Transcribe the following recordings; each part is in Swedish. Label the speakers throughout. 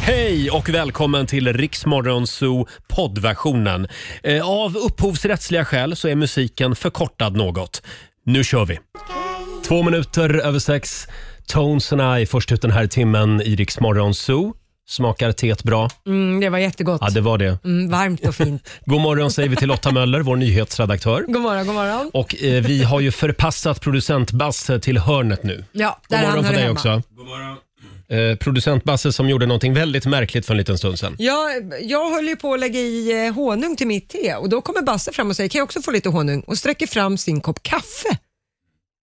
Speaker 1: Hej och välkommen till Riksmorgon Zoo poddversionen. Eh, Av upphovsrättsliga skäl så är musiken förkortad något. Nu kör vi! Två minuter över sex. Tones and I först ut den här timmen i Riksmorgon Zoo. Smakar teet bra?
Speaker 2: Mm, det var jättegott.
Speaker 1: Ja, det var det.
Speaker 2: Mm, varmt och fint.
Speaker 1: God morgon säger vi till Lotta Möller, vår nyhetsredaktör.
Speaker 2: God morgon, god morgon.
Speaker 1: Och eh, vi har ju förpassat producent Basse till hörnet nu.
Speaker 2: Ja,
Speaker 1: God
Speaker 2: där
Speaker 1: morgon
Speaker 2: hamnar
Speaker 1: på
Speaker 2: det
Speaker 1: dig
Speaker 2: hemma.
Speaker 1: också. God morgon. Eh, producent Basse som gjorde någonting väldigt märkligt för en liten stund sedan.
Speaker 2: Jag, jag höll ju på att lägga i eh, honung till mitt te och då kommer Basse fram och säger kan jag också få lite honung och sträcker fram sin kopp kaffe.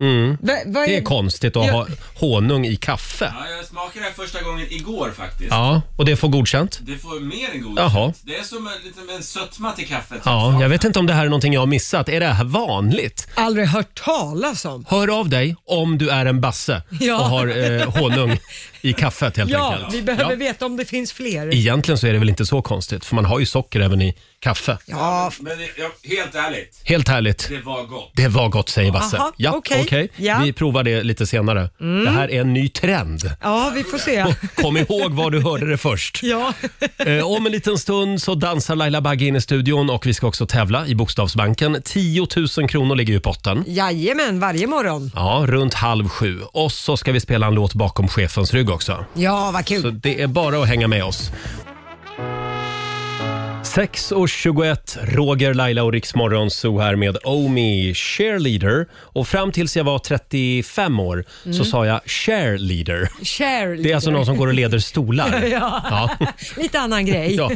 Speaker 1: Mm.
Speaker 2: Va, vad
Speaker 1: Det är konstigt att
Speaker 2: Ja.
Speaker 1: ha honung i kaffe.
Speaker 3: Ja, jag smakade det här första gången igår faktiskt.
Speaker 1: Ja, och det får godkänt.
Speaker 3: Det får mer än godkänt.
Speaker 1: Jaha.
Speaker 3: Det är som en, lite, en sötma till kaffet.
Speaker 1: Ja, jag vet inte om det här är någonting jag har missat. Är det här vanligt?
Speaker 2: aldrig hört talas om.
Speaker 1: Hör av dig om du är en basse
Speaker 2: Ja.
Speaker 1: och har eh, honung i kaffet helt
Speaker 2: Ja,
Speaker 1: enkelt.
Speaker 2: vi behöver
Speaker 1: Ja.
Speaker 2: veta om det finns fler.
Speaker 1: Egentligen så är det väl inte så konstigt, för man har ju socker även i kaffe.
Speaker 2: Ja,
Speaker 3: Men jag, helt ärligt,
Speaker 1: Helt härligt.
Speaker 3: det var gott.
Speaker 1: Det var gott säger Basse.
Speaker 2: Aha,
Speaker 1: ja,
Speaker 2: okej.
Speaker 1: okej.
Speaker 2: Ja.
Speaker 1: Vi provar det lite senare. Det här är en ny trend.
Speaker 2: ja, vi får se.
Speaker 1: Kom ihåg var du hörde det först.
Speaker 2: Ja.
Speaker 1: Eh, Om en liten stund så dansar Laila Bagge in i studion och vi ska också tävla i Bokstavsbanken. 10 000 kronor ligger ju i potten.
Speaker 2: Jajamän, varje morgon.
Speaker 1: Ja, runt halv sju. Och så ska vi spela en låt bakom chefens rygg också.
Speaker 2: Ja, vad
Speaker 1: Så
Speaker 2: kul.
Speaker 1: det är bara att hänga med oss. 6.21, Roger, Laila och Riksmorgon så här med Omi Cheerleader. Och fram tills jag var 35 år
Speaker 2: Mm.
Speaker 1: så sa jag cheerleader.
Speaker 2: Share
Speaker 1: Det är
Speaker 2: lite.
Speaker 1: alltså någon som går och leder stolar.
Speaker 2: Ja. lite annan grej.
Speaker 1: Ja.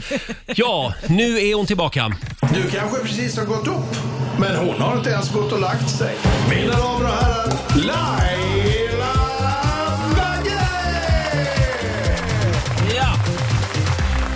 Speaker 1: ja, nu är hon tillbaka.
Speaker 4: Du kanske precis har gått upp, men hon har inte ens gått och lagt sig. Mina damer och herrar, Laila Bagge!
Speaker 1: Ja.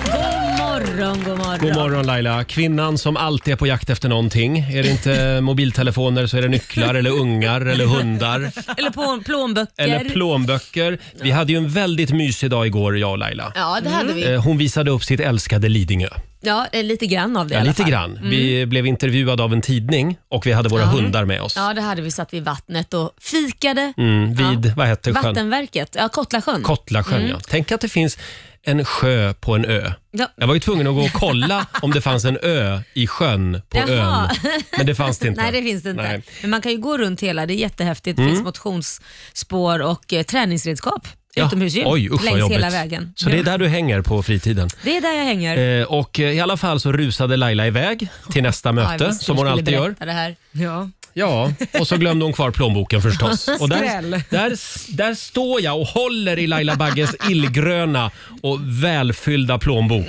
Speaker 5: God morgon, god morgon.
Speaker 1: God morgon Laila. Kvinnan som alltid är på jakt efter någonting. Är det inte mobiltelefoner så är det nycklar eller ungar eller hundar.
Speaker 5: Eller på, plånböcker.
Speaker 1: Eller plånböcker. Vi hade ju en väldigt mysig dag igår jag och Laila.
Speaker 5: ja, det hade vi.
Speaker 1: Eh, Hon visade upp sitt älskade Lidingö.
Speaker 5: Ja, eh, lite grann av det
Speaker 1: Ja,
Speaker 5: i alla
Speaker 1: lite
Speaker 5: fall. Mm.
Speaker 1: grann. Vi blev intervjuade av en tidning och vi hade våra hundar med oss.
Speaker 5: Ja, det hade vi. Satt vid vattnet och fikade.
Speaker 1: Mm, vid, vad hette sjön?
Speaker 5: Vattenverket, ja, Kottlasjön.
Speaker 1: Kottlasjön
Speaker 5: Mm.
Speaker 1: ja. Tänk att det finns en sjö på en ö.
Speaker 5: Ja.
Speaker 1: Jag var ju tvungen att gå och kolla om det fanns en ö i sjön på
Speaker 5: Jaha.
Speaker 1: ön. Men det fanns det inte.
Speaker 5: Nej, det finns det inte.
Speaker 1: Nej. Mm.
Speaker 5: Men man kan ju gå runt hela, det är jättehäftigt. Det finns motionsspår och eh, träningsredskap.
Speaker 1: Ja.
Speaker 5: Utomhusgym
Speaker 1: Oj, usch, vad
Speaker 5: längs
Speaker 1: jobbigt.
Speaker 5: hela vägen.
Speaker 1: Så det är där du hänger på fritiden.
Speaker 5: det är där jag hänger.
Speaker 1: Eh, och eh, i alla fall så rusade Laila iväg till nästa
Speaker 5: Ja, jag
Speaker 1: möte
Speaker 5: visste
Speaker 1: som
Speaker 5: du
Speaker 1: hon
Speaker 5: skulle
Speaker 1: alltid gör.
Speaker 5: berätta Det här.
Speaker 2: Ja.
Speaker 1: Ja, och så glömde hon kvar plånboken förstås. Och där,
Speaker 2: Skräll.
Speaker 1: där, där står jag och håller i Laila Bagges illgröna och välfyllda plånbok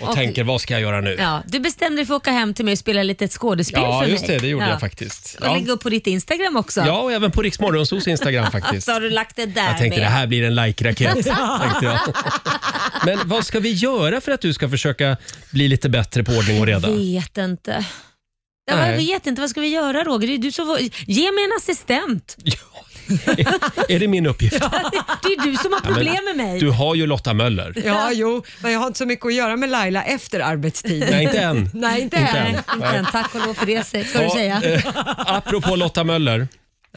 Speaker 1: och, tänker vad ska jag göra nu?
Speaker 5: Mm. Ja, du bestämde dig för att åka hem till mig och spela lite ett skådespel för
Speaker 1: Ja,
Speaker 5: mig.
Speaker 1: just det. Det gjorde
Speaker 5: Ja.
Speaker 1: jag faktiskt.
Speaker 5: Och
Speaker 1: Ja.
Speaker 5: lägga upp på ditt Instagram också.
Speaker 1: ja, och även på Riksmorgonsos Instagram faktiskt.
Speaker 5: Så har du lagt det där
Speaker 1: Jag tänkte
Speaker 5: med.
Speaker 1: det här blir en like-raket. tänkte jag. Men vad ska vi göra för att du ska försöka bli lite bättre på ordning och reda?
Speaker 5: vet inte. Ja,
Speaker 1: Nej.
Speaker 5: jag vet inte. Vad ska vi göra Roger? Det är Du som, ge mig en assistent.
Speaker 1: Är det min uppgift?
Speaker 5: Det är du som har problem med mig.
Speaker 1: Du har ju Lotta Möller.
Speaker 2: ja, jo, men jag har inte så mycket att göra med Laila efter arbetstiden.
Speaker 1: Nej, inte än.
Speaker 2: Nej, inte
Speaker 1: Inte
Speaker 2: än.
Speaker 1: än.
Speaker 5: Nej, inte än. Tack och lov för det ska du
Speaker 1: Ja,
Speaker 5: säga.
Speaker 1: eh, apropå Lotta Möller.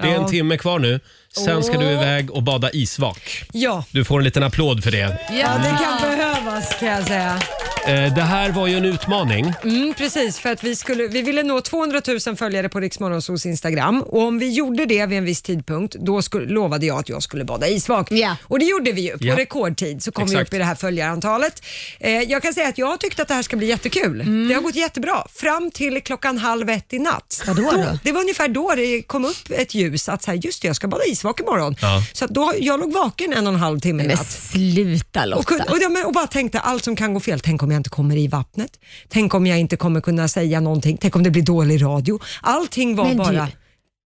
Speaker 1: Det är en
Speaker 2: Ja.
Speaker 1: timme kvar nu. Sen ska du
Speaker 2: Åh.
Speaker 1: iväg och bada isvak.
Speaker 2: Ja.
Speaker 1: Du får en liten applåd för det.
Speaker 2: Ja,
Speaker 5: Ja,
Speaker 2: det kan behövas kan jag säga.
Speaker 1: Eh, Det här var ju en utmaning.
Speaker 2: Mm, precis, för att vi, skulle, vi ville nå 200 000 följare på Riksmorgonsos Instagram och om vi gjorde det vid en viss tidpunkt, då skulle, lovade jag att jag skulle bada isvak.
Speaker 5: Ja.
Speaker 2: Och det gjorde vi ju. På
Speaker 1: Ja.
Speaker 2: rekordtid så kom vi
Speaker 1: Exakt.
Speaker 2: upp i det här följarantalet. Eh, jag kan säga att jag har tyckt att det här ska bli jättekul.
Speaker 5: Mm.
Speaker 2: Det har gått jättebra. Fram till klockan halv ett i natt.
Speaker 5: Vadå då?
Speaker 2: Det var ungefär då det kom upp ett ljus att så här, just det, jag ska bada isvak imorgon.
Speaker 1: Ja.
Speaker 2: Så att då, jag låg vaken en och en halv timme i
Speaker 5: Men
Speaker 2: natt.
Speaker 5: sluta
Speaker 2: Och, kunde,
Speaker 5: Lotta.
Speaker 2: och, ja, men- och bara tänkte allt som kan gå fel. Tänk om jag inte kommer i vattnet? Tänk om jag inte kommer kunna säga någonting? Tänk om det blir dålig radio? Allting var
Speaker 5: Men du-
Speaker 2: bara...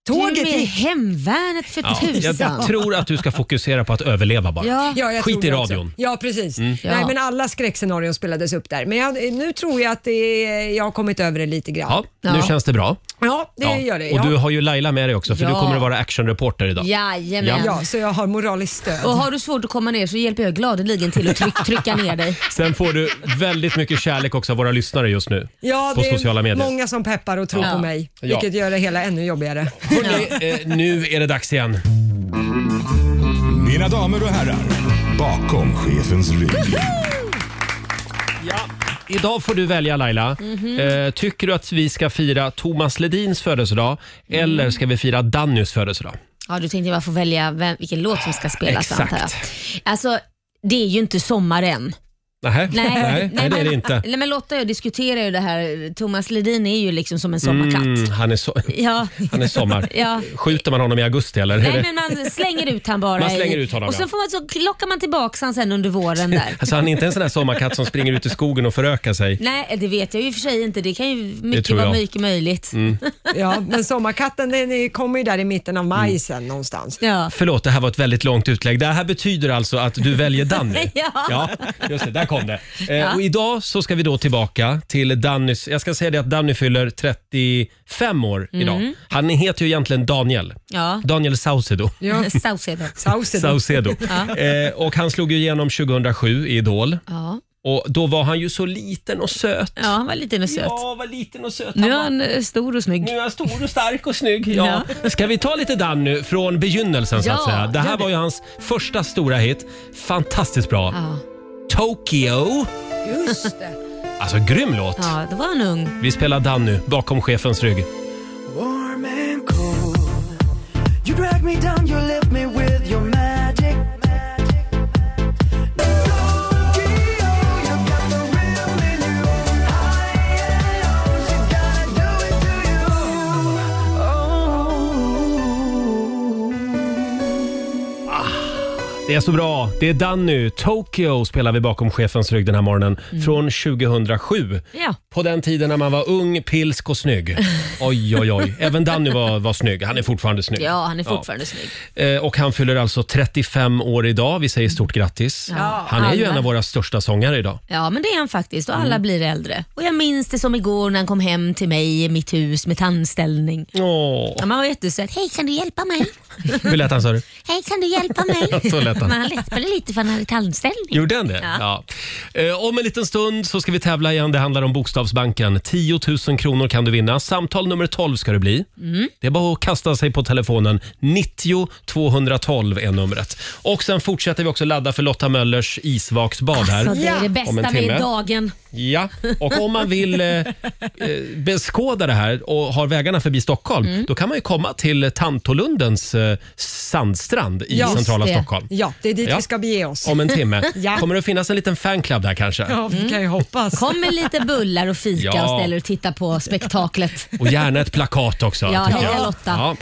Speaker 5: Du är
Speaker 2: tåget
Speaker 5: med i
Speaker 2: gick.
Speaker 5: hemvärnet för
Speaker 1: Ja,
Speaker 5: tusan.
Speaker 1: jag tror att du ska fokusera på att överleva bara.
Speaker 5: Ja.
Speaker 2: Ja, jag
Speaker 1: Skit
Speaker 2: tror
Speaker 1: i
Speaker 2: det också.
Speaker 1: radion. Mm.
Speaker 2: Ja, precis. Nej,
Speaker 5: Ja.
Speaker 2: men alla skräckscenarion spelades upp där. Men jag, nu tror jag att det är, jag har kommit över det lite grann.
Speaker 1: Ja,
Speaker 2: Ja,
Speaker 1: nu
Speaker 5: Ja.
Speaker 1: känns det bra.
Speaker 2: det
Speaker 1: Ja.
Speaker 2: gör det.
Speaker 1: Och
Speaker 2: Ja.
Speaker 1: du har ju Laila med dig också för du
Speaker 5: Ja.
Speaker 1: kommer att vara actionreporter idag.
Speaker 5: Jajamän.
Speaker 2: ja, så jag har moraliskt stöd.
Speaker 5: Och har du svårt att komma ner så hjälper jag gladeligen till att tryck, trycka ner dig.
Speaker 1: Sen får du väldigt mycket kärlek också av våra lyssnare just nu
Speaker 2: ja,
Speaker 1: på
Speaker 2: det är
Speaker 1: sociala medier.
Speaker 2: många som peppar och tror
Speaker 5: Ja.
Speaker 2: på mig,
Speaker 1: Ja.
Speaker 2: vilket gör det hela ännu jobbigare.
Speaker 1: Hörrni, eh, nu är det dags igen.
Speaker 4: Mina damer och herrar,
Speaker 6: Bakom chefens rygg.
Speaker 1: Idag får du välja Laila. Eh, tycker du att vi ska fira Thomas Ledins födelsedag eller ska vi fira Dannys födelsedag?
Speaker 5: Ja, du tänkte jag får välja vem, vilken låt som ska spelas
Speaker 1: Exakt.
Speaker 5: antar jag. Alltså, det är ju inte sommar än.
Speaker 1: Nähä.
Speaker 5: Nej,
Speaker 1: nej, nej det är
Speaker 5: men-
Speaker 1: det inte.
Speaker 5: Nej, men Lotta och jag diskuterar ju det här. Thomas Ledin är ju liksom som en sommarkatt.
Speaker 1: Mm, han, är so-
Speaker 5: Ja.
Speaker 1: han är sommar.
Speaker 5: Ja.
Speaker 1: Skjuter man honom i augusti eller? Är
Speaker 5: Nej,
Speaker 1: det-
Speaker 5: men man slänger ut han bara
Speaker 1: Man
Speaker 5: i-
Speaker 1: slänger ut honom,
Speaker 5: Och
Speaker 1: ja.
Speaker 5: sen får man, så lockar man tillbaka han sen under våren där.
Speaker 1: Alltså, han är inte en sån där sommarkatt som springer ut i skogen och förökar sig.
Speaker 5: Nej, det vet jag ju i och för sig inte. Det kan ju mycket
Speaker 1: tror
Speaker 5: vara
Speaker 1: jag. Mm.
Speaker 5: mycket möjligt.
Speaker 2: Ja, men sommarkatten den är- kommer ju där i mitten av
Speaker 1: Mm.
Speaker 2: maj sen någonstans.
Speaker 5: Ja.
Speaker 1: Förlåt, det här var ett väldigt långt utlägg. Det här betyder alltså att du väljer Danny.
Speaker 5: Ja.
Speaker 1: just det. Där kom det. Eh, Och idag så ska vi då tillbaka till Dannys... Jag ska säga det att Danny fyller 35 år
Speaker 5: Mm.
Speaker 1: idag. Han heter ju egentligen Daniel.
Speaker 5: Ja.
Speaker 1: Daniel Saucedo.
Speaker 5: Ja. Saucedo.
Speaker 2: Sausen.
Speaker 1: Saucedo. Eh, och han slog ju igenom 2007 i Idol.
Speaker 5: Ja.
Speaker 1: Och då var han ju så liten och söt.
Speaker 5: ja, han var liten och söt.
Speaker 1: Ja, vad liten och söt
Speaker 5: Nu
Speaker 1: han
Speaker 5: är
Speaker 1: var.
Speaker 5: han eh, stor och snygg.
Speaker 1: Nu är han stor och stark och snygg. Ja. Ska vi ta lite Danny från begynnelsen så att
Speaker 5: Ja,
Speaker 1: säga. Det
Speaker 5: gör
Speaker 1: här
Speaker 5: det.
Speaker 1: var ju hans första stora hit. Fantastiskt bra.
Speaker 5: Ja.
Speaker 1: Tokyo.
Speaker 2: Just det.
Speaker 1: Alltså grym låt.
Speaker 5: ja, då var han ung.
Speaker 1: Vi spelar Danny bakom chefens rygg.
Speaker 7: warm and cold. You drag me down, you lift me with your magic. magic, magic. Tokyo, you got the rhythm in you. High and low, she's gotta do it to you. Oh.
Speaker 1: Det är så bra. Det är Danny. Tokyo spelar vi bakom chefens rygg den här morgonen. Från 2007.
Speaker 5: Mm. Ja.
Speaker 1: På den tiden när man var ung, pilsk och snygg. Oj, oj, oj. Även Danny var, var snygg. Han är fortfarande snygg.
Speaker 5: ja, han är fortfarande snygg.
Speaker 1: Eh, Och han fyller alltså 35 år idag. Vi säger stort grattis.
Speaker 5: Ja,
Speaker 1: han är ju
Speaker 5: alla.
Speaker 1: en av våra största sångare idag.
Speaker 5: Ja, men det är han faktiskt och alla
Speaker 1: Mm.
Speaker 5: blir äldre. Och Jag minns det som igår när han kom hem till mig i mitt hus med tandställning.
Speaker 1: Åh,
Speaker 5: Ja, man var jättesöt. Hej, kan du hjälpa mig?
Speaker 1: hur lät han sa du?
Speaker 5: Hej, kan du hjälpa mig?
Speaker 1: Så lät han.
Speaker 5: Men han läppade lite för han hade tandställning.
Speaker 1: Gjorde han det? Ja. Eh, Om en liten stund så ska vi tävla igen. Det handlar om Bokstavsbanken. 10 000 kronor kan du vinna. Samtal nummer 12 ska det bli.
Speaker 5: Mm.
Speaker 1: Det är bara att kasta sig på telefonen. 90 212 är numret. Och sen fortsätter vi också ladda för Lotta Möllers isvaksbad här.
Speaker 5: Så Alltså, det är det
Speaker 1: Om
Speaker 5: bästa
Speaker 1: en timme.
Speaker 5: med dagen.
Speaker 1: Ja, och om man vill eh, eh, beskåda det här och har vägarna förbi Stockholm,
Speaker 5: Mm.
Speaker 1: då kan man ju komma till Tantolundens eh, sandstrand i
Speaker 2: Ja,
Speaker 1: centrala
Speaker 5: det.
Speaker 1: Stockholm.
Speaker 2: Ja, det är dit
Speaker 1: Ja.
Speaker 2: vi ska bege oss.
Speaker 1: Om en timme.
Speaker 2: Ja.
Speaker 1: Kommer det att finnas en liten fanclub där kanske?
Speaker 2: Ja, vi kan ju hoppas.
Speaker 5: Mm. Kom med lite bullar och fika
Speaker 1: Ja.
Speaker 5: och ställer och tittar på spektaklet.
Speaker 1: Och gärna ett plakat också.
Speaker 5: Ja,
Speaker 1: tycker jag.
Speaker 5: heja Lotta.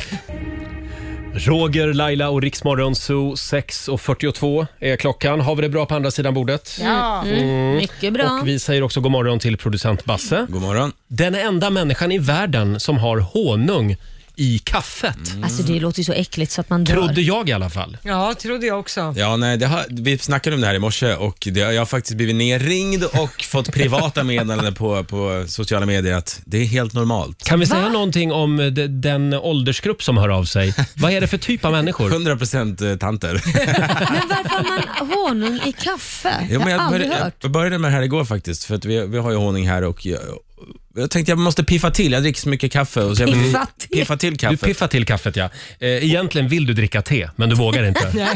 Speaker 1: Roger, Laila och Riksmorgon Zoo 6.42 är klockan. Har vi det bra på andra sidan bordet? Mm.
Speaker 2: Ja.
Speaker 5: Mm. Mycket bra.
Speaker 1: Och vi säger också god morgon till producent Basse.
Speaker 3: God morgon.
Speaker 1: Den enda människan i världen som har honung i kaffet.
Speaker 5: Alltså det låter ju så äckligt så att man dör.
Speaker 1: Trodde jag i alla fall.
Speaker 2: Ja, trodde jag också.
Speaker 8: Ja, nej, det har, vi snackade om det här i morse och det, jag har faktiskt blivit nerringd och fått privata meddelanden på, på sociala medier att det är helt normalt.
Speaker 1: Kan vi säga någonting om de, den åldersgrupp som hör av sig? Vad är det för typ av människor?
Speaker 8: 100% eh, tanter.
Speaker 5: Men varför har man honung i kaffe?
Speaker 8: Jo, men
Speaker 5: jag har aldrig
Speaker 8: började,
Speaker 5: hört.
Speaker 8: jag började med det här igår faktiskt, för att vi, vi har ju honung här och jag, jag tänkte jag måste piffa till. Jag dricker så mycket kaffe. Och så jag vill
Speaker 5: Piffa till?
Speaker 8: piffa till
Speaker 1: Du
Speaker 8: kaffet.
Speaker 1: piffar till kaffet ja. Eh, Egentligen vill du dricka te, men du vågar inte.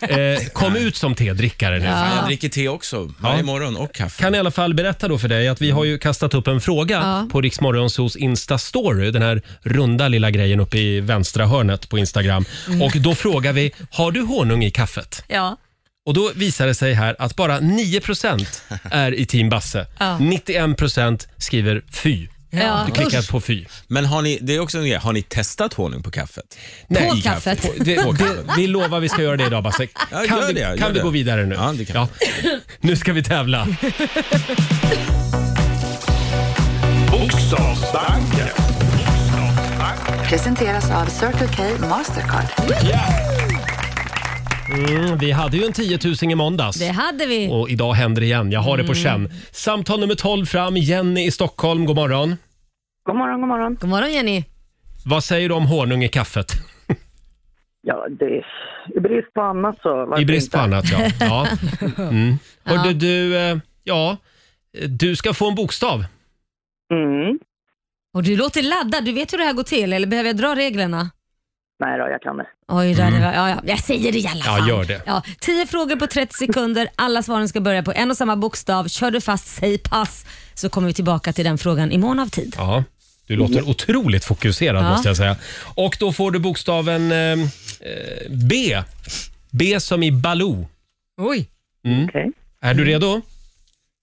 Speaker 1: Eh, Kom ut som tedrickare nu.
Speaker 8: Fan, jag dricker te också, varje morgon och kaffe. Mm.
Speaker 1: kan i alla fall berätta då för dig att vi har ju kastat upp en fråga på Riksmorgonsos Insta-story, den här runda lilla grejen uppe i vänstra hörnet på Instagram. Och då frågar vi, har du honung i kaffet?
Speaker 5: Ja.
Speaker 1: Och då visar det sig här att bara 9% är i team Basse. 91% skriver fy.
Speaker 5: Ja.
Speaker 1: Du klickar
Speaker 5: Usch.
Speaker 1: på fy.
Speaker 8: Men har ni, det är också en grej, har ni testat honung på kaffet?
Speaker 1: Nej.
Speaker 5: På
Speaker 8: i
Speaker 5: kaffet.
Speaker 8: kaffet.
Speaker 1: Det,
Speaker 8: På
Speaker 1: det,
Speaker 8: kaffet.
Speaker 1: vi lovar vi ska göra det idag Basse.
Speaker 8: Ja,
Speaker 1: kan
Speaker 8: gör
Speaker 1: vi,
Speaker 8: det, gör
Speaker 1: kan vi
Speaker 8: det.
Speaker 1: gå vidare nu?
Speaker 8: Ja, det kan
Speaker 1: Nu ska vi tävla.
Speaker 4: Bokstavsbanken.
Speaker 9: Presenteras av Circle K Mastercard.
Speaker 1: Mm, vi hade ju en 10 000 i måndags.
Speaker 5: Det hade vi. Mm.
Speaker 1: Och idag händer det igen. Jag har det på känn. Samtal nummer 12 fram. Jenny i Stockholm, god morgon.
Speaker 10: God morgon, god morgon.
Speaker 5: God morgon Jenny.
Speaker 1: Vad säger du om honung i kaffet?
Speaker 10: Ja, det är i brist på annat så. varför
Speaker 1: I brist på
Speaker 10: inte?
Speaker 1: annat, ja. ja. Mm. Hörde du, eh, ja, du ska få en bokstav.
Speaker 10: Mm.
Speaker 5: Och du låter laddad. Du vet hur det här går till eller behöver jag dra reglerna?
Speaker 10: Nej då, jag kan det.
Speaker 5: Oj, då,
Speaker 10: Mm.
Speaker 5: det var, ja, ja. Jag säger det i alla
Speaker 10: Ja,
Speaker 5: fall.
Speaker 10: gör det.
Speaker 5: Ja, 10 frågor på 30 sekunder. Alla svaren ska börja på en och samma bokstav. Kör du fast, säg pass, så kommer vi tillbaka till den frågan i mån av tid.
Speaker 1: Ja, du låter otroligt fokuserad
Speaker 5: Mm. Ja.
Speaker 1: måste jag säga. Och då får du bokstaven eh, eh, B. B som i Baloo.
Speaker 2: Oj.
Speaker 1: Mm. Är du redo?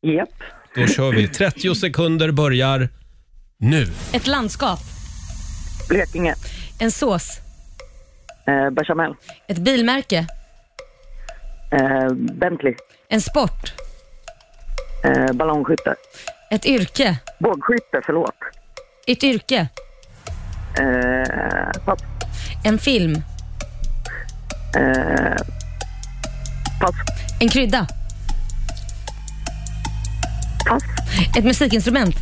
Speaker 10: Japp.
Speaker 1: Då kör vi. 30 sekunder börjar nu.
Speaker 5: Ett landskap.
Speaker 10: Blekinge.
Speaker 5: En sås.
Speaker 10: Eh, bechamel.
Speaker 5: Ett bilmärke.
Speaker 10: Eh, Bentley.
Speaker 5: En sport.
Speaker 10: Eh, ballongskytte.
Speaker 5: Ett yrke.
Speaker 10: Bågskytte, förlåt.
Speaker 5: Ett yrke.
Speaker 10: Eh, pass.
Speaker 5: En film.
Speaker 10: Eh, pass.
Speaker 5: En krydda.
Speaker 10: Pass.
Speaker 5: Ett musikinstrument.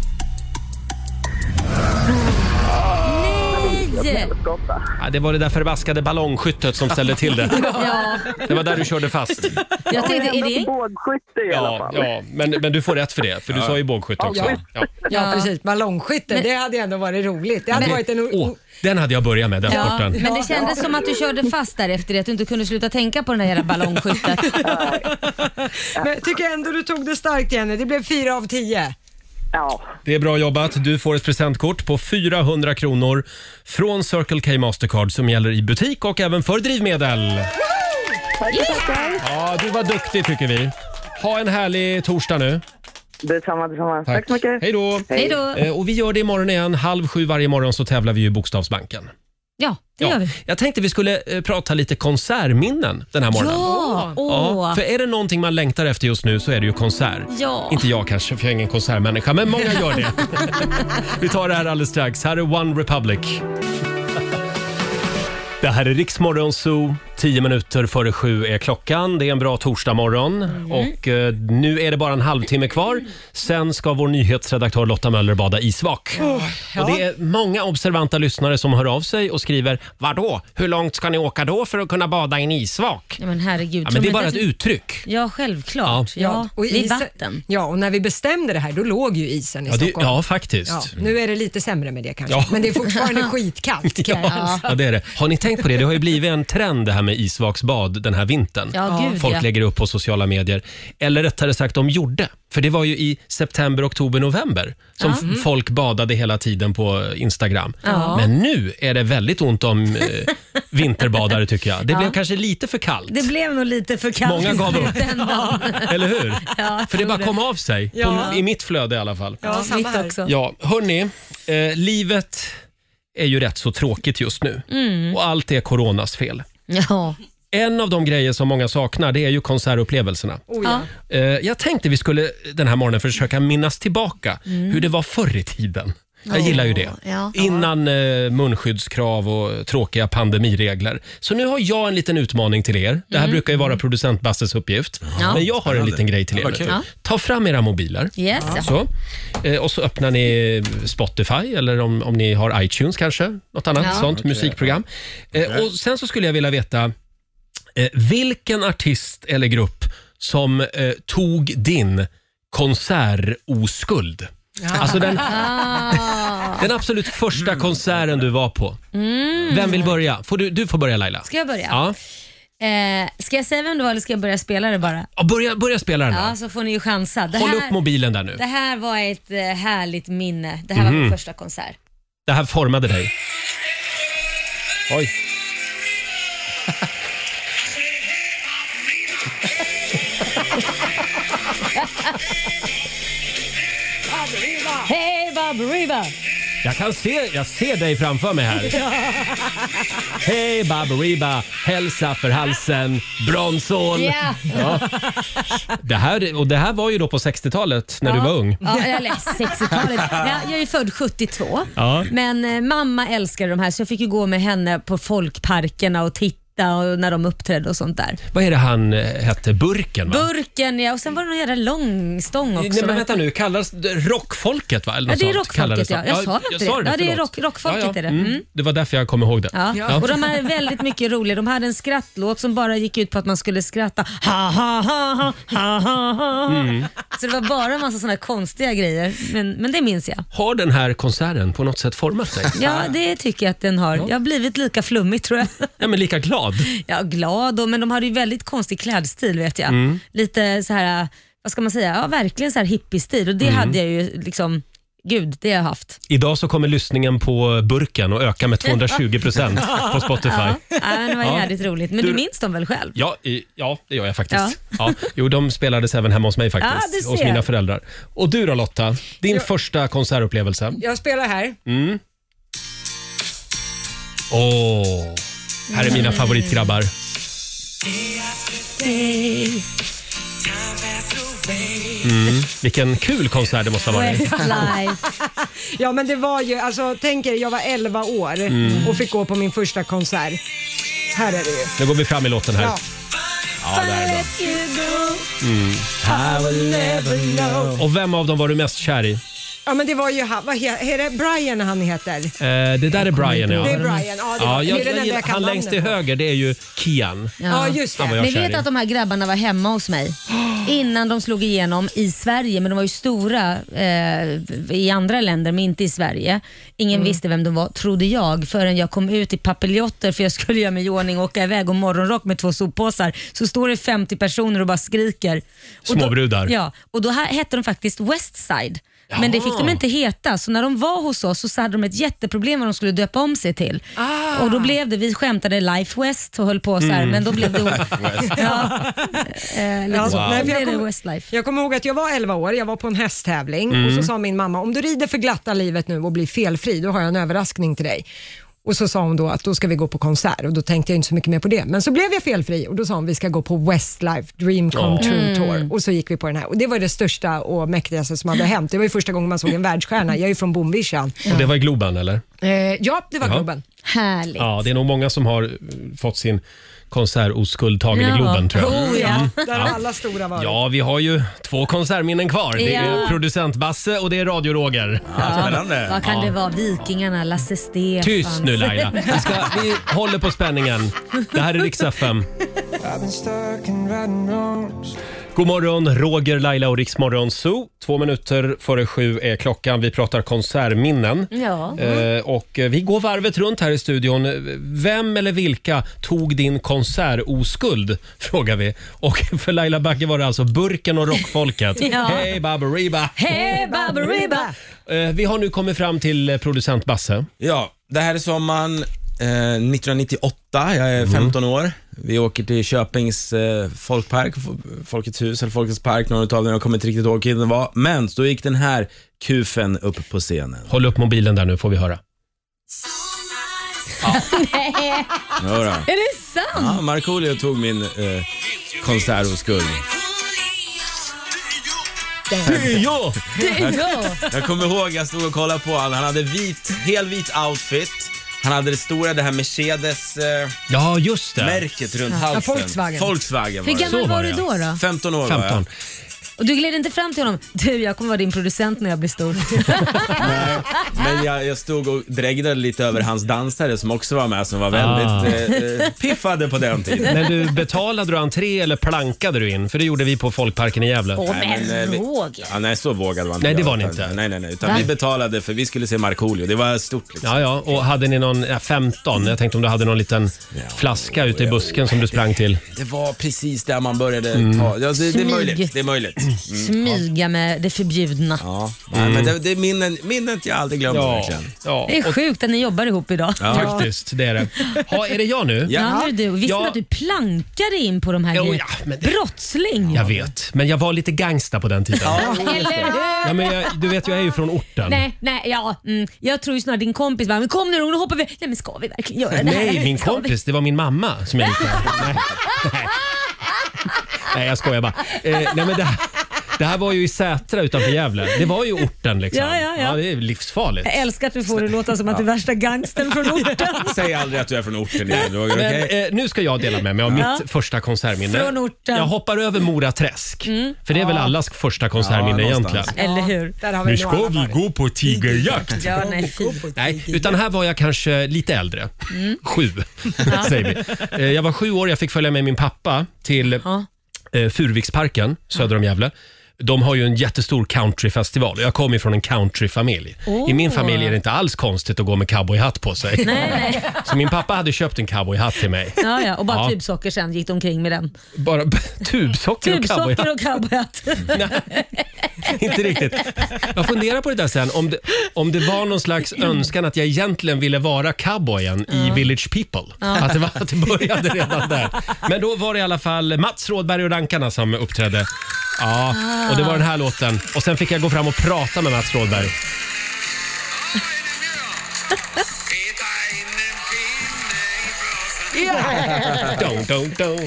Speaker 5: Nej!
Speaker 1: Ja, det var det där förbaskade ballongsskyttet som ställde till det.
Speaker 5: Ja.
Speaker 1: Det var där du körde fast.
Speaker 5: Jag tänkte, är det...
Speaker 10: Bågskytte i alla
Speaker 1: Ja,
Speaker 10: fall.
Speaker 1: ja men, men du får rätt för det, för du sa ju bågskytte också.
Speaker 2: Ja.
Speaker 1: Ja.
Speaker 2: Ja, precis. Ballonskytte,
Speaker 5: Men-
Speaker 2: det hade ju ändå varit roligt. Det hade
Speaker 1: Men-
Speaker 2: varit en... o-
Speaker 1: Åh, den hade jag börjat med, den
Speaker 5: Ja,
Speaker 1: sporten.
Speaker 5: men det kändes som att du körde fast där efter det, att du inte kunde sluta tänka på den där jävla ballongskjutet.
Speaker 2: Men tycker ändå du tog det starkt Jenny. Det blev fyra av tio.
Speaker 10: Ja.
Speaker 1: Det är bra jobbat. Du får ett presentkort på 400 kronor från Circle K Mastercard som gäller i butik och även för drivmedel. Ja, du var duktig tycker vi. Ha en härlig torsdag nu.
Speaker 10: Detsamma, detsamma. Tack.
Speaker 1: Tack
Speaker 10: så mycket.
Speaker 1: Hej då.
Speaker 10: Hej då.
Speaker 1: Eh, Och vi gör det imorgon igen. Halv sju varje morgon så tävlar vi ju i Bokstavsbanken.
Speaker 5: Ja, det gör vi.
Speaker 1: Jag tänkte vi skulle eh, prata lite konsertminnen den här morgonen.
Speaker 5: Ja,
Speaker 1: Ja,
Speaker 5: åh.
Speaker 1: för är det någonting man längtar efter just nu så är det ju konsert.
Speaker 5: Ja.
Speaker 1: Inte jag kanske, för jag är ingen konsertmänniska, men många gör det. Vi tar det här alldeles strax. Här är One Republic. Det här är Riksmorgon Zoo. Tio minuter före sju är klockan. Det är en bra torsdagmorgon och eh, nu är det bara en halvtimme kvar. Sen ska vår nyhetsredaktör Lotta Möller bada isvak. Och det är många observanta lyssnare som hör av sig och skriver “Vadå? Hur långt ska ni åka då för att kunna bada i en isvak?”
Speaker 5: Ja, men herregud.
Speaker 1: ja, men Det är
Speaker 5: Som
Speaker 1: bara ett
Speaker 5: inte-
Speaker 1: uttryck.
Speaker 5: Ja, självklart. Ja,
Speaker 2: och
Speaker 5: det är
Speaker 2: isen-
Speaker 5: vatten.
Speaker 2: Ja, och när vi bestämde det här då låg ju isen i
Speaker 1: Ja, det-
Speaker 2: Stockholm.
Speaker 1: ja, faktiskt.
Speaker 2: nu är det lite sämre med det kanske,
Speaker 1: Ja.
Speaker 2: men det är fortfarande skitkallt. kan jag
Speaker 1: Ja,
Speaker 5: alltså.
Speaker 2: säga.
Speaker 1: ja, det är det. Har ni tänkt på det? Det har ju blivit en trend det här med isvaksbad den här vintern.
Speaker 2: Ja, gud,
Speaker 1: Folk
Speaker 2: ja.
Speaker 1: lägger upp på sociala medier. Eller rättare sagt, de gjorde. För det var ju i september, oktober, november som
Speaker 5: Ja. Mm.
Speaker 1: f- folk badade hela tiden på Instagram.
Speaker 5: Ja.
Speaker 1: Men nu är det väldigt ont om eh, vinterbadare tycker jag. Det blev kanske lite för kallt.
Speaker 5: Det blev nog lite för kallt
Speaker 1: Många
Speaker 5: i
Speaker 1: gav upp.
Speaker 5: slutändan.
Speaker 1: Eller hur?
Speaker 5: Ja,
Speaker 1: För det bara kom av sig.
Speaker 5: Ja.
Speaker 1: På, I mitt flöde i alla fall.
Speaker 5: Ja, mitt också.
Speaker 1: Ja, hörni. Eh, livet är ju rätt så tråkigt just nu.
Speaker 5: Mm.
Speaker 1: Och allt är coronas fel.
Speaker 5: Ja.
Speaker 1: En av de grejer som många saknar det är ju konsertupplevelserna.
Speaker 5: Oh, ja.
Speaker 1: Eh, jag tänkte vi skulle den här morgonen försöka minnas tillbaka
Speaker 5: Mm.
Speaker 1: hur det var förr i tiden. Jag
Speaker 5: Åh,
Speaker 1: gillar ju det.
Speaker 5: ja.
Speaker 1: Innan eh, munskyddskrav och tråkiga pandemiregler. Så nu har jag en liten utmaning till er. Det här
Speaker 5: Mm.
Speaker 1: brukar ju vara producent Basses uppgift.
Speaker 5: Ja.
Speaker 1: Men jag har en
Speaker 8: Spännande.
Speaker 1: liten grej till
Speaker 8: Ja,
Speaker 1: er
Speaker 8: vad
Speaker 1: nu.
Speaker 8: kul. Ja.
Speaker 1: Ta fram era mobiler.
Speaker 5: Yes.
Speaker 1: Så. Eh, och så öppnar ni Spotify eller om, om ni har iTunes kanske. Något annat
Speaker 5: Ja.
Speaker 1: sånt
Speaker 5: Okej.
Speaker 1: musikprogram. Eh, och Sen så skulle jag vilja veta eh, vilken artist eller grupp som eh, tog din konsertoskuld. Alltså den,
Speaker 5: Ah.
Speaker 1: den absolut första konserten du var på.
Speaker 5: Mm.
Speaker 1: Vem vill börja? Får du, du får börja Laila.
Speaker 5: Ska jag börja?
Speaker 1: Ja.
Speaker 5: Eh, ska jag säga vem det var eller ska jag börja spela det bara?
Speaker 1: Ja, börja, börja spela den
Speaker 5: Ja,
Speaker 1: då.
Speaker 5: så får ni ju chansa. Det
Speaker 1: Håll
Speaker 5: här,
Speaker 1: upp mobilen där nu.
Speaker 5: Det här var ett eh, härligt minne. Det här var
Speaker 1: Mhm.
Speaker 5: min första konsert.
Speaker 1: Det här formade dig. Oj.
Speaker 5: Hej Bob Riva!
Speaker 1: Jag kan se, jag ser dig framför mig här. Hej Baberiba, hälsa för halsen, bronsål.
Speaker 5: Ja.
Speaker 1: Ja. Det, här, och det här var ju då på 60-talet när du var ung.
Speaker 5: Ja, eller 60-talet. Ja, Jag är ju född 72.
Speaker 1: Ja.
Speaker 5: Men eh, mamma älskade de här så jag fick ju gå med henne på folkparkerna och titta hitta och när de uppträdde och sånt där.
Speaker 1: Vad är det han eh, hette? Burken va?
Speaker 5: Burken ja, och sen var det någon jävla långstång också.
Speaker 1: Nej men vänta nu, kallas det rockfolket va? Eller
Speaker 5: Ja,
Speaker 1: något
Speaker 5: det är
Speaker 1: sånt kallades
Speaker 5: rockfolket ja. Jag sa inte
Speaker 1: sa
Speaker 5: det. Ja, det är
Speaker 1: förlåt.
Speaker 5: rock, rockfolket
Speaker 1: Ja, ja.
Speaker 5: är det.
Speaker 1: Mm.
Speaker 5: Mm.
Speaker 1: Det var därför jag kom ihåg det.
Speaker 5: Ja. Och de här är väldigt mycket roliga. De hade en skrattlåt som bara gick ut på att man skulle skratta. Ha, ha, ha, ha, ha, ha, ha.
Speaker 1: Mm.
Speaker 5: Så det var bara en massa sådana konstiga grejer. Men, men det minns jag.
Speaker 1: Har den här konserten på något sätt format dig?
Speaker 5: Ja, det tycker jag att den har. Jag har blivit lika flummig tror jag.
Speaker 1: Ja, men lika glad.
Speaker 5: Ja, glad och, men de hade ju väldigt konstig klädstil vet jag.
Speaker 1: Mm.
Speaker 5: Lite så här, vad ska man säga, ja verkligen så här hippiestil och det
Speaker 1: Mm.
Speaker 5: hade jag ju liksom, gud det har jag haft.
Speaker 1: Idag så kommer lyssningen på burken att öka med 220 procent på Spotify.
Speaker 5: Ja, ja, men det var
Speaker 1: Ja.
Speaker 5: jävligt roligt. Men du,
Speaker 1: Du-
Speaker 5: minns dem väl själv?
Speaker 1: Ja, i, ja, det gör jag faktiskt. Ja. Jo, de spelades även hemma hos mig
Speaker 2: Ja, du
Speaker 1: faktiskt.
Speaker 2: ser.
Speaker 1: hos mina föräldrar. Och du då Lotta, din
Speaker 2: Ja.
Speaker 1: första konsertupplevelse?
Speaker 2: Jag spelar här.
Speaker 1: Mm. Åh, här är mina
Speaker 2: Mm.
Speaker 1: favoritgrabbar. Mm. Vilken kul konsert det måste ha varit.
Speaker 2: ja men det var ju, alltså tänk er jag var 11 år
Speaker 1: Mm.
Speaker 2: och fick gå på min första konsert. Här är det ju.
Speaker 1: Nu går vi fram i låten här.
Speaker 2: Ja.
Speaker 1: Ja, det här är bra. Mm. Och vem av dem var du mest kär i?
Speaker 2: Ja men det var ju han, vad he, är det Brian han heter?
Speaker 1: Eh, det där är Brian ja.
Speaker 2: Det är Brian, ja, det var-
Speaker 1: jag,
Speaker 2: det är den
Speaker 1: jag,
Speaker 2: enda
Speaker 1: gillar-
Speaker 2: jag kan
Speaker 1: han
Speaker 2: namnet
Speaker 1: längst till
Speaker 2: på.
Speaker 1: höger det är ju Kian. Han var jag
Speaker 5: Ni
Speaker 1: kär
Speaker 5: vet
Speaker 1: i.
Speaker 5: att de här grabbarna var hemma hos mig innan de slog igenom i Sverige, men de var ju stora eh, i andra länder men inte i Sverige. Ingen
Speaker 11: Mm.
Speaker 5: visste vem de var, trodde jag, förrän jag kom ut i papiljotter för jag skulle göra mig i ordning och åka iväg och morgonrock med två soppåsar. Så står det 50 personer och bara skriker. Och då-
Speaker 1: Småbrudar.
Speaker 5: Ja, och då här, hette de faktiskt Westside. Men det
Speaker 1: Jaha.
Speaker 5: fick de inte heta, så när de var hos oss så hade de ett jätteproblem vad de skulle döpa om sig till. Och då blev det, vi skämtade Life West och höll på så här,
Speaker 2: Mm.
Speaker 5: men då blev det
Speaker 1: Eh,
Speaker 2: Ja,
Speaker 1: liksom.
Speaker 5: Wow.
Speaker 2: nej, för
Speaker 5: Det är
Speaker 2: jag,
Speaker 5: det
Speaker 2: kommer, jag kommer ihåg att jag var 11 år, jag var på en hästtävling och så
Speaker 5: Mm.
Speaker 2: sa min mamma, om du rider för glatta livet nu och blir felfri, då har jag en överraskning till dig. Och så sa hon då att då ska vi gå på konsert och då tänkte jag inte så mycket mer på det. Men så blev jag felfri och då sa hon vi ska gå på Westlife Dream Come
Speaker 5: Ja.
Speaker 2: True
Speaker 5: Mm.
Speaker 2: Tour och så gick vi på den här och det var ju det största och mäktigaste som hade hänt. Det var ju första gången man såg en världsstjärna. Jag är ju från Bomvischan.
Speaker 1: Och det var i Globen eller?
Speaker 2: Eh, ja, det var
Speaker 1: Ja.
Speaker 2: Globen.
Speaker 5: Härligt.
Speaker 1: Ja, det är nog många som har eh, fått sin konsertoskuld tagen i Globen tror jag.
Speaker 5: Oh,
Speaker 1: Mm.
Speaker 2: Oh, Där har alla stora varit.
Speaker 1: Ja, vi har ju två konsertminnen kvar. Det
Speaker 5: Ja.
Speaker 1: är producent Basse och det är Radio Roger.
Speaker 5: Vad kan
Speaker 1: Ja.
Speaker 5: det vara? Vikingarna, Lasse Stefans
Speaker 1: Tyst nu Laila. Vi, ska, vi håller på spänningen. Det här är Rix FM. God morgon, Roger, Laila och Rix Morgon Zoo. Två minuter före sju är klockan. Vi pratar konsertminnen.
Speaker 5: Ja.
Speaker 1: Eh, och eh, vi går varvet runt här i studion. Vem eller vilka tog din konsertoskuld? Frågar vi. Och för Laila Bagge var det alltså Burken och Rockfolket.
Speaker 5: Ja.
Speaker 1: Hej Baberiba!
Speaker 5: Hej Baberiba!
Speaker 1: Eh, Vi har nu kommit fram till eh, producent Basse.
Speaker 8: Ja, det här är sommaren eh, 1998. Jag
Speaker 1: Mm.
Speaker 8: är 15 år. Vi åker till Köpings eh, folkpark, fo- Folkets hus eller Folkets park, någon utav dem. Jag kommer inte riktigt ihåg vilken det var. Men så då gick den här kufen upp på scenen.
Speaker 1: Håll upp mobilen där nu får vi höra.
Speaker 5: Nej,
Speaker 8: Jodå.
Speaker 5: är det sant?
Speaker 8: Ja, Markoolio tog min eh, konsertoskuld.
Speaker 1: Det är jag!
Speaker 5: Det är jag!
Speaker 8: Jag kommer ihåg, jag stod och kollade på honom. Han hade vit, helvit outfit. Han hade det stora, det här Mercedes... Eh,
Speaker 1: ja, just det.
Speaker 8: Märket runt
Speaker 5: Ja,
Speaker 8: halsen.
Speaker 5: Volkswagen.
Speaker 8: Volkswagen
Speaker 5: Hur
Speaker 8: det.
Speaker 5: gammal Så var var du det, ja. då, då?
Speaker 8: 15 år var
Speaker 1: 15.
Speaker 8: jag.
Speaker 5: Och du gled inte fram till honom. Du, jag kommer vara din producent när jag blir stor.
Speaker 8: Men jag, jag stod och drägdade lite över hans dansare som också var med, som var väldigt
Speaker 1: Ah.
Speaker 8: eh, eh, piffade på den tiden.
Speaker 1: Men du, betalade du entré eller plankade du in? För det gjorde vi på Folkparken i Gävle.
Speaker 8: eh, vi- Ja, nej, så vågade var inte
Speaker 1: Nej, det
Speaker 8: jag,
Speaker 1: var ni
Speaker 8: utan-
Speaker 1: inte.
Speaker 8: Nej, nej, nej. Utan
Speaker 1: Va?
Speaker 8: vi betalade för vi skulle se Markoolio. Det var stort liksom.
Speaker 1: Ja, ja. Och hade ni någon, ja, 15? Jag tänkte om du hade någon liten flaska ute i busken som du sprang till.
Speaker 8: Det var precis där man började
Speaker 1: Mm.
Speaker 8: ta... Ja, det, det är
Speaker 5: Smyg.
Speaker 8: möjligt. Det är möjligt. Mm.
Speaker 5: Smyga med det förbjudna.
Speaker 8: Ja, Nej, men det, det är minnen, minnet jag aldrig glömmer
Speaker 1: Ja,
Speaker 8: verkligen.
Speaker 1: Mm. ja.
Speaker 5: Det är sjukt att ni jobbar ihop idag.
Speaker 8: Ja.
Speaker 1: Faktiskt, det är det. Ha, är det jag nu?
Speaker 5: Ja, nu är det du. Visste
Speaker 1: Ja.
Speaker 5: du att du plankade in på de här grejerna? Brottsling!
Speaker 1: Jag vet, men jag var lite gangsta på den tiden.
Speaker 5: Ja, eller hur?
Speaker 1: Ja, men jag, du vet, jag är ju från orten.
Speaker 5: Nej, nej, ja. Mm. Jag tror ju snarare din kompis bara, men kom nu då, nu hoppar vi. Nej men ska vi verkligen göra det här?
Speaker 1: Nej, min
Speaker 5: Ska vi-
Speaker 1: kompis, det var min mamma som jag gick med. Nej. Nej. Nej, jag skojar bara. Eh, nej, men det, här, Det här var ju i Sätra utanför Gävle. Det var ju orten liksom.
Speaker 5: Ja, ja, ja.
Speaker 1: det är livsfarligt.
Speaker 5: Jag älskar att vi får det att låta som att du är värsta gangstern från orten.
Speaker 8: Säg aldrig att du är från orten igen Roger,
Speaker 1: Men,
Speaker 8: okej?
Speaker 1: eh, nu ska jag dela med mig av
Speaker 5: Ja.
Speaker 1: mitt första konsertminne.
Speaker 5: Från orten.
Speaker 1: Jag hoppar över Mora Träsk.
Speaker 5: Mm.
Speaker 1: För det är väl
Speaker 5: Ja.
Speaker 1: allas första konsertminne
Speaker 5: Ja,
Speaker 1: egentligen.
Speaker 5: någonstans. Eller hur? Där har vi
Speaker 1: Nu
Speaker 5: nog
Speaker 1: ska
Speaker 5: alla
Speaker 1: vi gå på tigerjakt.
Speaker 5: Ja, nej, fy.
Speaker 1: Nej, utan här var jag kanske lite äldre.
Speaker 5: Mm.
Speaker 1: Sju,
Speaker 5: Ja.
Speaker 1: säger vi. Eh, Jag var sju år, jag fick följa med min pappa till
Speaker 5: Ja.
Speaker 1: eh, Furuviksparken söder om Gävle. De har ju en jättestor countryfestival och jag kommer ju från en countryfamilj. I min
Speaker 5: Åh.
Speaker 1: familj är det inte alls konstigt att gå med cowboyhatt på sig.
Speaker 5: Nej, nej.
Speaker 1: Så min pappa hade köpt en cowboyhatt till mig.
Speaker 5: Ja, ja, och bara
Speaker 1: Ja.
Speaker 5: tubsocker sen gick de omkring med den.
Speaker 1: Bara tubsocker och cowboyhatt.
Speaker 5: Tubsocker och cowboyhatt.
Speaker 1: Inte riktigt. Jag funderar på det där sen, om det, om det var någon slags önskan att jag egentligen ville vara cowboyen i
Speaker 5: Mm. Ja.
Speaker 1: Village People.
Speaker 5: Ja.
Speaker 1: Att, det var, att det började redan där. Men då var det i alla fall Mats Rådberg och Rankarna som uppträdde. Ja, och det var
Speaker 5: Ah.
Speaker 1: den här låten. Och sen fick jag gå fram och prata med Mats Rådberg. Dong, dong, dong.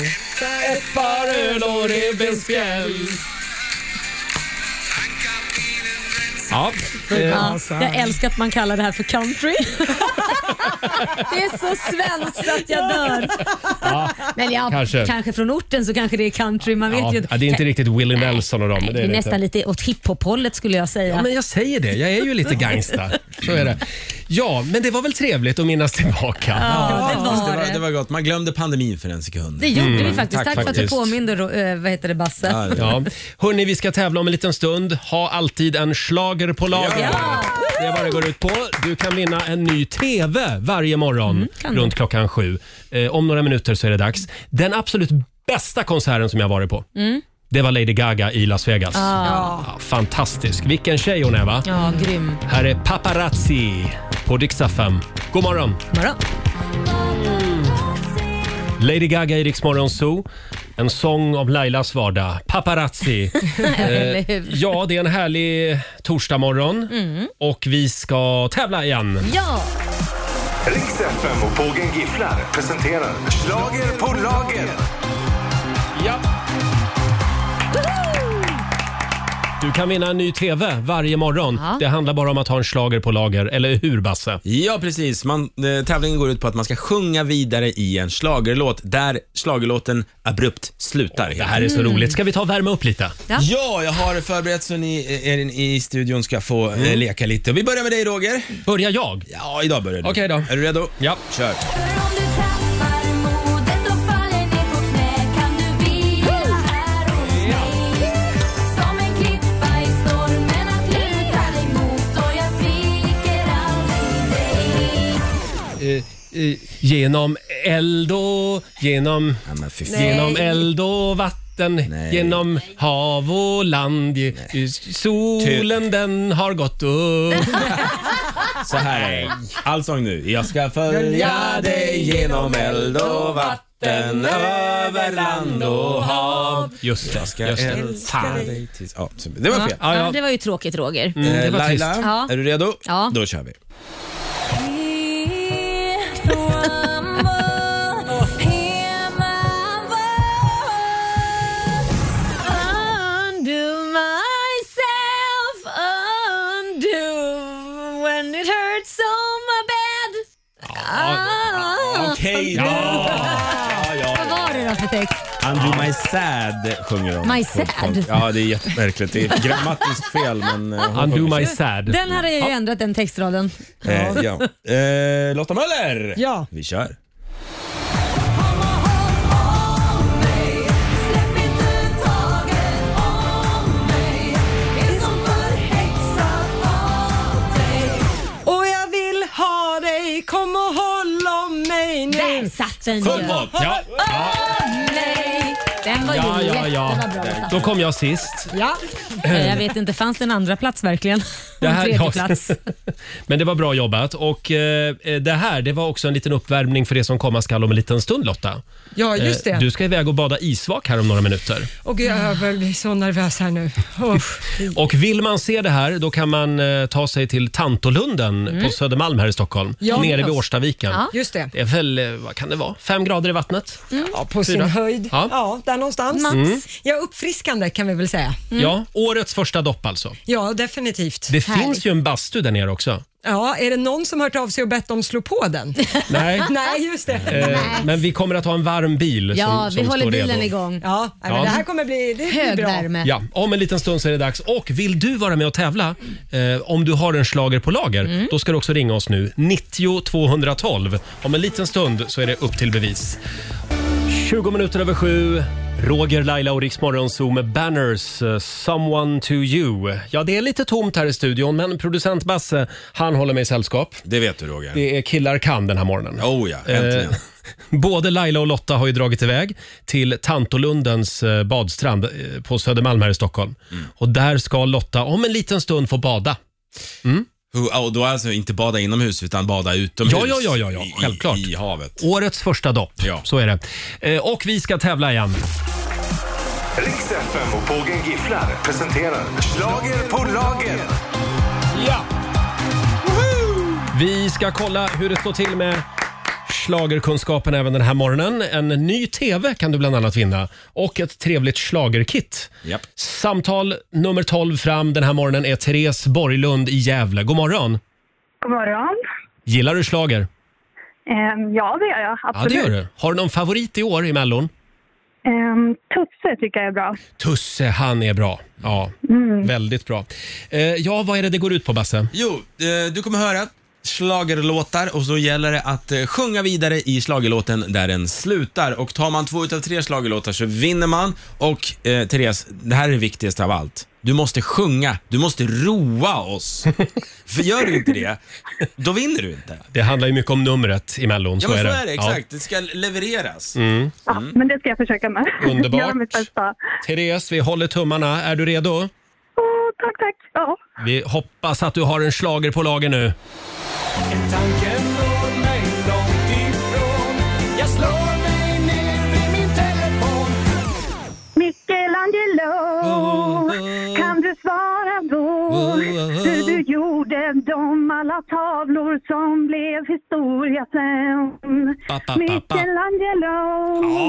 Speaker 7: Ett par öl och revbensspjäll.
Speaker 1: Ja.
Speaker 5: Ja, jag älskar att man kallar det här för country. Det är så svenskt att jag dör.
Speaker 1: Ja,
Speaker 5: Men ja,
Speaker 1: kanske.
Speaker 5: kanske. från orten så kanske det är country. Man vet
Speaker 1: Ja,
Speaker 5: ju
Speaker 1: det är inte riktigt Willie Nelson och dem.
Speaker 5: det är
Speaker 1: det
Speaker 5: nästan
Speaker 1: inte.
Speaker 5: lite åt hiphop-hållet skulle jag säga.
Speaker 1: Ja, men jag säger det. Jag är ju lite gangsta. Så är det. Ja, men det var väl trevligt att minnas tillbaka.
Speaker 5: Ja, det
Speaker 8: Fast
Speaker 5: var
Speaker 8: det
Speaker 5: det.
Speaker 8: var gott. Man glömde pandemin för en sekund.
Speaker 5: Det gjorde
Speaker 1: Mm,
Speaker 5: vi
Speaker 1: tack
Speaker 5: faktiskt. Tack, för att du
Speaker 1: faktiskt.
Speaker 5: påminde Ro- eh, vad heter det, Basse.
Speaker 1: Ja. Hörni, vi ska tävla om en liten stund. Ha alltid en slager på lager. Det är vad det går ut på. Du kan vinna en ny TV varje morgon
Speaker 5: Mm, kan
Speaker 1: runt
Speaker 5: du.
Speaker 1: klockan sju. Eh, om några minuter så är det dags. Den absolut bästa konserten som jag varit på,
Speaker 5: Mm. Ah.
Speaker 1: det var Lady Gaga i Las Vegas.
Speaker 5: Ja.
Speaker 1: Ja, fantastisk. Vilken tjej hon är va?
Speaker 5: ja, grym.
Speaker 1: Här är Paparazzi på Dixa 5. God morgon!
Speaker 5: Morgon.
Speaker 1: Lady Gaga i Rix Morgon Zoo. En sång om Lailas vardag. Paparazzi. Eh,
Speaker 5: Eller hur?
Speaker 1: ja, det är en härlig torsdagmorgon
Speaker 5: Mm.
Speaker 1: och vi ska tävla igen.
Speaker 5: Ja,
Speaker 4: Riks FM och Pågen Gifflar presenterar Slager på lager.
Speaker 1: Ja. Du kan vinna en ny TV varje morgon.
Speaker 8: Ja.
Speaker 1: Det handlar bara om att ha en slager på lager, eller hur Basse?
Speaker 8: Ja, precis. Man, eh, tävlingen går ut på att man ska sjunga vidare i en slagerlåt där slagerlåten abrupt slutar. det
Speaker 1: här är så Mm. roligt. Ska vi ta och värma upp lite?
Speaker 5: Ja.
Speaker 8: jag har förberett så ni eh, er in- i studion ska få eh, leka lite. Och vi börjar med dig Roger.
Speaker 1: Mm. Börjar jag?
Speaker 8: Ja, idag börjar du.
Speaker 1: Okej då.
Speaker 8: Är du redo?
Speaker 1: Ja.
Speaker 8: Kör.
Speaker 1: Eh, eh, genom eld och... Genom,
Speaker 7: fan.
Speaker 1: genom
Speaker 7: Nej.
Speaker 1: eld och vatten, genom hav och land. Ge- Solen den har gått upp.
Speaker 8: Så här är det. Allsång nu. Jag ska följa dig genom eld och vatten, över land och hav.
Speaker 1: Just det.
Speaker 8: Jag ska
Speaker 1: just det.
Speaker 8: älska dig tills... Ja, så- det var fel.
Speaker 5: Ja, det var ju tråkigt Roger.
Speaker 1: Mm,
Speaker 8: Eh, Laila,
Speaker 5: Ja.
Speaker 8: är du redo?
Speaker 5: Ja.
Speaker 8: Då kör vi.
Speaker 7: Undo myself, undo when it hurts so my bad. Ah.
Speaker 8: Okej då!
Speaker 5: Vad var det då för text?
Speaker 8: Andrew My Sad sjunger de.
Speaker 5: My Sad?
Speaker 8: Ja, det är jättemärkligt. Det är grammatiskt fel. Men eh, hon
Speaker 1: Undo
Speaker 8: sjunger
Speaker 1: My
Speaker 8: så.
Speaker 1: Sad.
Speaker 5: Den hade jag ju ändrat den textraden.
Speaker 8: Eh, ja. eh, Lotta Möller!
Speaker 5: Ja.
Speaker 8: Vi kör.
Speaker 2: Och jag vill ha dig, kom och håll om mig nu. Där
Speaker 5: satt den
Speaker 1: Full pott! Ja,
Speaker 5: Nej, den var ju
Speaker 1: ja, ja, ja.
Speaker 5: jättebra. Lotta.
Speaker 1: Då kom jag sist.
Speaker 5: Ja. Eh, Jag vet inte, fanns det en andra plats verkligen? Och
Speaker 1: Det
Speaker 5: en
Speaker 1: här-
Speaker 5: tredje
Speaker 1: ja.
Speaker 5: plats.
Speaker 1: Men det var bra jobbat. Och eh, Det här det var också en liten uppvärmning för det som komma skall om en liten stund, Lotta.
Speaker 2: Ja, just
Speaker 1: Eh,
Speaker 2: det.
Speaker 1: Du ska iväg och bada isvak här om några minuter.
Speaker 2: Och jag börjar bli så nervös här nu. Usch.
Speaker 1: Och Vill man se det här då kan man eh, ta sig till Tantolunden
Speaker 2: Mm.
Speaker 1: på Södermalm här i Stockholm.
Speaker 2: Ja.
Speaker 1: nere vid Årstaviken.
Speaker 2: Ja. Just det. Mm.
Speaker 1: Det är väl, eh, vad kan det vara, fem grader i vattnet?
Speaker 2: Ja, på sin
Speaker 1: Fyra.
Speaker 2: höjd.
Speaker 1: Ja.
Speaker 2: Ja. den någonstans.
Speaker 1: Mats. Mm.
Speaker 2: Ja, uppfriskande kan vi väl säga.
Speaker 5: Mm.
Speaker 1: Ja, årets första dopp alltså.
Speaker 2: Ja, definitivt.
Speaker 1: Det
Speaker 2: Härligt.
Speaker 1: finns ju en bastu där nere också.
Speaker 2: Ja, är det någon som hört av sig och bett om slå på den?
Speaker 1: Nej.
Speaker 2: Nej, just det.
Speaker 1: Eh, men vi kommer att ha en varm bil som, som står redo.
Speaker 2: igång. Ja, nej,
Speaker 1: Ja.
Speaker 2: men det här kommer bli, det blir bra.
Speaker 5: Högvärme.
Speaker 1: Ja, om en liten stund så är det dags. Och vill du vara med och tävla, eh, om du har en slager på lager,
Speaker 2: Mm.
Speaker 1: då ska du också ringa oss nu. 90 212. Om en liten stund så är det upp till bevis. 20 minuter över sju. Roger, Laila och Riksmorgon Zoo med Banners, eh, Someone to you. Ja, det är lite tomt här i studion, men producent Basse, han håller mig i sällskap.
Speaker 8: Det vet du Roger.
Speaker 1: Det är killar kan den här morgonen.
Speaker 8: Oh ja, äntligen.
Speaker 1: Eh, Både Laila och Lotta har ju dragit iväg till Tantolundens eh, badstrand eh, på Södermalm här i Stockholm.
Speaker 8: Mm.
Speaker 1: Och där ska Lotta om en liten stund få bada.
Speaker 8: Who- Och då alltså inte bada inomhus utan bada utomhus.
Speaker 1: Ja, ja, ja, ja, ja,
Speaker 8: I-
Speaker 1: självklart.
Speaker 8: I, i havet.
Speaker 1: Årets första dopp, så är det. Eh, Och vi ska tävla igen.
Speaker 4: Riks FM och Pågen Gifflar presenterar Slager på lager.
Speaker 1: Ja! Vi ska kolla hur det står till med schlagerkunskapen även den här morgonen. En ny TV kan du bland annat vinna och ett trevligt schlagerkit. Samtal nummer 12 fram den här morgonen är Therese Borglund i Gävle. God morgon!
Speaker 11: God morgon.
Speaker 1: Gillar du slager?
Speaker 11: Ehm, ja, det gör jag.
Speaker 1: Ja, det
Speaker 11: Absolut.
Speaker 1: gör du. Har du någon favorit i år i Mellon?
Speaker 11: Ehm, Tusse tycker jag är bra.
Speaker 1: Tusse, han är bra. Ja,
Speaker 11: Mm.
Speaker 1: väldigt bra. Eh, ja, vad är det det går ut på, Basse?
Speaker 8: Jo, eh, du kommer höra slagerlåtar och så gäller det att eh, sjunga vidare i slagerlåten där den slutar. Och tar man två utav tre slagerlåtar så vinner man. Och eh, Therese, det här är det viktigaste av allt. Du måste sjunga, du måste roa oss. För gör du inte det, då vinner du inte.
Speaker 1: Det handlar ju mycket om numret i Mellon.
Speaker 8: Ja,
Speaker 1: så
Speaker 8: men
Speaker 1: är
Speaker 8: så
Speaker 1: det.
Speaker 8: är det, exakt. Det ska levereras.
Speaker 1: Ja. Mm.
Speaker 11: Ja, Men det ska jag försöka med.
Speaker 1: Underbart.
Speaker 11: Göra mitt bästa.
Speaker 1: Therese, vi håller tummarna. Är du redo?
Speaker 11: Tack, tack. Ja.
Speaker 1: Vi hoppas att du har en slager på lager nu.
Speaker 7: Tanken når mig långt ifrån Jag slår mig ner i min telefon
Speaker 11: Michelangelo,
Speaker 1: Oh,
Speaker 11: kan du svara då?
Speaker 1: oh.
Speaker 11: Hur du gjorde de alla tavlor som blev historia sen?
Speaker 1: Pa, pa, pa, pa.
Speaker 11: Michelangelo,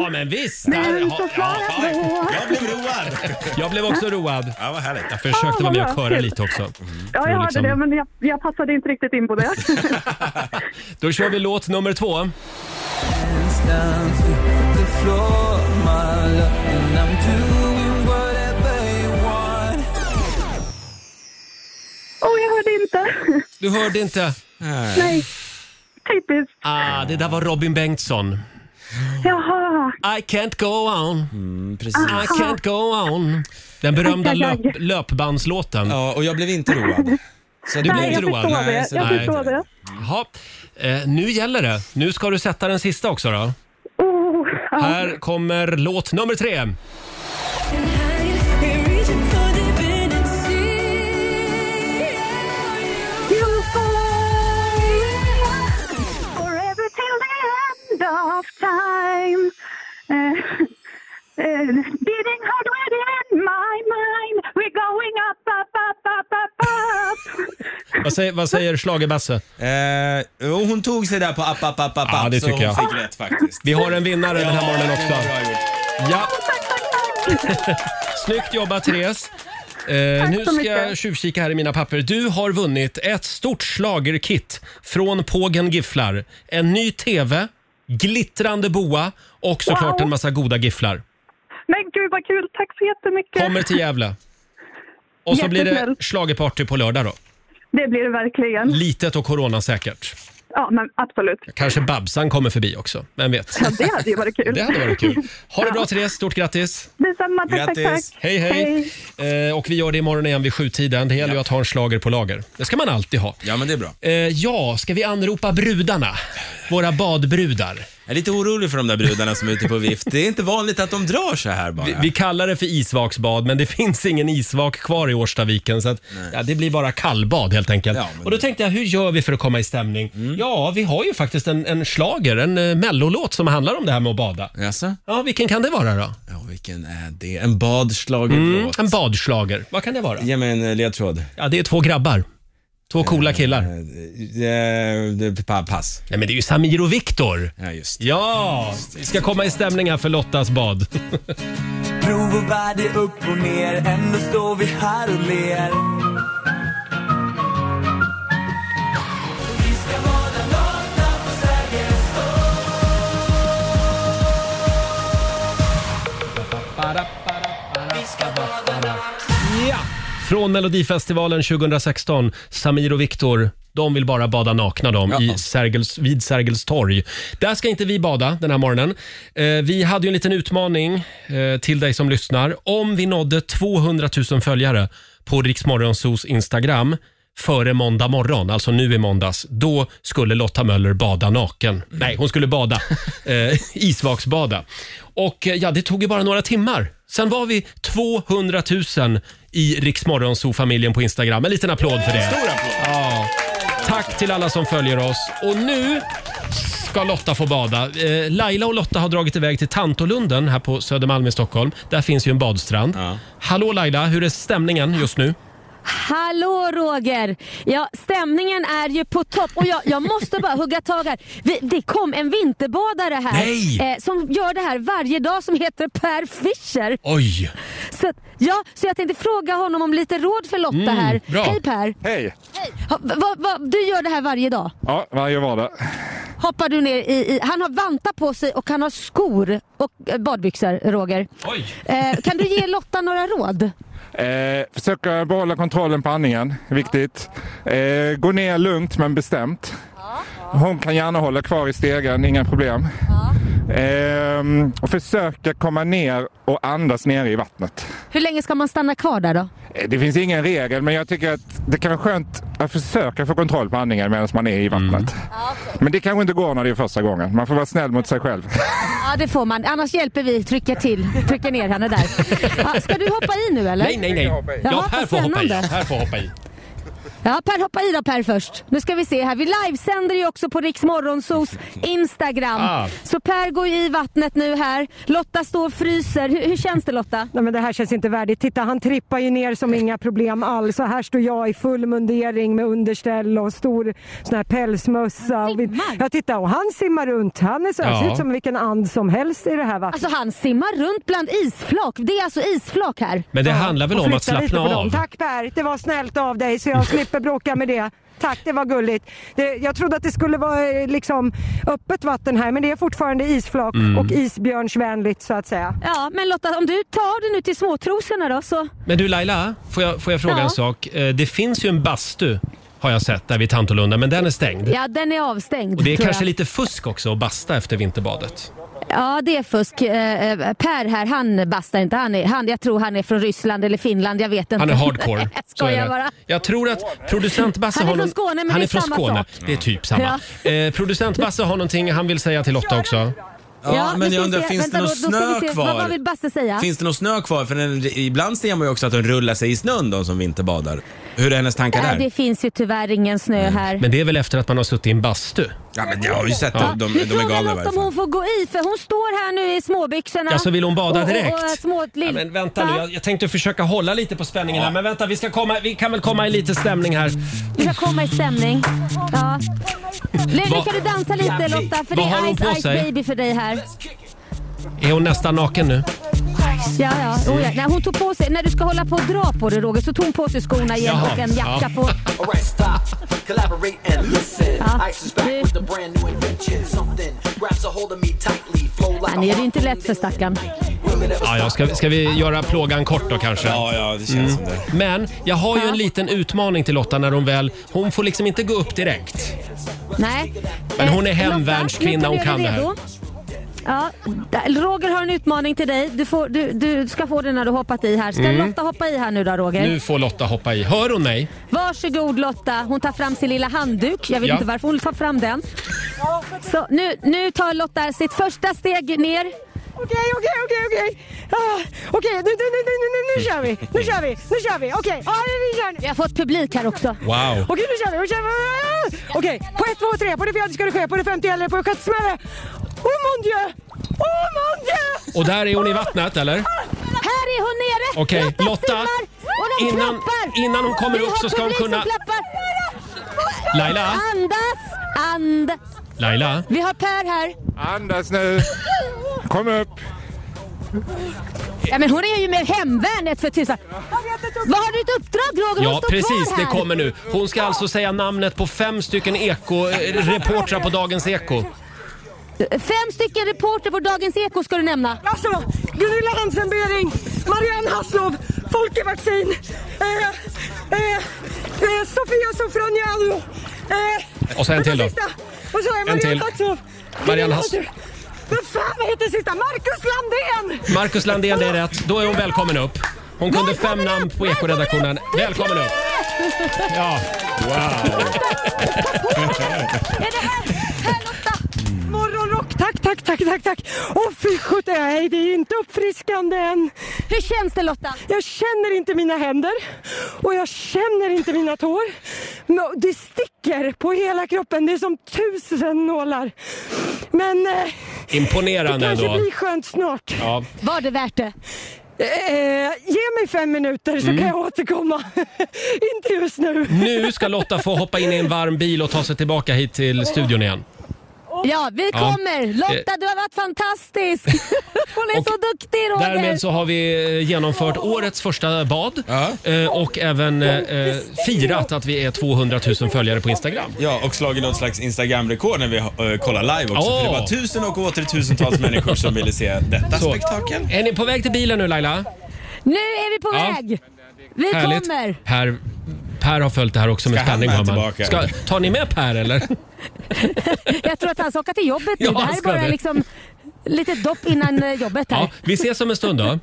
Speaker 1: Ja, men visst!
Speaker 11: vem ska svara då?
Speaker 1: Jag blev också road.
Speaker 8: Ja, vad härligt.
Speaker 1: Jag försökte
Speaker 11: Ja,
Speaker 1: vara
Speaker 11: vad
Speaker 1: med och
Speaker 11: bra.
Speaker 1: köra lite också.
Speaker 11: Ja,
Speaker 1: För
Speaker 11: jag
Speaker 1: att
Speaker 11: hörde
Speaker 1: liksom-
Speaker 11: det, men jag, jag passade inte riktigt in på det.
Speaker 1: Då kör vi låt nummer två.
Speaker 7: The floor, my love And I'm doing whatever you want
Speaker 11: Åh, jag hörde inte.
Speaker 1: Du hörde inte?
Speaker 11: Nej, typiskt.
Speaker 1: Ah, det där var Robin Bengtsson.
Speaker 11: Jaha.
Speaker 1: I can't go on.
Speaker 8: Mm, precis.
Speaker 1: I can't go on. Den berömda
Speaker 11: Aj, aj,
Speaker 1: löp,
Speaker 11: aj.
Speaker 1: löpbandslåten.
Speaker 8: Ja, och jag blev inte road.
Speaker 1: Så
Speaker 11: Nej, jag förstår det. Jag förstår det.
Speaker 1: Jaha. Eh, nu gäller det. Nu ska du sätta den sista också då.
Speaker 11: Oh, ja.
Speaker 1: Här kommer låt nummer tre.
Speaker 11: Forever till the end of time. Eh, eh, beating hard within my mind. We're going up, up, up, up, up, up.
Speaker 1: Vad säger, vad säger Schlagerbasse?
Speaker 8: Eh, jo, hon tog sig där på app, app, app, app,
Speaker 1: Ja, det
Speaker 8: så
Speaker 1: tycker
Speaker 8: hon
Speaker 1: jag.
Speaker 8: fick rätt faktiskt.
Speaker 1: Vi har en vinnare den här morgonen också. Ja. Snyggt jobbat Therese. Eh,
Speaker 7: Tack
Speaker 1: nu
Speaker 7: så
Speaker 1: ska
Speaker 7: mycket.
Speaker 1: jag tjuvkika här i mina papper. Du har vunnit ett stort schlagerkit från Pågen Gifflar. En ny TV, glittrande boa och såklart
Speaker 11: Wow.
Speaker 1: en massa goda gifflar.
Speaker 11: Men gud vad kul, tack så jättemycket.
Speaker 1: Kommer till Gävle. Och så blir det
Speaker 11: Jättesnällt.
Speaker 1: schlagerparty på lördag då.
Speaker 11: Det blir det verkligen.
Speaker 1: Litet och coronasäkert.
Speaker 11: Ja, men absolut.
Speaker 1: Kanske Babsan kommer förbi också, vem vet?
Speaker 11: Ja, det hade ju varit kul.
Speaker 1: Det hade varit kul. Ha det bra Therese, stort grattis!
Speaker 11: Detsamma, tack, tack, tack.
Speaker 1: Hej, hej. Eh, och vi gör det imorgon igen vid sjutiden. Det gäller ju att ha en slager på lager. Det ska man alltid ha.
Speaker 8: Ja, men det är bra.
Speaker 1: Eh, ja, ska vi anropa brudarna? Våra badbrudar.
Speaker 8: Jag är lite orolig för de där brudarna som är ute på vift. Det är inte vanligt att de drar så här bara.
Speaker 1: Vi, vi kallar det för isvaksbad, men det finns ingen isvak kvar i Årstaviken. Så att, ja, det blir bara kallbad helt enkelt. och då tänkte jag, hur gör vi för att komma i stämning?
Speaker 8: Mm.
Speaker 1: Ja, vi har ju faktiskt en, en slager, en eh, mellolåt som handlar om det här med att bada.
Speaker 8: Jaså?
Speaker 1: Ja, vilken kan det vara då?
Speaker 8: Ja, vilken är det? En badslagerlåt.
Speaker 1: Mm, en badslager. Vad kan det vara?
Speaker 8: Ge mig en eh, ledtråd. Eh,
Speaker 1: Ja, det är två grabbar. Två coola killar.
Speaker 8: Pass.
Speaker 1: Nej, men det är ju Samir och Viktor.
Speaker 8: Ja, just
Speaker 1: Ja, vi ska komma i stämning här för Lottas bad.
Speaker 12: Prov och värde upp och ner, ändå står vi här och ler.
Speaker 1: Ja! Från Melodifestivalen 2016. Samir och Viktor, de vill bara bada nakna de i Sergels, vid Sergels torg. Där ska inte vi bada den här morgonen. Eh, vi hade ju en liten utmaning eh, till dig som lyssnar. Om vi nådde 200 000 följare på Riksmorgonsos Instagram före måndag morgon, alltså nu i måndags, då skulle Lotta Möller bada naken. Nej, hon skulle bada. Eh, isvaksbada. Och eh, ja, det tog ju bara några timmar. Sen var vi 200 000 i Riksmorgonzoo-familjen på Instagram. En liten applåd för det. Stor applåd. Ja. Tack till alla som följer oss. Och nu ska Lotta få bada. Eh, Laila och Lotta har dragit iväg till Tantolunden här på Södermalm i Stockholm. Där finns ju en badstrand. Hallå Laila, hur är stämningen just nu?
Speaker 5: Hallå Roger! Ja, stämningen är ju på topp och jag, jag måste bara hugga tag här. Vi, det kom en vinterbadare här
Speaker 1: Nej!
Speaker 5: Eh, som gör det här varje dag som heter Per Fischer.
Speaker 1: Oj!
Speaker 5: Så, att- ja, så jag tänkte fråga honom om lite råd för Lotta
Speaker 13: Mm,
Speaker 5: här.
Speaker 13: bra.
Speaker 5: Hej Per!
Speaker 13: Hej!
Speaker 5: Ha, va, va, du gör det här varje dag?
Speaker 13: Ja, varje vardag.
Speaker 5: Hoppar du ner i, i... Han har vantar på sig och han har skor och eh, badbyxor, Roger. Eh, kan du ge Lotta några råd?
Speaker 13: Eh, försöka behålla kontrollen på andningen, viktigt. Eh, gå ner lugnt men bestämt. Hon kan gärna hålla kvar i stegen, inga problem. Ehm, och försöka komma ner och andas ner i vattnet.
Speaker 5: Hur länge ska man stanna kvar där då?
Speaker 13: Eh, Det finns ingen regel, men jag tycker att det kan vara skönt att försöka få kontroll på andningen medan man är i vattnet. Men det kanske inte går när det är första gången. Man får vara snäll mot sig själv.
Speaker 5: Ja, det får man. Annars hjälper vi trycka till, trycka ner henne där. Ja, ska du hoppa i nu eller?
Speaker 1: Nej, nej, nej. Ja,
Speaker 5: Jaha,
Speaker 1: Per
Speaker 5: vad
Speaker 1: får hoppa i.
Speaker 5: spännande.
Speaker 1: Per får hoppa i.
Speaker 5: Ja, Per hoppa i då Per först. Nu ska vi se här. Vi livesänder ju också på Rix Morgonzos Instagram.
Speaker 2: Ah.
Speaker 5: Så Per går ju i vattnet nu här. Lotta står och fryser. Hur, hur känns det Lotta?
Speaker 2: Nej, men det här känns inte värdigt. Titta, han trippar ju ner som inga problem alls. Och här står jag i full mundering med underställ och stor sån här pälsmössa. Och vi, ja, titta, och han simmar runt. Han är så,
Speaker 5: Ja.
Speaker 2: ser ut som vilken and som helst i det här vattnet.
Speaker 5: Alltså han simmar runt bland isflak. Det är alltså isflak här.
Speaker 1: Men det handlar väl
Speaker 2: och
Speaker 1: om att
Speaker 2: flytta lite
Speaker 1: slappna
Speaker 2: på dem.
Speaker 1: av?
Speaker 2: Tack Per, det var snällt av dig så jag slipper bråka med det. Tack, det var gulligt. Det, jag trodde att det skulle vara eh, liksom, öppet vatten här men det är fortfarande isflak
Speaker 1: Mm.
Speaker 2: och isbjörnsvänligt så att säga.
Speaker 5: Ja, men Lotta om du tar det nu till småtrosorna då så...
Speaker 1: Men du Laila, får jag, får jag fråga
Speaker 5: Ja.
Speaker 1: en sak? Eh, Det finns ju en bastu har jag sett där vid Tantolunden, men den är stängd.
Speaker 5: Ja, den är avstängd.
Speaker 1: Och det är
Speaker 5: tror
Speaker 1: kanske
Speaker 5: jag.
Speaker 1: lite fusk också att basta efter vinterbadet.
Speaker 5: Ja, det är fusk. Eh, eh, Per här, han bastar inte. Han är, han, jag tror han är från Ryssland eller Finland, jag vet inte.
Speaker 1: Han är hardcore.
Speaker 5: jag
Speaker 1: Så är
Speaker 5: skojar
Speaker 1: det.
Speaker 5: bara.
Speaker 1: Jag tror att producent Basse
Speaker 5: Han är
Speaker 1: har
Speaker 5: från
Speaker 1: någon-
Speaker 5: Skåne, men
Speaker 1: han är
Speaker 5: det är
Speaker 1: från
Speaker 5: samma
Speaker 1: Skåne.
Speaker 5: sak.
Speaker 1: Det är typ samma. Eh, producent Basse har någonting han vill säga till Lotta också.
Speaker 8: Ja, men
Speaker 5: nu ska
Speaker 8: jag
Speaker 5: vi
Speaker 8: undrar,
Speaker 5: se.
Speaker 8: finns det
Speaker 5: Vänta,
Speaker 8: någon
Speaker 5: då- då ska
Speaker 8: snö
Speaker 5: vi se.
Speaker 8: kvar?
Speaker 5: Vad, vad vill Basse säga?
Speaker 8: Finns det någon snö kvar? För den, ibland ser man ju också att de rullar sig i snön, de som vinterbadar. Hur är hennes tankar
Speaker 5: Nej,
Speaker 8: där?
Speaker 5: det finns ju tyvärr ingen snö här.
Speaker 1: Mm. Men det är väl efter att man har suttit i en bastu?
Speaker 8: Ja, men jag har ju sett
Speaker 1: att
Speaker 8: de- de är galna i varje
Speaker 5: Om hon får gå i, för hon står här nu i småbyxorna.
Speaker 1: Ja, så vill hon bada direkt?
Speaker 5: Och, och, och små lill...
Speaker 1: Ja, men vänta nu, jag, jag tänkte försöka hålla lite på spänningen här, men vänta, vi, ska komma, vi kan väl komma i lite stämning här.
Speaker 5: Vi ska komma i stämning. Ja. Nu, nu
Speaker 1: Vad-
Speaker 5: kan du dansa lite Lotta, för det
Speaker 1: Vad har
Speaker 5: är
Speaker 1: hon
Speaker 5: Ice
Speaker 1: på
Speaker 5: Ice
Speaker 1: sig?
Speaker 5: Baby för dig här.
Speaker 1: Är hon nästan naken nu?
Speaker 5: Ja, ja. Oh, ja. Nej, hon tog på sig, när du ska hålla på och dra på dig Roger, så tog hon på sig skorna igen
Speaker 1: Jaha,
Speaker 5: och en jacka
Speaker 1: ja.
Speaker 5: på.
Speaker 7: Alright, stop, collaborate and listen.
Speaker 5: Ja.
Speaker 7: Ice is back with a brand new invention. Something grabs a hold of me tightly, flow like
Speaker 5: Han gör det inte lätt för stackaren.
Speaker 1: Ja, ja, ska, ska vi göra plågan kort då kanske? Ja,
Speaker 8: ja, det känns som det.
Speaker 1: Men jag har ju en liten utmaning till Lotta när hon väl... Hon får liksom inte gå upp direkt.
Speaker 5: Nej.
Speaker 1: Men
Speaker 5: Eh,
Speaker 1: hon är
Speaker 5: Lotta,
Speaker 1: hemvärnskvinna,
Speaker 5: nu
Speaker 1: hon
Speaker 5: du
Speaker 1: kan det här.
Speaker 5: redo. Ja, där- Roger har en utmaning till dig. Du, får, du, du ska få den när du har hoppat i här. Ska
Speaker 1: Mm.
Speaker 5: Lotta hoppa i här nu då Roger?
Speaker 1: Nu får Lotta hoppa i. Hör hon mig?
Speaker 5: Varsågod Lotta. Hon tar fram sin lilla handduk. Jag vet
Speaker 1: Ja.
Speaker 5: inte varför hon tar fram den. Så nu, nu tar Lotta sitt första steg ner.
Speaker 2: Okej, okej, okej, okej. Ah, Okej, nu, nu, nu, nu, nu, nu, nu kör vi. Nu kör vi, nu kör vi. Okej, ja, nu, vi kör nu.
Speaker 5: Vi har fått publik här också.
Speaker 1: Wow.
Speaker 2: Okej, nu kör vi. Nu kör vi. Ah! Okej, på ett, två, tre. På det fjärde ska det ske. På det femte gäller det. På det sjätte smäller det. Oh mon dieu! Oh mon dieu!
Speaker 1: Och där är hon i vattnet, eller?
Speaker 5: Här är hon nere.
Speaker 1: Okej, Lotta,
Speaker 5: simmar och de
Speaker 1: innan-
Speaker 5: klappar.
Speaker 1: innan hon kommer
Speaker 5: Vi
Speaker 1: upp
Speaker 5: har
Speaker 1: så ska hon
Speaker 5: publik som
Speaker 1: kunna-
Speaker 5: klappar.
Speaker 1: Laila?
Speaker 5: Andas! Andas!
Speaker 1: Laila?
Speaker 5: Vi har Per här.
Speaker 13: Andas nu. Kom upp.
Speaker 5: Ja, men hon är ju med hemvärnet för tusan. Vad har du ett uppdrag Roger? Hon
Speaker 1: Ja,
Speaker 5: står
Speaker 1: precis.
Speaker 5: kvar
Speaker 1: Det
Speaker 5: här.
Speaker 1: kommer nu. Hon ska alltså säga namnet på fem stycken eko, eh, reportrar på Dagens Eko.
Speaker 5: Fem stycken reporter på Dagens Eko ska du nämna.
Speaker 14: Alltså, Gunilla Hansen Bering, Marianne Haslov, Folke Vaccin, eh, eh, eh, Sofia Sofroniano. Eh,
Speaker 1: Och så en till då.
Speaker 14: sista. Och så
Speaker 1: En
Speaker 14: är Marianne
Speaker 1: till.
Speaker 14: Haslov.
Speaker 1: Marianne Hass-
Speaker 14: Vad fan vad heter sista? Marcus Landén!
Speaker 1: Marcus Landén, det är rätt. Då är hon välkommen upp. Hon kunde fem namn på ekoredaktionen. Välkommen upp! Ja. Wow.
Speaker 5: Mm.
Speaker 14: Morgonrock, tack, tack, tack, tack, tack. Åh fy sjutton, nej det är inte uppfriskande än.
Speaker 5: Hur känns det Lotta?
Speaker 14: Jag känner inte mina händer och jag känner inte mina tår. Men Det sticker på hela kroppen, det är som tusen nålar. Men eh, det
Speaker 1: Imponerande
Speaker 14: kanske
Speaker 1: ändå.
Speaker 14: blir skönt snart.
Speaker 1: Ja.
Speaker 5: Var det värt det?
Speaker 14: Eh, ge mig fem minuter så
Speaker 1: Mm.
Speaker 14: kan jag återkomma. inte just nu.
Speaker 1: Nu ska Lotta få hoppa in i en varm bil och ta sig tillbaka hit till studion igen.
Speaker 5: Ja, vi
Speaker 1: Ja.
Speaker 5: kommer. Lotta,
Speaker 1: Eh.
Speaker 5: du har varit fantastisk. Hon är så duktig Roger.
Speaker 1: Därmed så har vi eh, genomfört årets första bad eh, och även eh, eh, firat att vi är 200 000 följare på Instagram.
Speaker 8: Ja, och slagit något slags Instagram-rekord när vi eh, kollar live också. För det
Speaker 1: Åh.
Speaker 8: var tusen och åter tusentals människor som ville se detta
Speaker 1: Så.
Speaker 8: spektakel.
Speaker 1: Är ni på väg till bilen nu Laila?
Speaker 5: Nu är vi på
Speaker 1: Ja.
Speaker 5: väg. Vi
Speaker 1: Härligt.
Speaker 5: kommer.
Speaker 1: Per, per har följt det här också med
Speaker 8: Ska han
Speaker 1: spänning.
Speaker 8: med
Speaker 1: hör man.
Speaker 8: tillbaka?
Speaker 1: Ska, tar ni med Per eller?
Speaker 5: Jag tror att han ska åka till jobbet nu.
Speaker 1: Ja,
Speaker 5: det
Speaker 1: han
Speaker 5: här är
Speaker 1: ska
Speaker 5: bara
Speaker 1: det.
Speaker 5: liksom lite dopp innan eh, jobbet här.
Speaker 1: Ja,
Speaker 5: Ja,
Speaker 1: vi ses om en stund då.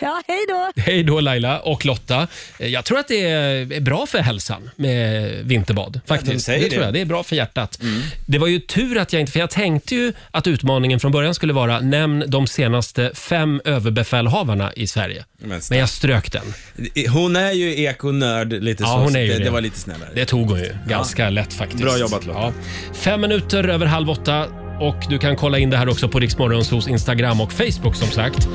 Speaker 5: hej då.
Speaker 1: Hej då Laila och Lotta. Eh, Jag tror att det är är bra för hälsan med vinterbad. Faktiskt.
Speaker 8: säger
Speaker 1: det tror
Speaker 8: det. Mm.
Speaker 1: jag. Det är bra för hjärtat. Det var ju tur att jag inte... För jag tänkte ju att utmaningen från början skulle vara nämn de senaste fem överbefälhavarna i Sverige. Men, jag strök den.
Speaker 8: Hon är ju ekonörd lite
Speaker 1: Ja,
Speaker 8: så.
Speaker 1: hon
Speaker 8: så
Speaker 1: är ju
Speaker 8: det,
Speaker 1: det. Mm.
Speaker 8: det var lite snällare.
Speaker 1: Det tog hon ju ganska lätt faktiskt.
Speaker 8: Bra jobbat, Lotta.
Speaker 1: Ja. Fem minuter över halv åtta och du kan kolla in det här också på Riksmorgonsos Instagram och Facebook som sagt.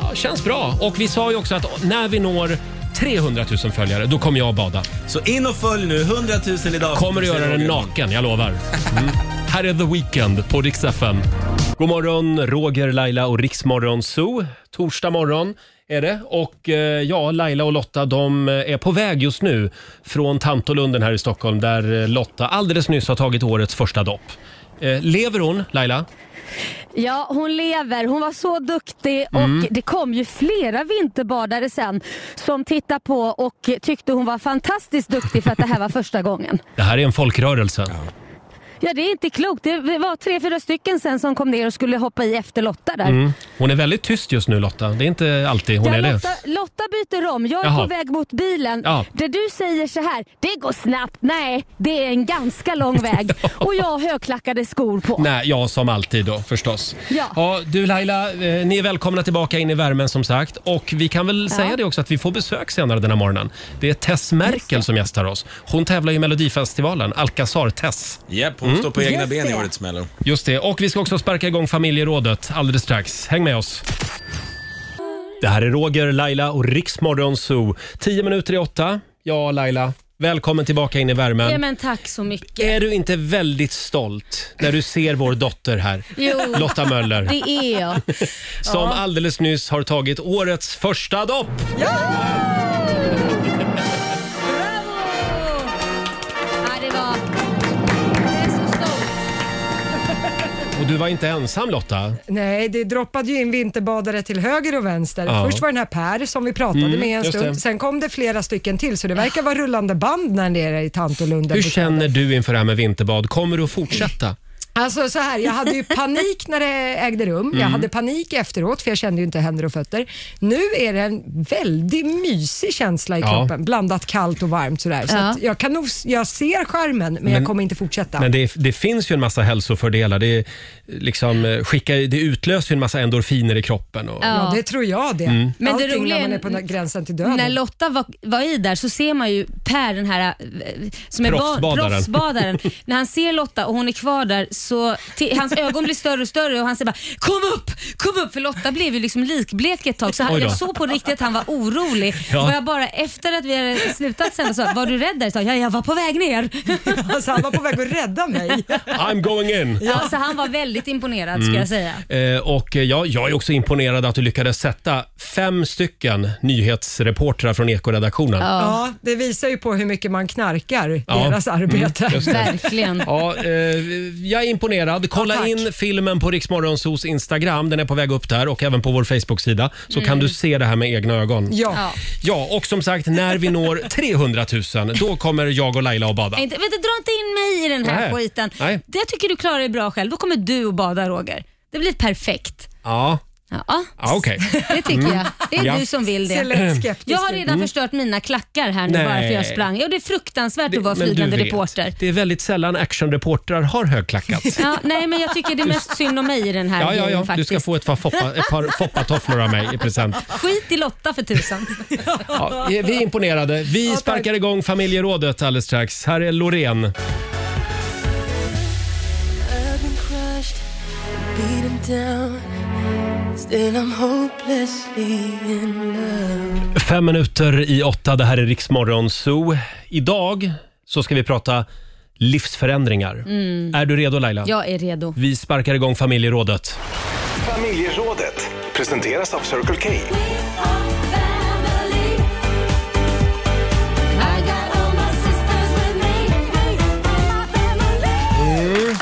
Speaker 1: Ja, känns bra. Och vi sa ju också att när vi når 300 000 följare, då kommer jag att bada.
Speaker 8: Så in och följ nu, 100 000 idag.
Speaker 1: Kommer du göra
Speaker 8: Säger
Speaker 1: den
Speaker 8: Roger.
Speaker 1: naken, jag lovar. Mm. Här är The Weeknd på Rix FM. God morgon, Roger, Laila och Riksmorgon Zoo. Torsdag morgon är det och eh, ja, Laila och Lotta de eh, är på väg just nu från Tantolunden här i Stockholm där eh, Lotta alldeles nyss har tagit årets första dopp. Eh, Lever hon, Laila?
Speaker 5: Ja, hon lever. Hon var så duktig och
Speaker 1: Mm.
Speaker 5: det kom ju flera vinterbadare sen som tittade på och tyckte hon var fantastiskt duktig för att det här var första gången.
Speaker 1: Det här är en folkrörelse.
Speaker 5: Ja, det är inte klokt. Det var tre, fyra stycken sen som kom ner och skulle hoppa i efter Lotta där.
Speaker 1: Mm. Hon är väldigt tyst just nu Lotta. Det är inte alltid hon
Speaker 5: ja,
Speaker 1: är det.
Speaker 5: Lotta, Lotta byter om. Jag är
Speaker 1: Jaha.
Speaker 5: på väg mot bilen.
Speaker 1: Ja.
Speaker 5: Där du säger så här, det går snabbt. Nej, det är en ganska lång väg. Och jag har högklackade skor på.
Speaker 1: Nej, ja som alltid då förstås.
Speaker 5: Ja.
Speaker 1: du Laila, eh, ni är välkomna tillbaka in i värmen som sagt. Och vi kan väl
Speaker 5: Ja.
Speaker 1: säga det också att vi får besök senare den här morgonen. Det är Tess Merkel som gästar oss. Hon tävlar i Melodifestivalen, Alcazar-Tess.
Speaker 8: Japp, hon
Speaker 1: Mm.
Speaker 8: står på egna
Speaker 1: Just
Speaker 8: ben i
Speaker 1: det.
Speaker 8: årets Mello.
Speaker 1: Just det, och vi ska också sparka igång familjerådet alldeles strax. Häng med oss. Det här är Roger, Laila och Riksmorgon Zoo. Tio minuter i åtta. Ja, Laila, välkommen tillbaka in i värmen.
Speaker 7: Ja, men tack så mycket.
Speaker 1: Är du inte väldigt stolt när du ser vår dotter här?
Speaker 7: Jo.
Speaker 1: Lotta Möller.
Speaker 7: Det är jag.
Speaker 1: Som
Speaker 7: Ja.
Speaker 1: alldeles nyss har tagit årets första dopp.
Speaker 5: Ja, det var...
Speaker 1: Och du var inte ensam Lotta.
Speaker 14: Nej, det droppade ju in vinterbadare till höger och vänster.
Speaker 1: Ja.
Speaker 14: Först var den här Per som vi pratade
Speaker 1: Mm,
Speaker 14: med en
Speaker 1: just
Speaker 14: stund.
Speaker 1: det.
Speaker 14: Sen kom det flera stycken till, så det verkar vara rullande band när nere i Tantolunden.
Speaker 1: Hur känner du inför det här med vinterbad? Kommer du att fortsätta?
Speaker 14: Alltså så här, jag hade ju panik när det ägde rum. Jag
Speaker 1: Mm.
Speaker 14: hade panik efteråt för jag kände ju inte händer och fötter. Nu är det en väldigt mysig känsla i
Speaker 1: Ja.
Speaker 14: kroppen, blandat kallt och varmt sådär. Så
Speaker 1: Ja.
Speaker 14: att jag, kan nog, jag ser skärmen men,
Speaker 1: Men-
Speaker 14: jag kommer inte fortsätta.
Speaker 1: Men det, det finns ju en massa hälsofördelar. Det, är liksom, eh, skickar, det utlöser ju en massa endorfiner i kroppen. Och,
Speaker 14: Ja, det tror jag det.
Speaker 1: Mm.
Speaker 7: Men det
Speaker 14: Allting
Speaker 7: roliga
Speaker 14: när man
Speaker 7: är-
Speaker 14: är på den- gränsen till döden.
Speaker 7: När Lotta var, var i där så ser man ju Per, den här eh, som är va-
Speaker 1: Proffsbadaren.
Speaker 7: proffsbadaren. När han ser Lotta och hon är kvar där
Speaker 5: så till, hans ögon blir större och större och han säger bara “Kom upp, kom upp!” För Lotta blev ju liksom likblek ett tag så han,
Speaker 7: Oj då.
Speaker 5: jag såg på riktigt att han var orolig.
Speaker 7: Ja.
Speaker 5: Och jag bara efter att vi hade slutat sända så “Var du rädd där?” Så, “Ja, jag var på väg ner.”
Speaker 2: Alltså han var på väg att rädda mig.
Speaker 1: I'm going in.
Speaker 5: Ja, så han var väldigt imponerad ska
Speaker 1: Mm.
Speaker 5: jag säga.
Speaker 1: Eh, och eh, jag, jag är också imponerad att du lyckades sätta fem stycken nyhetsreportrar från Ekoredaktionen.
Speaker 2: Ja, det visar ju på hur mycket man knarkar
Speaker 1: Ja.
Speaker 2: deras arbete.
Speaker 1: Mm, just det. Ja,
Speaker 2: Ja.
Speaker 1: eh, jag är imponerad. Kolla in filmen på Riksmorgonsos Instagram. Den är på väg upp där och även på vår Facebook-sida. Så
Speaker 2: Mm.
Speaker 1: kan du se det här med egna ögon.
Speaker 5: Ja. Ja.
Speaker 1: ja, och som sagt, när vi når 300 000, då kommer jag och Laila och bada.
Speaker 5: Inte, vänta, dra inte in mig i den här
Speaker 1: Nej.
Speaker 5: skiten.
Speaker 1: Nej.
Speaker 5: Det jag tycker du klarar dig bra själv. Då kommer du och bada Roger. Det blir perfekt.
Speaker 1: Ja,
Speaker 5: Ja,
Speaker 1: ja okej.
Speaker 5: det tycker
Speaker 1: Mm.
Speaker 5: jag. Det är
Speaker 1: Ja.
Speaker 5: du som vill
Speaker 1: Ser lätt
Speaker 5: det.
Speaker 1: skeptisk
Speaker 5: Jag har
Speaker 1: ut.
Speaker 5: redan
Speaker 1: Mm.
Speaker 5: förstört mina klackar här nu
Speaker 1: Nej.
Speaker 5: bara för jag sprang. Ja, det är fruktansvärt
Speaker 1: Det-
Speaker 5: att vara
Speaker 1: men du
Speaker 5: flygande
Speaker 1: vet,
Speaker 5: reporter.
Speaker 1: Det är väldigt sällan actionreportrar har högklackat.
Speaker 5: Ja, nej, men jag tycker det är mest synd om mig i den här
Speaker 1: Ja, ja,
Speaker 5: grejen
Speaker 1: ja. Du
Speaker 5: faktiskt.
Speaker 1: ska få ett par, foppa, ett par foppatofflor av mig i present.
Speaker 5: Skit i Lotta för tusan.
Speaker 1: Ja, vi är imponerade. Vi sparkar igång familjerådet alldeles strax. Här är Loreen.
Speaker 7: I've been crushed, beaten down. Still I'm hopelessly in love.
Speaker 1: Fem minuter i åtta, det här är Riksmorgon Zoo. Idag så ska vi prata livsförändringar.
Speaker 5: Mm.
Speaker 1: Är du redo Laila?
Speaker 5: Jag är redo.
Speaker 1: Vi sparkar igång familjerådet.
Speaker 15: Familjerådet presenteras av Circle K.
Speaker 1: Mm.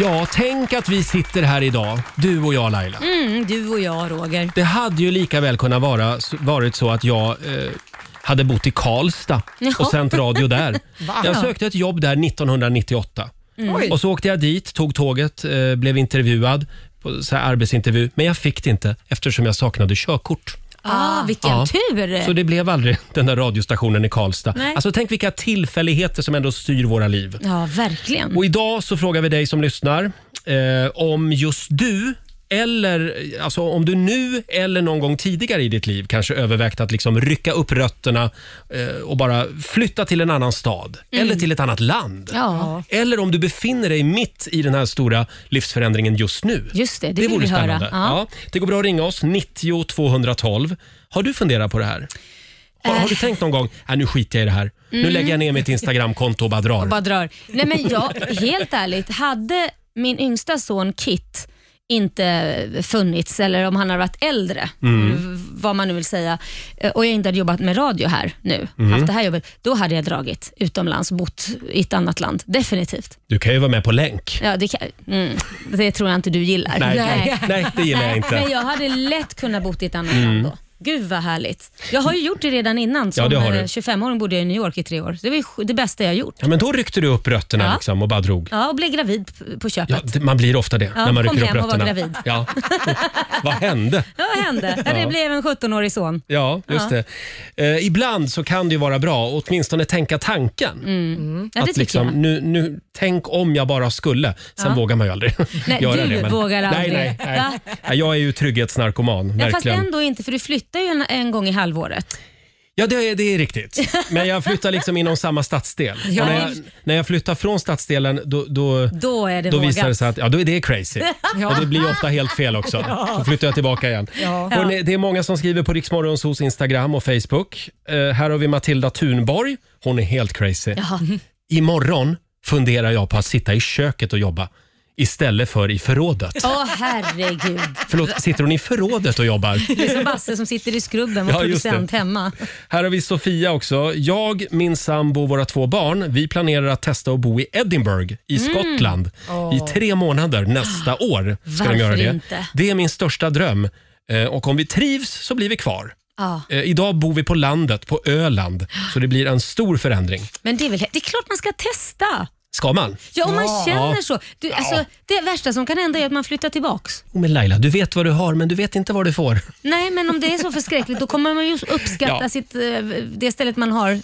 Speaker 1: Ja, tänk att vi sitter här idag, du och jag Laila.
Speaker 5: Mm, du och jag Roger.
Speaker 1: Det hade ju lika väl kunnat vara, varit så att jag eh, hade bott i Karlstad och
Speaker 5: Ja.
Speaker 1: sänt radio där.
Speaker 5: Va?
Speaker 1: Jag sökte ett jobb där 1998.
Speaker 5: Mm. Oj.
Speaker 1: Och så åkte jag dit, tog tåget, eh, blev intervjuad på så här arbetsintervju, men jag fick det inte eftersom jag saknade körkort.
Speaker 5: Ah, vilken
Speaker 1: Ja.
Speaker 5: tur.
Speaker 1: Så det blev aldrig den där radiostationen i Karlstad.
Speaker 5: Nej.
Speaker 1: Alltså tänk vilka tillfälligheter som ändå styr våra liv.
Speaker 5: Ja, verkligen.
Speaker 1: Och idag så frågar vi dig som lyssnar eh, om just du eller alltså om du nu eller någon gång tidigare i ditt liv kanske övervägt att liksom rycka upp rötterna eh, och bara flytta till en annan stad
Speaker 5: Mm.
Speaker 1: eller till ett annat land.
Speaker 5: Ja.
Speaker 1: Eller om du befinner dig mitt i den här stora livsförändringen just nu.
Speaker 5: Just det, det, vill
Speaker 1: Typ. vore
Speaker 5: vi höra.
Speaker 1: spännande.
Speaker 5: Ja.
Speaker 1: Ja. Det går bra att ringa oss, 90 212. Har du funderat på det här? Har, har du tänkt någon gång, äh, nu skiter jag i det här. Nu
Speaker 5: Eh. Mm.
Speaker 1: lägger jag ner mitt Instagramkonto och bara drar.
Speaker 5: och bara drar. Nej men jag, helt ärligt, hade min yngsta son Kit inte funnits eller om han hade varit äldre,
Speaker 7: Mm.
Speaker 5: vad man nu vill säga, eh, och jag inte hade jobbat med radio här nu,
Speaker 1: Mm.
Speaker 5: haft det här jobbet, då hade jag dragit utomlands och bott i ett annat land. Definitivt.
Speaker 1: Du kan ju vara med på länk.
Speaker 5: Ja, det, kan, mm, det tror jag inte du gillar.
Speaker 1: Nej, nej, nej, det gillar jag
Speaker 5: Nej,
Speaker 1: inte.
Speaker 5: Men jag hade lätt kunnat bo i ett annat
Speaker 1: Mm.
Speaker 5: land då. Gud vad härligt. Jag har ju gjort det redan innan.
Speaker 1: Ja,
Speaker 5: Som
Speaker 1: det har
Speaker 5: eh,
Speaker 1: du.
Speaker 5: 25-åring bodde jag i New York i tre år. Det var ju sj- det bästa jag gjort.
Speaker 1: Ja, men då ryckte du upp rötterna
Speaker 5: Ja.
Speaker 1: liksom och bara drog.
Speaker 5: Ja, och blev gravid p- på köpet.
Speaker 1: Ja, d- man blir ofta det
Speaker 5: Ja,
Speaker 1: när man
Speaker 5: kom
Speaker 1: rycker upp
Speaker 5: hem och var
Speaker 1: rötterna.
Speaker 5: gravid.
Speaker 1: Ja. Vad hände?
Speaker 5: Ja, vad hände? Ja.
Speaker 1: Ja.
Speaker 5: Det blev en 17-årig son.
Speaker 1: Ja, just
Speaker 5: Ja.
Speaker 1: det. Eh, ibland så kan det ju vara bra att åtminstone tänka tanken.
Speaker 5: Mm. Ja, det
Speaker 1: att
Speaker 5: tycker
Speaker 1: liksom,
Speaker 5: jag.
Speaker 1: nu, nu, tänk om jag bara skulle. Sen
Speaker 5: Ja.
Speaker 1: vågar man ju aldrig
Speaker 5: Nej,
Speaker 1: göra
Speaker 5: du
Speaker 1: det.
Speaker 5: vågar aldrig.
Speaker 1: Nej, nej, nej.
Speaker 5: Va?
Speaker 1: Nej, Jag är ju trygghetsnarkoman,
Speaker 5: Ja, fast
Speaker 1: verkligen.
Speaker 5: ändå inte, för du flyttar ju en, en gång i halvåret.
Speaker 1: Ja, det, är- det är riktigt. Men jag flyttar liksom inom samma stadsdel.
Speaker 5: Ja.
Speaker 1: Och när, jag, när jag flyttar från stadsdelen, då, då,
Speaker 5: Då är det
Speaker 1: då
Speaker 5: vågat.
Speaker 1: visar det sig att ja, då är det crazy.
Speaker 5: Ja.
Speaker 1: Och det blir ju ofta helt fel också.
Speaker 5: Ja.
Speaker 1: Då flyttar jag tillbaka igen.
Speaker 5: Ja.
Speaker 1: Hörrni, det är många som skriver på Riksmorgons hos Instagram och Facebook. Eh, här har vi Matilda Thunborg. Hon är helt crazy. Imorgon funderar jag på att sitta i köket och jobba istället för i förrådet.
Speaker 5: Åh, herregud.
Speaker 1: Förlåt, sitter hon i förrådet och jobbar?
Speaker 5: Det är som Basse som sitter i skrubben, vår
Speaker 1: Ja, just det.
Speaker 5: producent hemma.
Speaker 1: Här har vi Sofia också. Jag, min sambo och våra två barn, vi planerar att testa att bo i Edinburgh i
Speaker 5: Mm.
Speaker 1: Skottland
Speaker 5: Åh. Ah,
Speaker 1: i tre månader nästa år. Ska
Speaker 5: Varför
Speaker 1: de göra det.
Speaker 5: inte?
Speaker 1: det är min största dröm Eh, och om vi trivs så blir vi kvar.
Speaker 5: Ja.
Speaker 1: Eh, Idag bor vi på landet, på Öland, så det blir en stor förändring.
Speaker 5: Men det är väl det är klart man ska testa.
Speaker 1: Ska man?
Speaker 5: Ja, om man känner
Speaker 1: Ja.
Speaker 5: så. Du, alltså,
Speaker 1: Ja.
Speaker 5: det värsta som kan hända är att man flyttar tillbaks.
Speaker 1: Jo, Oh, Men Laila, du vet vad du har, men du vet inte vad du får.
Speaker 5: Nej, men om det är så förskräckligt då kommer man ju uppskatta
Speaker 1: Ja.
Speaker 5: sitt, eh, det stället man har eh,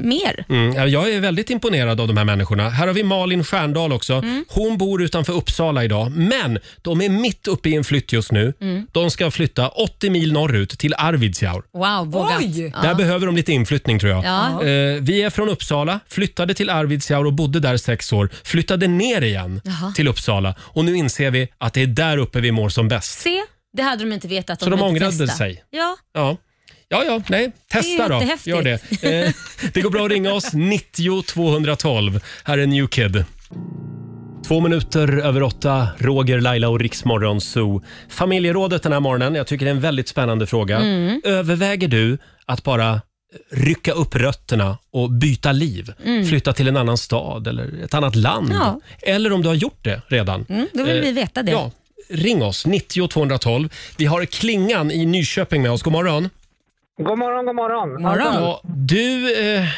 Speaker 5: mer.
Speaker 1: Mm, ja, jag är väldigt imponerad av de här människorna. Här har vi Malin Stjärndal också.
Speaker 5: Mm.
Speaker 1: Hon bor utanför Uppsala idag, men de är mitt uppe i en flytt just nu.
Speaker 5: Mm.
Speaker 1: De ska flytta 80 mil norrut till Arvidsjaur.
Speaker 5: Wow, vågat.
Speaker 1: Där
Speaker 5: Ja.
Speaker 1: behöver de lite inflyttning tror jag.
Speaker 5: Ja.
Speaker 1: Eh, vi är från Uppsala, flyttade till Arvidsjaur och bodde där sex år, flyttade ner igen
Speaker 5: Jaha.
Speaker 1: till Uppsala. Och nu inser vi att det är där uppe vi mår som bäst.
Speaker 5: Se, det hade de inte vetat. om
Speaker 1: Så de
Speaker 5: hade
Speaker 1: ångrade
Speaker 5: testat.
Speaker 1: sig.
Speaker 5: Ja.
Speaker 1: Ja. Ja, ja, nej,
Speaker 5: Det
Speaker 1: testa
Speaker 5: är
Speaker 1: då.
Speaker 5: jättehäftigt.
Speaker 1: Gör det. Eh, det går bra att ringa oss, 90 212. Här är New Kid. Två minuter över åtta, Roger, Laila och Riksmorgon Zoo. Familjerådet den här morgonen, jag tycker det är en väldigt spännande fråga.
Speaker 5: Mm.
Speaker 1: Överväger du att bara eh, rycka upp rötterna och byta liv?
Speaker 5: Mm.
Speaker 1: Flytta till en annan stad eller ett annat land?
Speaker 5: Ja.
Speaker 1: Eller om du har gjort det redan?
Speaker 5: Mm, då vill
Speaker 1: Eh,
Speaker 5: vi veta det.
Speaker 1: Ja, ring oss, 90 212. Vi har Klingan i Nyköping med oss. God morgon.
Speaker 16: God morgon, god morgon.
Speaker 1: Ja, du eh,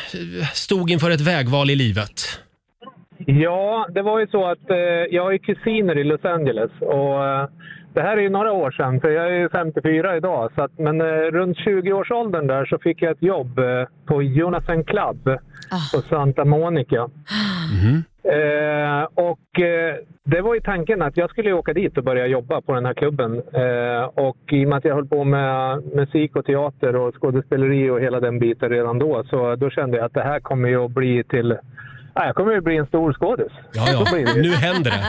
Speaker 1: stod inför ett vägval i livet.
Speaker 16: Ja, det var ju så att eh, jag har ju kusiner i Los Angeles. Och, eh, det här är ju några år sedan, för jag är ju 54 idag. Så att, men eh, runt 20-årsåldern där så fick jag ett jobb eh, på Jonathan Club på Santa Monica. Eh, och eh, det var ju tanken att jag skulle åka dit och börja jobba på den här klubben. Eh, och i och med att jag höll på med musik och teater och skådespeleri och hela den biten redan då, så då kände jag att det här kommer ju att bli till... Ah, jag kommer ju bli en stor skådis.
Speaker 1: Ja, ja.
Speaker 16: Så blir det ju.
Speaker 1: Nu händer det.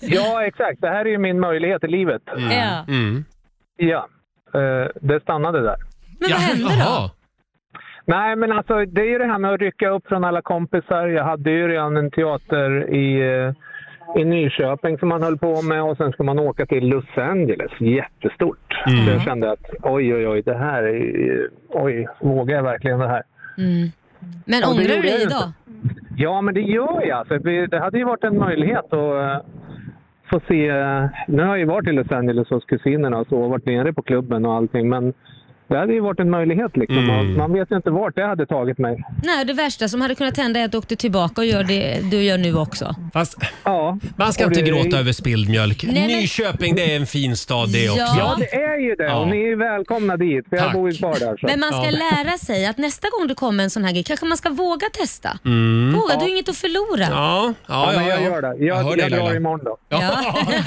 Speaker 16: Ja, exakt. Det här är ju min möjlighet i livet.
Speaker 1: Mm.
Speaker 5: Ja.
Speaker 16: Ja, eh, det stannade där.
Speaker 5: Men vad hände då?
Speaker 16: Nej, men alltså det är ju det här med att rycka upp från alla kompisar. Jag hade ju redan en teater i, eh, i Nyköping som man höll på med och sen ska man åka till Los Angeles. Jättestort. Så jag kände att oj, oj, oj, det här är ju- Oj, vågar jag verkligen det här?
Speaker 5: Mm. Men
Speaker 16: Ja, det
Speaker 5: ångrar du
Speaker 16: gjorde jag
Speaker 5: dig
Speaker 16: ju
Speaker 5: idag?
Speaker 16: Ja, men det gör jag. Alltså, det det hade ju varit en möjlighet att eh, få se... eh, Nu har jag ju varit i Los Angeles hos kusinerna och så, och varit nere på klubben och allting, men det hade ju varit en möjlighet. Liksom.
Speaker 1: Mm.
Speaker 16: Man, man vet ju inte vart det hade tagit mig.
Speaker 5: Nej, det värsta som hade kunnat hända är att du åkte tillbaka och gör det du gör nu också.
Speaker 1: Fast
Speaker 16: ja.
Speaker 1: man ska
Speaker 16: Och
Speaker 1: inte
Speaker 16: det-
Speaker 1: gråta över spilld mjölk.
Speaker 5: Nej, men-
Speaker 1: Nyköping, det är en fin stad det också.
Speaker 5: Ja,
Speaker 16: det är ju det.
Speaker 1: Ja.
Speaker 16: Och ni är ju välkomna dit, för jag
Speaker 1: Tack.
Speaker 16: bor ju kvar där. Så.
Speaker 5: Men man ska lära sig att nästa gång det kommer en sån här grej kanske man ska våga testa.
Speaker 1: Mm. Ja.
Speaker 5: Våga, du har inget att förlora.
Speaker 1: Ja, ja,
Speaker 16: Ja,
Speaker 1: ja,
Speaker 16: men jag
Speaker 1: ja.
Speaker 16: gör det. Jag- jag drar imorgon då.
Speaker 1: Ja.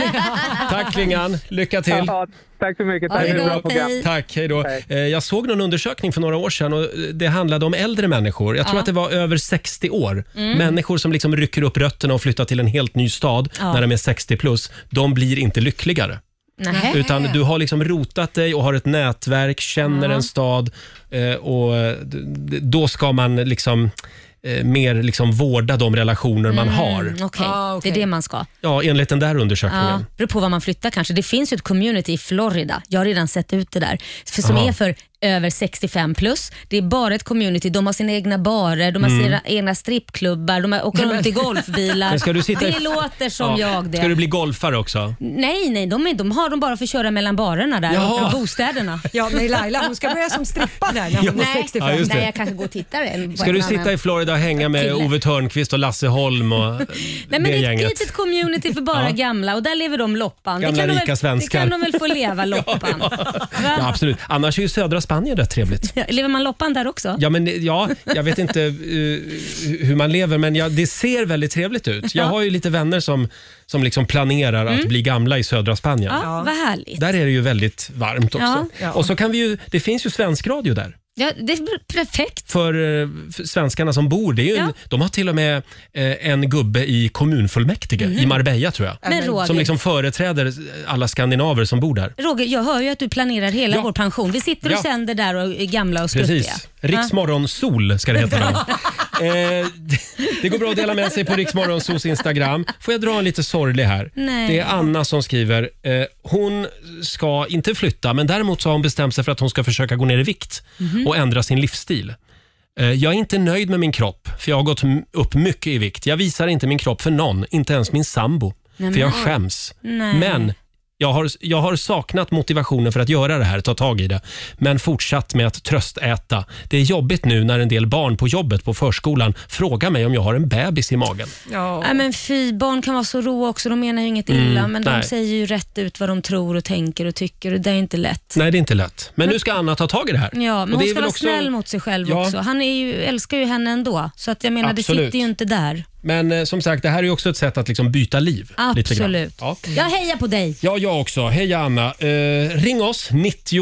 Speaker 1: tack Klingan, lycka till.
Speaker 16: Ja, tack så mycket.
Speaker 1: Ha
Speaker 16: Tack
Speaker 1: det
Speaker 16: för ett
Speaker 1: bra.
Speaker 16: bra program.
Speaker 1: Tack, hej då. Eh, Jag såg någon undersökning för några år sedan och det handlade om äldre människor. Jag tror
Speaker 5: Ja.
Speaker 1: att det var över 60 år.
Speaker 5: Mm.
Speaker 1: Människor som liksom rycker upp rötterna och flyttar till en helt ny stad
Speaker 5: Ja.
Speaker 1: när de är 60 plus, de blir inte lyckligare.
Speaker 5: Nähä.
Speaker 1: Utan du har liksom rotat dig och har ett nätverk, känner
Speaker 5: Ja.
Speaker 1: en stad eh, och eh, d- d- då ska man liksom eh, mer liksom vårda de relationer man har.
Speaker 5: Mm, okej. det är det man ska.
Speaker 1: Ja, enligt den där
Speaker 5: Ja,
Speaker 1: undersökningen.
Speaker 5: beror på var man flyttar kanske. Det finns ju ett community i Florida, jag har redan sett ut det där, för, som
Speaker 1: Aha.
Speaker 5: är för över 65 plus. Det är bara ett community, de har sina egna barer, de har
Speaker 1: Mm.
Speaker 5: sina egna strippklubbar, de har- åker runt i golfbilar.
Speaker 1: Men ska du sitta i-
Speaker 5: det låter som
Speaker 1: Ja.
Speaker 5: jag det.
Speaker 1: Ska du bli golfare också?
Speaker 5: Nej, nej, de, är, de har de bara för att köra mellan barerna där
Speaker 1: Jaha.
Speaker 5: och bostäderna.
Speaker 2: Ja, nej, Laila, hon ska börja som strippa där när hon
Speaker 1: Ja.
Speaker 2: är
Speaker 1: Nej.
Speaker 2: 65.
Speaker 1: Ja, just det.
Speaker 5: Nej, jag kanske går och tittar. en- på
Speaker 1: Ska
Speaker 5: en
Speaker 1: du
Speaker 5: annan.
Speaker 1: sitta i Florida och hänga med
Speaker 5: kille.
Speaker 1: Ove Thörnqvist och Lasse Holm och
Speaker 5: Nej, men
Speaker 1: det
Speaker 5: det är ett
Speaker 1: gänget?
Speaker 5: litet community för bara
Speaker 1: Ja.
Speaker 5: gamla och där lever de loppan.
Speaker 1: Gamla
Speaker 5: det kan de
Speaker 1: rika
Speaker 5: väl,
Speaker 1: svenskar.
Speaker 5: Det kan de väl få leva, loppan. Va?
Speaker 1: Ja, absolut. Annars är ju södra Spanien rätt trevligt.
Speaker 5: Lever man loppan där också?
Speaker 1: Ja, men, ja, jag vet inte eh, hur man lever, men ja, det ser väldigt trevligt ut. Jag
Speaker 5: Ja.
Speaker 1: har ju lite vänner som, som liksom planerar att
Speaker 5: Mm.
Speaker 1: bli gamla i södra Spanien.
Speaker 5: Ja, vad härligt.
Speaker 1: Där är det ju väldigt varmt också.
Speaker 5: Ja. Ja.
Speaker 1: Och så kan vi ju, det finns ju svensk radio där.
Speaker 5: Ja, det är perfekt.
Speaker 1: För, eh, för svenskarna som bor. Det är ju en, De har till och med eh, en gubbe i kommunfullmäktige i Marbella tror jag.
Speaker 5: Mhm. Men Roger-
Speaker 1: som liksom företräder alla skandinaver som bor där.
Speaker 5: Roger, jag hör ju att du planerar hela vår pension. Vi sitter och
Speaker 1: Ja.
Speaker 5: sänder där och är gamla och skruttiga.
Speaker 1: Precis. Riksmorgon sol ska det heta då. Eh, det går bra att dela med sig på Riksmorgonsos Instagram. Får jag dra en lite sorglig här?
Speaker 5: Nej.
Speaker 1: Det är Anna som skriver. Eh, hon ska inte flytta, men däremot så har hon bestämt sig för att hon ska försöka gå ner i vikt
Speaker 17: Mhm.
Speaker 1: och ändra sin livsstil. Eh, jag är inte nöjd med min kropp, för jag har gått m- upp mycket i vikt. Jag visar inte min kropp för någon, inte ens min sambo,
Speaker 5: Nej,
Speaker 1: för jag
Speaker 5: men-
Speaker 1: skäms.
Speaker 5: Nej.
Speaker 1: Men jag har, jag har saknat motivationen för att göra det här, ta tag i det, men fortsatt med att tröstäta. Det är jobbigt nu när en del barn på jobbet på förskolan frågar mig om jag har en bebis i magen.
Speaker 5: Ja. Nej, men fy, barn kan vara så roa också. De menar ju inget
Speaker 1: Mm,
Speaker 5: illa, men
Speaker 1: nej.
Speaker 5: de säger ju rätt ut vad de tror och tänker och tycker och det är inte lätt.
Speaker 1: Nej, det är inte lätt. Men nu ska Anna ta tag i det här.
Speaker 5: Ja,
Speaker 1: Och
Speaker 5: men
Speaker 1: det
Speaker 5: hon
Speaker 1: är
Speaker 5: ska
Speaker 1: väl
Speaker 5: vara
Speaker 1: också-
Speaker 5: snäll mot sig själv
Speaker 1: Ja.
Speaker 5: också. Han är ju, älskar ju henne ändå, så att jag menar,
Speaker 1: Absolut.
Speaker 5: det sitter ju inte där.
Speaker 2: Mm.
Speaker 1: Men eh, som sagt, det här är ju också ett sätt att liksom byta liv. Lite grann.
Speaker 5: Absolut.
Speaker 1: Ja.
Speaker 5: Jag hejar på dig.
Speaker 1: Ja, jag också. Hej Anna. Eh, ring oss, 90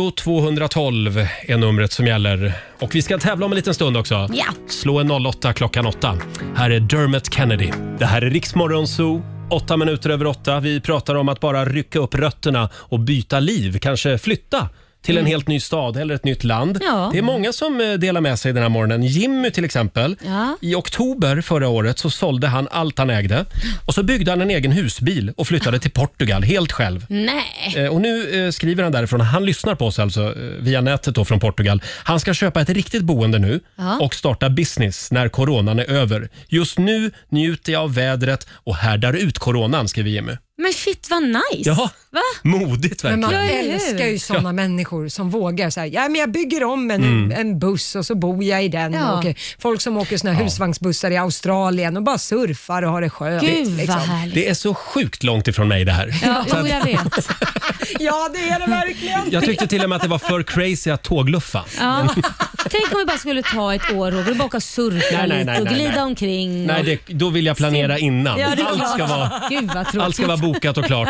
Speaker 1: 212 är numret som gäller. Och vi ska tävla om en liten stund också.
Speaker 5: Ja.
Speaker 1: Slå en 08 klockan 8. Här är Dermot Kennedy. Det här är Riksmorgon Zoo. Åtta minuter över åtta. Vi pratar om att bara rycka upp rötterna och byta liv. Kanske flytta till en
Speaker 5: Mm.
Speaker 1: helt ny stad eller ett nytt land.
Speaker 5: Ja.
Speaker 1: Det är många som eh, delar med sig den här morgonen. Jimmy till exempel.
Speaker 5: Ja.
Speaker 1: I oktober förra året så sålde han allt han ägde och så byggde han en egen husbil och flyttade till Portugal helt själv.
Speaker 5: Nej.
Speaker 1: Eh, Och nu eh, skriver han därifrån, han lyssnar på oss alltså eh, via nätet då från Portugal. Han ska köpa ett riktigt boende nu
Speaker 5: Ja.
Speaker 1: och starta business när coronan är över. Just nu njuter jag av vädret och härdar ut coronan, skriver Jimmy.
Speaker 5: Men shit vad nice.
Speaker 1: Jaha.
Speaker 5: Va?
Speaker 1: Modigt
Speaker 2: Men
Speaker 1: verkligen.
Speaker 2: man älskar ju sådana människor som vågar säga, ja men jag bygger om en,
Speaker 1: Mm.
Speaker 2: en buss och så bor jag i den.
Speaker 5: Ja.
Speaker 2: Och eh, folk som åker såna här husvagnsbussar i Australien och bara surfar och har det skönt. liksom.
Speaker 5: Gud, vad härligt.
Speaker 1: Det är så sjukt långt ifrån mig det här.
Speaker 5: Ja,
Speaker 1: Så
Speaker 5: jo,
Speaker 1: att-
Speaker 5: jag vet.
Speaker 2: ja, det är det verkligen.
Speaker 1: jag tyckte till och med att det var för crazy att tågluffa.
Speaker 5: Ja. Tänk om vi bara skulle ta ett år Roger, och bara surfa
Speaker 1: Nej, nej,
Speaker 5: lite
Speaker 1: nej,
Speaker 5: och
Speaker 1: nej,
Speaker 5: glida
Speaker 1: nej.
Speaker 5: omkring.
Speaker 1: Nej,
Speaker 5: och...
Speaker 1: det, då vill jag planera innan.
Speaker 5: Ja, det är
Speaker 1: Allt ska
Speaker 5: klart.
Speaker 1: vara
Speaker 5: Gud, vad tråkigt.
Speaker 1: Allt ska vara bokat och klart.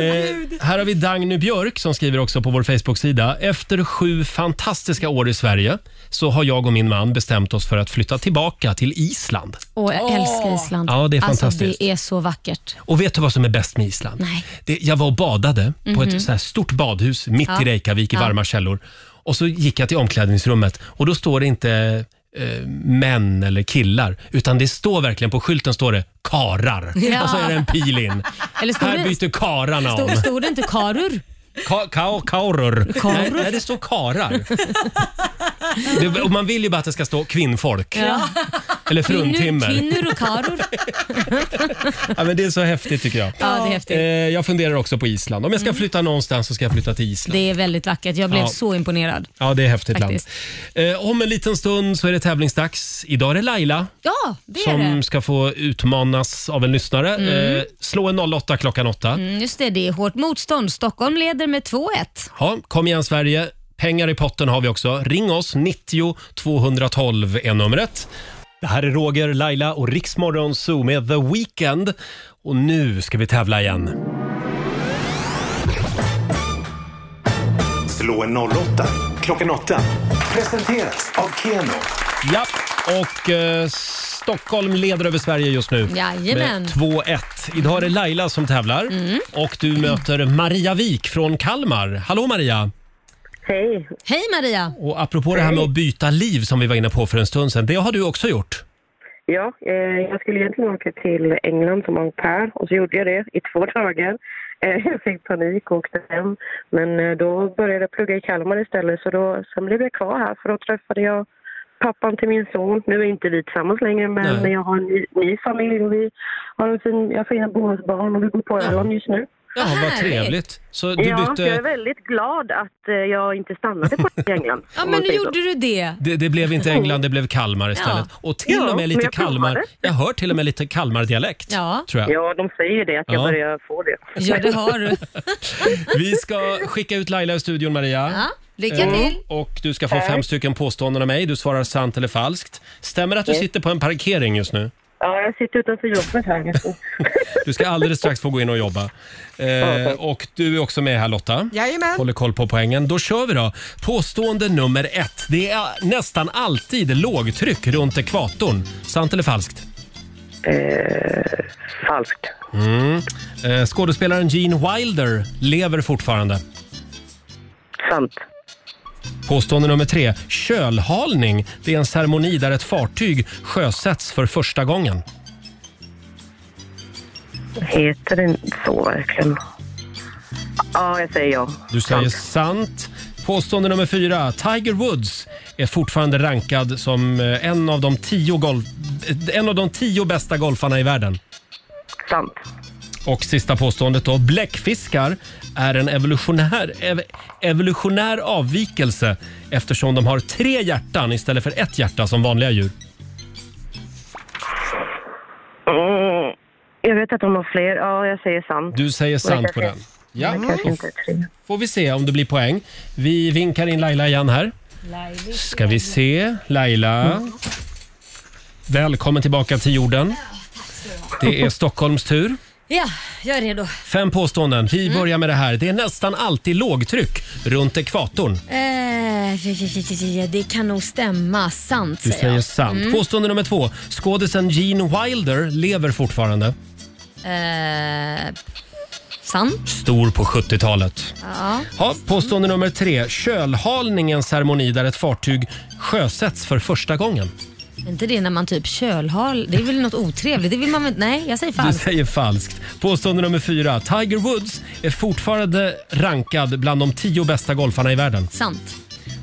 Speaker 1: eh, här har vi Dagny Björk som skriver också på vår Facebook-sida. Efter sju fantastiska år i Sverige så har jag och min man bestämt oss för att flytta tillbaka till Island.
Speaker 5: Åh, jag älskar Island.
Speaker 1: Ja, det är fantastiskt.
Speaker 5: Alltså, det är så vackert.
Speaker 1: Och vet du vad som är bäst med Island?
Speaker 5: Nej.
Speaker 1: Det, jag var och badade på
Speaker 5: Mhm.
Speaker 1: ett så här stort badhus mitt
Speaker 5: Ja.
Speaker 1: i Reykjavik i
Speaker 5: Ja.
Speaker 1: varma källor. Och så gick jag till omklädningsrummet och då står det inte eh, män eller killar utan det står verkligen på skylten står det karar
Speaker 5: Ja.
Speaker 1: och så är det en pil in.
Speaker 5: Eller stod
Speaker 1: Här
Speaker 5: det-
Speaker 1: byter kararna om.
Speaker 5: Stod, stod det inte karur?
Speaker 1: Ka- kao- kaoror.
Speaker 5: Kaoror.
Speaker 1: Nej, nej, det står karar. Det, och man vill ju bara att det ska stå kvinnfolk
Speaker 5: Ja.
Speaker 1: eller
Speaker 5: Kvinnor,
Speaker 1: fruntimmer.
Speaker 5: kvinnor och karur.
Speaker 1: Ja, men det är så häftigt tycker jag.
Speaker 5: Ja, det är häftigt. Mm.
Speaker 1: Eh, jag funderar också på Island. Om jag ska flytta någonstans så ska jag flytta till Island.
Speaker 5: Det är väldigt vackert. Jag blev
Speaker 1: Ja.
Speaker 5: så imponerad.
Speaker 1: Ja, det är häftigt
Speaker 5: Faktiskt.
Speaker 1: land. Eh, om en liten stund så är det tävlingsdags. Idag är det Laila
Speaker 5: Ja, det är
Speaker 1: som
Speaker 5: det.
Speaker 1: ska få utmanas av en lyssnare.
Speaker 5: Mm.
Speaker 1: Eh, slå en 08 klockan 8.
Speaker 5: Mm, just det, det är hårt motstånd. Stockholm leder med 2-1.
Speaker 1: Ja, kom igen Sverige. Pengar i potten har vi också. Ring oss, 90 212 är numret. Det här är Roger, Laila och Riksmorgon Zoo med The Weeknd. Och nu ska vi tävla igen.
Speaker 15: Slå en 08 klockan 8. Presenteras av Keno.
Speaker 1: Ja, och eh, Stockholm leder över Sverige just nu
Speaker 5: Jajamän.
Speaker 1: med 2-1. Idag är det Laila som tävlar
Speaker 17: Mm.
Speaker 1: och du möter Maria Wik från Kalmar. Hallå Maria!
Speaker 5: Hej. Hej Maria.
Speaker 1: Och apropå det här med att byta liv som vi var inne på för en stund sedan, det har du också gjort.
Speaker 17: Ja, eh, jag skulle egentligen åka till England som au pair och så gjorde jag det i två dagar. Eh, jag fick panik och åkte hem. Men eh, då började jag plugga i Kalmar istället så då, sen blev jag kvar här för då träffade jag pappan till min son. Nu är inte vi tillsammans längre men
Speaker 1: Nej.
Speaker 17: jag har en ny, ny familj och vi har en fin, jag har fina bonusbarn och vi bor på Öland just nu.
Speaker 1: Ja, vad trevligt. Så du
Speaker 17: ja,
Speaker 1: bytte...
Speaker 17: jag är väldigt glad att eh, jag inte stannade på England.
Speaker 5: Ja,
Speaker 17: om
Speaker 5: men
Speaker 17: man
Speaker 5: nu
Speaker 17: säger så.
Speaker 5: gjorde du det.
Speaker 1: Det, det blev inte England, det blev Kalmar istället.
Speaker 17: Ja.
Speaker 1: Och till
Speaker 17: Ja,
Speaker 1: och med
Speaker 17: men
Speaker 1: lite
Speaker 17: jag
Speaker 1: Kalmar...
Speaker 17: provade.
Speaker 1: Jag hör till och med lite Kalmardialekt.
Speaker 5: Ja.
Speaker 1: Tror jag.
Speaker 17: Ja, de säger det, att jag
Speaker 1: Ja.
Speaker 17: börjar få det.
Speaker 5: Ja, det har du.
Speaker 1: Vi ska skicka ut Laila i studion, Maria.
Speaker 5: Ja, lycka
Speaker 1: Eh,
Speaker 5: till.
Speaker 1: Och du ska få
Speaker 17: Tack.
Speaker 1: fem stycken påståenden av mig. Du svarar sant eller falskt. Stämmer det att du
Speaker 17: Yes.
Speaker 1: sitter på en parkering just nu?
Speaker 17: Ja, jag sitter utanför jobbet här just nu.
Speaker 1: Du ska alldeles strax få gå in och jobba. Eh, och du är också med här Lotta.
Speaker 2: Jajamän.
Speaker 1: Håller koll på poängen. Då kör vi då. Påstående nummer ett. Det är nästan alltid lågtryck runt ekvatorn. Sant eller falskt?
Speaker 17: eh, falskt.
Speaker 1: Mm. Eh, skådespelaren Gene Wilder lever fortfarande.
Speaker 17: Sant.
Speaker 1: Påstående nummer tre. Kölhalning det är en ceremoni där ett fartyg sjösätts för första gången.
Speaker 17: Heter den så verkligen? Ja, jag säger ja.
Speaker 1: Du säger sant. Påstående nummer fyra. Tiger Woods är fortfarande rankad som eh, en av de tio, golf, eh, en av de tio bästa golfarna i världen.
Speaker 17: Sant.
Speaker 1: Och sista påståendet då. Bläckfiskar är en evolutionär, ev, evolutionär avvikelse eftersom de har tre hjärtan istället för ett hjärta som vanliga djur.
Speaker 17: Mm, jag vet att de har fler. Ja, jag säger sant.
Speaker 1: Du säger sant på den. Ja, då får vi se om det blir poäng. Vi vinkar in Laila igen här. Ska vi se. Laila. Välkommen tillbaka till jorden. Det är Stockholms tur.
Speaker 5: Ja, jag är redo.
Speaker 1: Fem påståenden. Vi börjar med det här. Det är nästan alltid lågtryck runt ekvatorn.
Speaker 5: Eh, fy, fy, fy, fy, fy, det kan nog stämma. Sant
Speaker 1: Du säger
Speaker 5: jag.
Speaker 1: sant.
Speaker 5: Mm.
Speaker 1: Påstående nummer två. Skådisen Gene Wilder lever fortfarande.
Speaker 5: Eh, sant.
Speaker 1: Stor på 70-talet.
Speaker 5: Ja.
Speaker 1: Ja, påstående nummer tre. Kölhalningens ceremoni där ett fartyg sjösätts för första gången.
Speaker 5: Är inte det när man typ kölhal? Det är väl något otrevligt? Det vill man väl Nej, jag säger
Speaker 1: Du
Speaker 5: falskt.
Speaker 1: säger falskt. Påstående nummer fyra. Tiger Woods är fortfarande rankad bland de tio bästa golfarna i världen.
Speaker 5: Sant.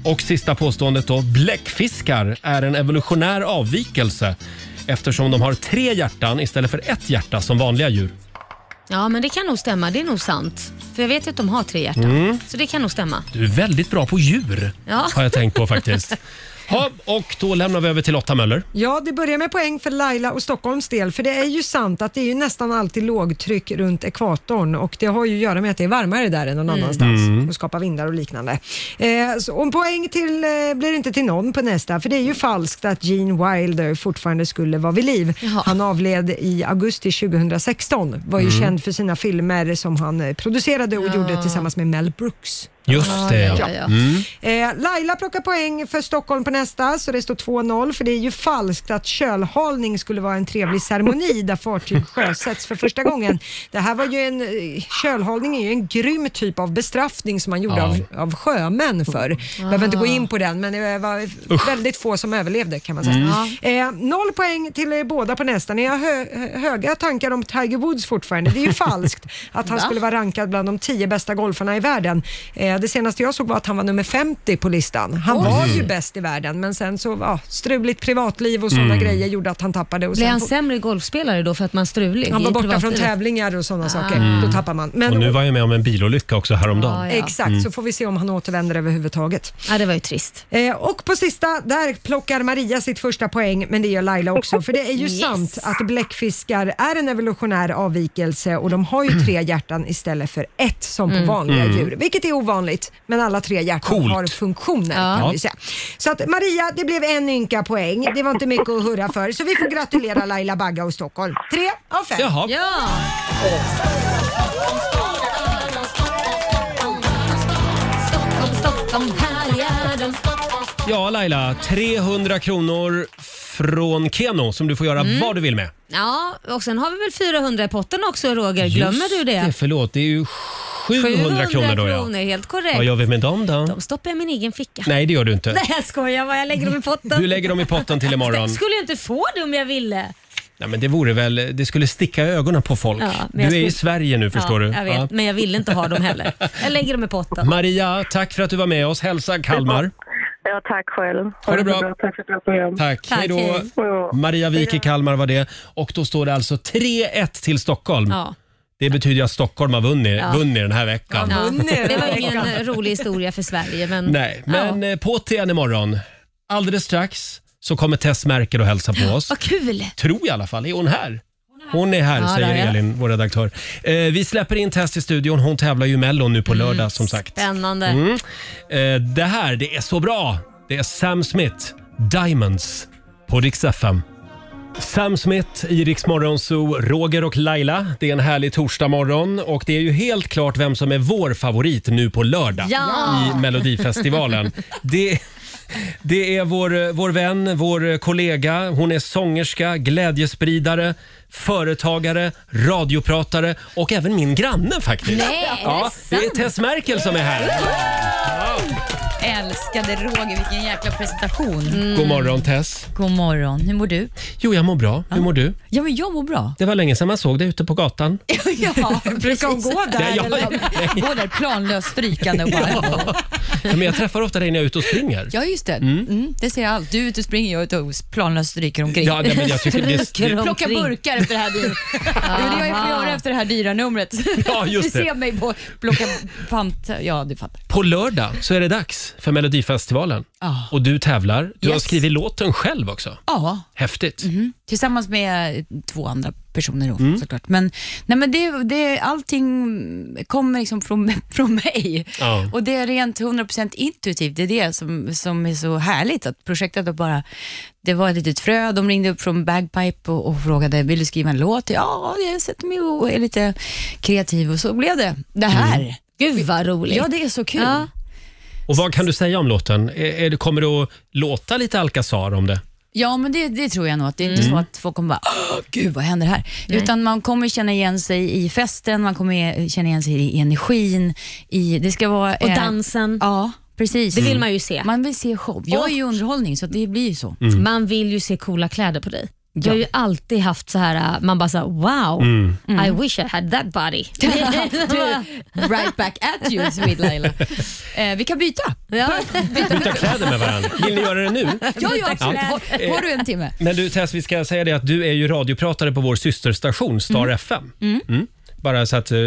Speaker 1: Och sista påståendet då. Bläckfiskar är en evolutionär avvikelse eftersom de har tre hjärtan istället för ett hjärta som vanliga djur.
Speaker 5: Ja, men det kan nog stämma. Det är nog sant. För jag vet ju att de har tre hjärtan.
Speaker 1: Mm.
Speaker 5: Så det kan nog stämma.
Speaker 1: Du är väldigt bra på djur,
Speaker 5: Ja.
Speaker 1: har jag tänkt på faktiskt. Ja, och då lämnar vi över till Lotta Möller.
Speaker 2: Ja, det börjar med poäng för Laila och Stockholms del, för det är ju sant att det är ju nästan alltid lågtryck runt ekvatorn och det har ju att göra med att det är varmare där än någon
Speaker 5: Mm.
Speaker 2: annanstans
Speaker 5: Mm.
Speaker 2: och skapar vindar och liknande. Eh, så om poäng till, eh, blir inte till någon på nästa, för det är ju falskt att Gene Wilder fortfarande skulle vara vid liv. Han avled i augusti 2016, var ju
Speaker 1: Mm.
Speaker 2: känd för sina filmer som han eh, producerade och gjorde tillsammans med Mel Brooks.
Speaker 1: Just det.
Speaker 2: Ja.
Speaker 1: Mm.
Speaker 2: Eh, Laila plockar poäng för Stockholm på nästa, så det står 2-0, för det är ju falskt att kölhalning skulle vara en trevlig ceremoni där fartyg sjösätts för första gången. Det här var ju en, eh, kölhalning är ju en grym typ av bestraffning som man gjorde
Speaker 1: Ja.
Speaker 2: av, av sjömän förr. Jag behöver inte gå in på den, men det var väldigt få som överlevde kan man säga.
Speaker 7: Mm.
Speaker 2: Eh, noll poäng till er båda på nästa. Ni har hö höga tankar om Tiger Woods fortfarande. Det är ju falskt att han
Speaker 5: Va?
Speaker 2: skulle vara rankad bland de tio bästa golfarna i världen. Eh, det senaste jag såg var att han var nummer 50 på listan. Han
Speaker 5: Oj.
Speaker 2: var ju
Speaker 5: Mm.
Speaker 2: bäst i världen, men sen så ja, struligt privatliv och sådana
Speaker 5: Mm.
Speaker 2: grejer gjorde att han tappade. Och
Speaker 5: Blir
Speaker 2: sen
Speaker 5: han
Speaker 2: på-
Speaker 5: sämre golfspelare då för att man strulig?
Speaker 2: han
Speaker 5: i
Speaker 2: var borta från
Speaker 5: privatlivet?
Speaker 2: tävlingar och
Speaker 5: Ah.
Speaker 2: sådana saker.
Speaker 1: Mm.
Speaker 2: Då tappar man. Men-
Speaker 1: Och nu var jag med om en bilolycka också häromdagen.
Speaker 2: Exakt,
Speaker 1: Mm.
Speaker 2: så får vi se om han återvänder överhuvudtaget.
Speaker 5: Ja, det var ju trist.
Speaker 2: Eh, och på sista, där plockar Maria sitt första poäng, men det gör Laila också. För det är ju
Speaker 5: Yes.
Speaker 2: sant att bläckfiskar är en evolutionär avvikelse och de har ju tre hjärtan istället för ett som på
Speaker 5: Mm.
Speaker 2: vanliga
Speaker 5: Mm.
Speaker 2: djur. Vilket är ovanligt, men alla tre hjärtan
Speaker 5: Coolt.
Speaker 2: har funktioner
Speaker 5: Ja.
Speaker 2: kan vi säga. Så att Maria, det blev en ynka poäng. Det var inte mycket att hurra för, så vi får gratulera Laila Bagga och Stockholm. Tre av fem.
Speaker 1: Jaha.
Speaker 5: Ja. Stockholm härjar de.
Speaker 1: Ja, Laila. 300 kronor från Keno som du får göra vad du vill med.
Speaker 5: Mm. Ja, och sen har vi väl 400 i potten också Roger, glömmer du det?
Speaker 1: Just Förlåt, det är ju 700, kronor då ja.
Speaker 5: kronor, helt korrekt.
Speaker 1: Vad gör vi med dem då?
Speaker 5: De stoppar jag i min egen ficka.
Speaker 1: Nej, det gör du inte.
Speaker 5: Nej, jag skojar bara. Jag lägger dem i potten.
Speaker 1: Du lägger dem i potten till imorgon.
Speaker 5: Skulle jag inte få det om jag ville?
Speaker 1: Nej, men det vore väl, det skulle sticka i ögonen på folk.
Speaker 5: Ja,
Speaker 1: du
Speaker 5: men
Speaker 1: är
Speaker 5: jag skulle-
Speaker 1: i Sverige nu förstår
Speaker 5: ja,
Speaker 1: du.
Speaker 5: Jag vet,
Speaker 1: Ja.
Speaker 5: men jag vill inte ha dem heller. Jag lägger dem i potten.
Speaker 1: Maria, tack för att du var med oss. Hälsa Kalmar.
Speaker 17: Ja, tack själv.
Speaker 1: Ha det bra.
Speaker 17: Tack för ett bra program.
Speaker 1: Tack. Hej då.
Speaker 17: Ja.
Speaker 1: Maria Wik i Kalmar var det. Och då står det alltså 3-1 till Stockholm.
Speaker 5: Ja.
Speaker 1: Det betyder ju att Stockholm har vunnit,
Speaker 5: Ja.
Speaker 1: vunnit den här veckan.
Speaker 5: Ja, det var ingen rolig historia för Sverige, men...
Speaker 1: Nej, men eh, på till igen imorgon. Alldeles strax så kommer Tess Merkel och hälsa på oss.
Speaker 5: Vad kul!
Speaker 1: Tror jag i alla fall. Är hon här? Hon är här,
Speaker 5: Ja, där är
Speaker 1: säger
Speaker 5: jag.
Speaker 1: Elin, vår redaktör. Eh, vi släpper in Tess i studion. Hon tävlar ju i Mello nu på lördag, som sagt.
Speaker 5: Mm. Spännande.
Speaker 1: Mm. Eh, det här, det är så bra! Det är Sam Smith, Diamonds, på Rix FM. Sam Smith i Rix Morgon Zoo, Roger och Laila. Det är en härlig torsdagmorgon och det är ju helt klart vem som är vår favorit nu på lördag
Speaker 5: Ja!
Speaker 1: i Melodifestivalen. Det, det är vår, vår vän, vår kollega. Hon är sångerska, glädjespridare, företagare, radiopratare och även min granne faktiskt.
Speaker 5: Nej, är det
Speaker 1: ja, det är
Speaker 5: sant?
Speaker 1: Tess Merkel som är här.
Speaker 18: Älskade Roger, vilken jäkla presentation.
Speaker 1: God morgon Tess.
Speaker 18: God morgon. Hur mår du?
Speaker 1: Jo, jag mår bra. Hur mår du?
Speaker 18: Ja, men jag mår bra.
Speaker 1: Det var länge sedan man såg dig ute på gatan.
Speaker 18: Ja,
Speaker 2: Brukar hon gå där,
Speaker 18: Nej, jag-
Speaker 1: eller?
Speaker 18: Gå där planlöst strykande och bara... Ja.
Speaker 1: Ja, men jag träffar ofta dig när jag är ute och springer.
Speaker 18: just det.
Speaker 1: Mm.
Speaker 18: Mm. det ser jag allt. Du är ute och springer, jag är ute och planlöst stryker omkring.
Speaker 1: Ja, nej, men jag tycker det- Stryker
Speaker 18: Plocka
Speaker 1: omkring.
Speaker 18: burkar efter det här dyra. det är det jag får göra efter det här dyra numret.
Speaker 1: Ja, just
Speaker 18: Du
Speaker 1: det.
Speaker 18: ser mig på plocka pant... Ja, du fattar.
Speaker 1: På lördag så är det dags för Melodifestivalen.
Speaker 18: Ja.
Speaker 1: Och du tävlar. Du har
Speaker 18: Yes.
Speaker 1: skrivit låten själv också.
Speaker 18: Ja.
Speaker 1: Häftigt.
Speaker 18: Mm-hmm. Tillsammans med eh, två andra personer då, såklart. Men, nej, men det, det, allting kommer liksom från, från mig.
Speaker 7: Ja.
Speaker 18: Och det är rent 100% intuitivt. Det är det som, som är så härligt. Att projektet har bara, det var ett litet frö. De ringde upp från Bagpipe och, och frågade, vill du skriva en låt? Ja, jag sätter mig och är lite kreativ. Och så blev det det här.
Speaker 14: Gud vad roligt.
Speaker 18: Ja, det är så kul.
Speaker 14: Ja.
Speaker 1: Och vad kan du säga om låten? Är, är, det- kommer det att låta lite Alcazar om det?
Speaker 18: Ja, men det, det tror jag nog. Att det är inte
Speaker 1: Mm.
Speaker 18: så att folk kommer bara, Åh, gud vad händer här?
Speaker 1: Nej.
Speaker 18: Utan man kommer känna igen sig i festen, man kommer känna igen sig i energin, i, det ska vara...
Speaker 14: Och
Speaker 18: eh,
Speaker 14: dansen.
Speaker 18: Ja, precis. Mm.
Speaker 14: Det vill man ju se.
Speaker 18: Man vill se show. Jag är ju underhållning, så det blir ju så.
Speaker 14: Mm. Man vill ju se coola kläder på dig. Jag har ju alltid haft så här, äh, man bara så här, wow,
Speaker 7: Mm.
Speaker 14: I wish I had that body.
Speaker 18: Du, right back at you, sweet Laila. Eh, vi kan byta.
Speaker 1: Byta kläder med varandra. Vill ni göra det nu? Eh,
Speaker 18: Ja, ja, absolut. Har, har du en timme?
Speaker 1: Men du Tess, vi ska säga det att du är ju radiopratare på vår systerstation Star
Speaker 18: Mm.
Speaker 1: FM.
Speaker 18: Mm.
Speaker 1: Mm. Bara så att eh,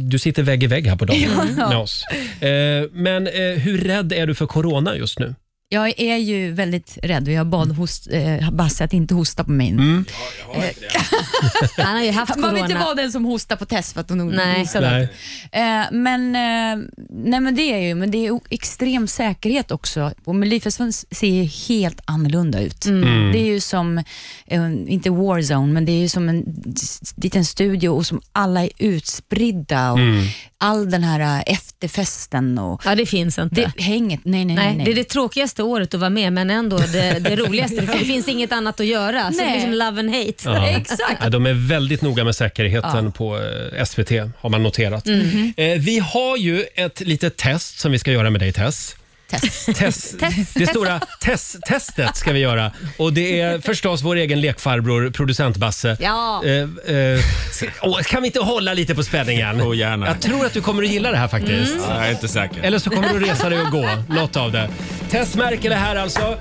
Speaker 1: du sitter vägg i vägg här på dagen
Speaker 18: Ja.
Speaker 1: med oss. Eh, Men eh, hur rädd är du för corona just nu?
Speaker 18: Jag är ju väldigt rädd och jag bad
Speaker 14: Mm.
Speaker 18: host, eh, Basse att inte hosta på mig. Mm.
Speaker 14: Han har ju haft
Speaker 18: Man vill inte
Speaker 14: corona.
Speaker 18: vara den som hostar på test för att hon
Speaker 14: Nej.
Speaker 18: missade
Speaker 14: Nej.
Speaker 18: det. Eh, men, eh, nej men det är ju, men det är o- extrem säkerhet också. Och Melodifestivalen ser ju helt annorlunda ut.
Speaker 7: Mm.
Speaker 18: Det är ju som, eh, inte warzone, men det är ju som en s- liten studio och som alla är utspridda. Och
Speaker 7: Mm.
Speaker 18: All den här eh, efterfesten och...
Speaker 14: Ja, det finns inte.
Speaker 18: Det, hänget, nej, nej, nej.
Speaker 14: Nej,
Speaker 18: nej.
Speaker 14: det är det tråkigaste året att vara med men ändå det, det roligaste. För det finns inget annat att göra. Så det är
Speaker 18: Nej.
Speaker 14: liksom love and hate.
Speaker 1: Ja.
Speaker 14: Exakt.
Speaker 1: Ja, de är väldigt noga med säkerheten
Speaker 14: Ja.
Speaker 1: på eh, SVT har man noterat.
Speaker 14: Mhm.
Speaker 1: Eh, Vi har ju ett litet test som vi ska göra med dig Tess.
Speaker 18: Test.
Speaker 1: Test. Det stora test, testet ska vi göra. Och det är förstås vår egen lekfarbror, producent Basse.
Speaker 7: Ja.
Speaker 1: Eh, eh, se- åh, kan vi inte hålla lite på spänningen? Oh, gärna. Jag tror att du kommer att gilla det här faktiskt.
Speaker 7: Mm.
Speaker 8: Ja, jag är inte säker.
Speaker 1: Eller så kommer du resa dig och gå, något av det. Tess Merkel är här alltså.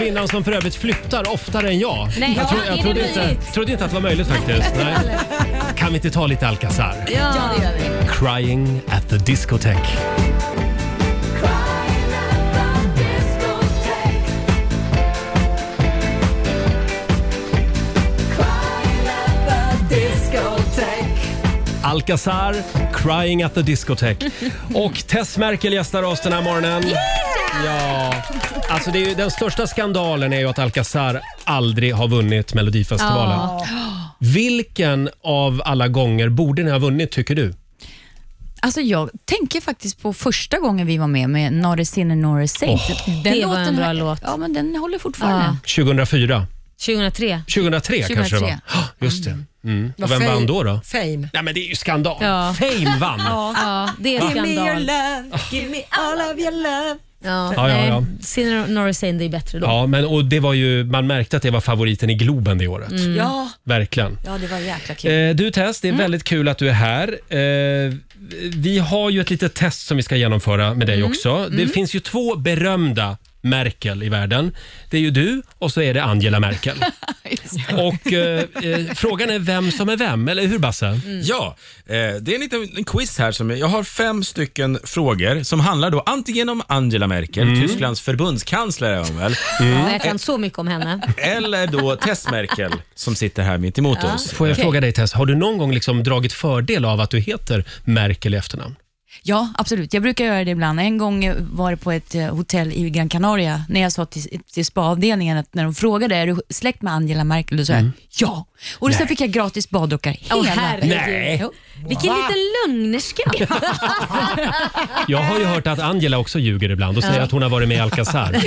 Speaker 1: Kvinnan som för övrigt flyttar oftare än jag.
Speaker 7: Nej,
Speaker 1: jag
Speaker 7: ja, är det
Speaker 1: trodde, inte,
Speaker 7: möjligt?
Speaker 1: trodde inte att det var möjligt faktiskt. Nej. Kan vi inte ta lite Alcazar?
Speaker 7: Ja, det gör vi.
Speaker 1: Crying at the discotheque. Alcazar, Crying at the discotheque. Och Tess Merkel gästar oss den här morgonen. Ja, alltså det är ju, den största skandalen är ju att Alcazar aldrig har vunnit Melodifestivalen. Vilken av alla gånger borde ni ha vunnit tycker du?
Speaker 18: Alltså jag tänker faktiskt på första gången vi var med med Nare Sinne Nare Saint.
Speaker 1: Åh.
Speaker 18: Den
Speaker 14: Det var en bra
Speaker 18: låt. Ja, men den håller fortfarande.
Speaker 1: 2004?
Speaker 14: 2003.
Speaker 1: 2003, kanske det var.
Speaker 18: 2003.
Speaker 1: Oh, just det. Mm. Och vem vann då? då?
Speaker 2: Fame.
Speaker 1: Nej men det är ju skandal.
Speaker 14: Ja.
Speaker 1: Fame vann.
Speaker 14: Ja, det är
Speaker 1: Va?
Speaker 14: skandal.
Speaker 1: Give me your
Speaker 2: love, give me all of your love.
Speaker 14: Ja,
Speaker 1: Ja, ja,
Speaker 14: nej,
Speaker 1: ja.
Speaker 14: Sinner Norris Sane, det är bättre då.
Speaker 1: Ja, men och det var ju, man märkte att det var favoriten i Globen det året.
Speaker 14: Mm. Ja.
Speaker 1: Verkligen.
Speaker 18: Ja, det var jäkla
Speaker 1: Eh, du Tess, det är väldigt kul att du är här. Eh, vi har ju ett litet test som vi ska genomföra med dig
Speaker 7: Mm.
Speaker 1: också. Det
Speaker 7: Mm.
Speaker 1: finns ju två berömda Merkel i världen. Det är ju du och så är det Angela Merkel. och eh, eh, frågan är vem som är vem, eller hur Basse?
Speaker 8: Mm. Ja, eh, det är en liten en quiz här. Som jag, jag har fem stycken frågor som handlar då antingen om Angela Merkel,
Speaker 14: Mm.
Speaker 8: Tysklands förbundskansler är hon väl?
Speaker 1: Mm.
Speaker 8: Eh,
Speaker 14: Ja, jag kan så mycket om henne.
Speaker 8: Eller då Tess Merkel som sitter här mitt emot
Speaker 14: Ja.
Speaker 8: oss.
Speaker 1: Får jag fråga dig Tess, har du någon gång liksom dragit fördel av att du heter Merkel i efternamn?
Speaker 18: Ja, absolut. Jag brukar göra det ibland. En gång eh, var det på ett eh, hotell i Gran Canaria när jag sa till, till spaavdelningen att när de frågade är du släkt med Angela Merkel, då sa jag ja. Och sen
Speaker 14: Nej.
Speaker 18: fick jag gratis badrockar hela...
Speaker 14: Åh, herregud. Nej.
Speaker 18: Jo.
Speaker 14: Vilken
Speaker 18: Va?
Speaker 14: liten lögnerska.
Speaker 1: Jag har ju hört att Angela också ljuger ibland och säger
Speaker 18: Ja.
Speaker 1: att hon har varit med i Alcazar.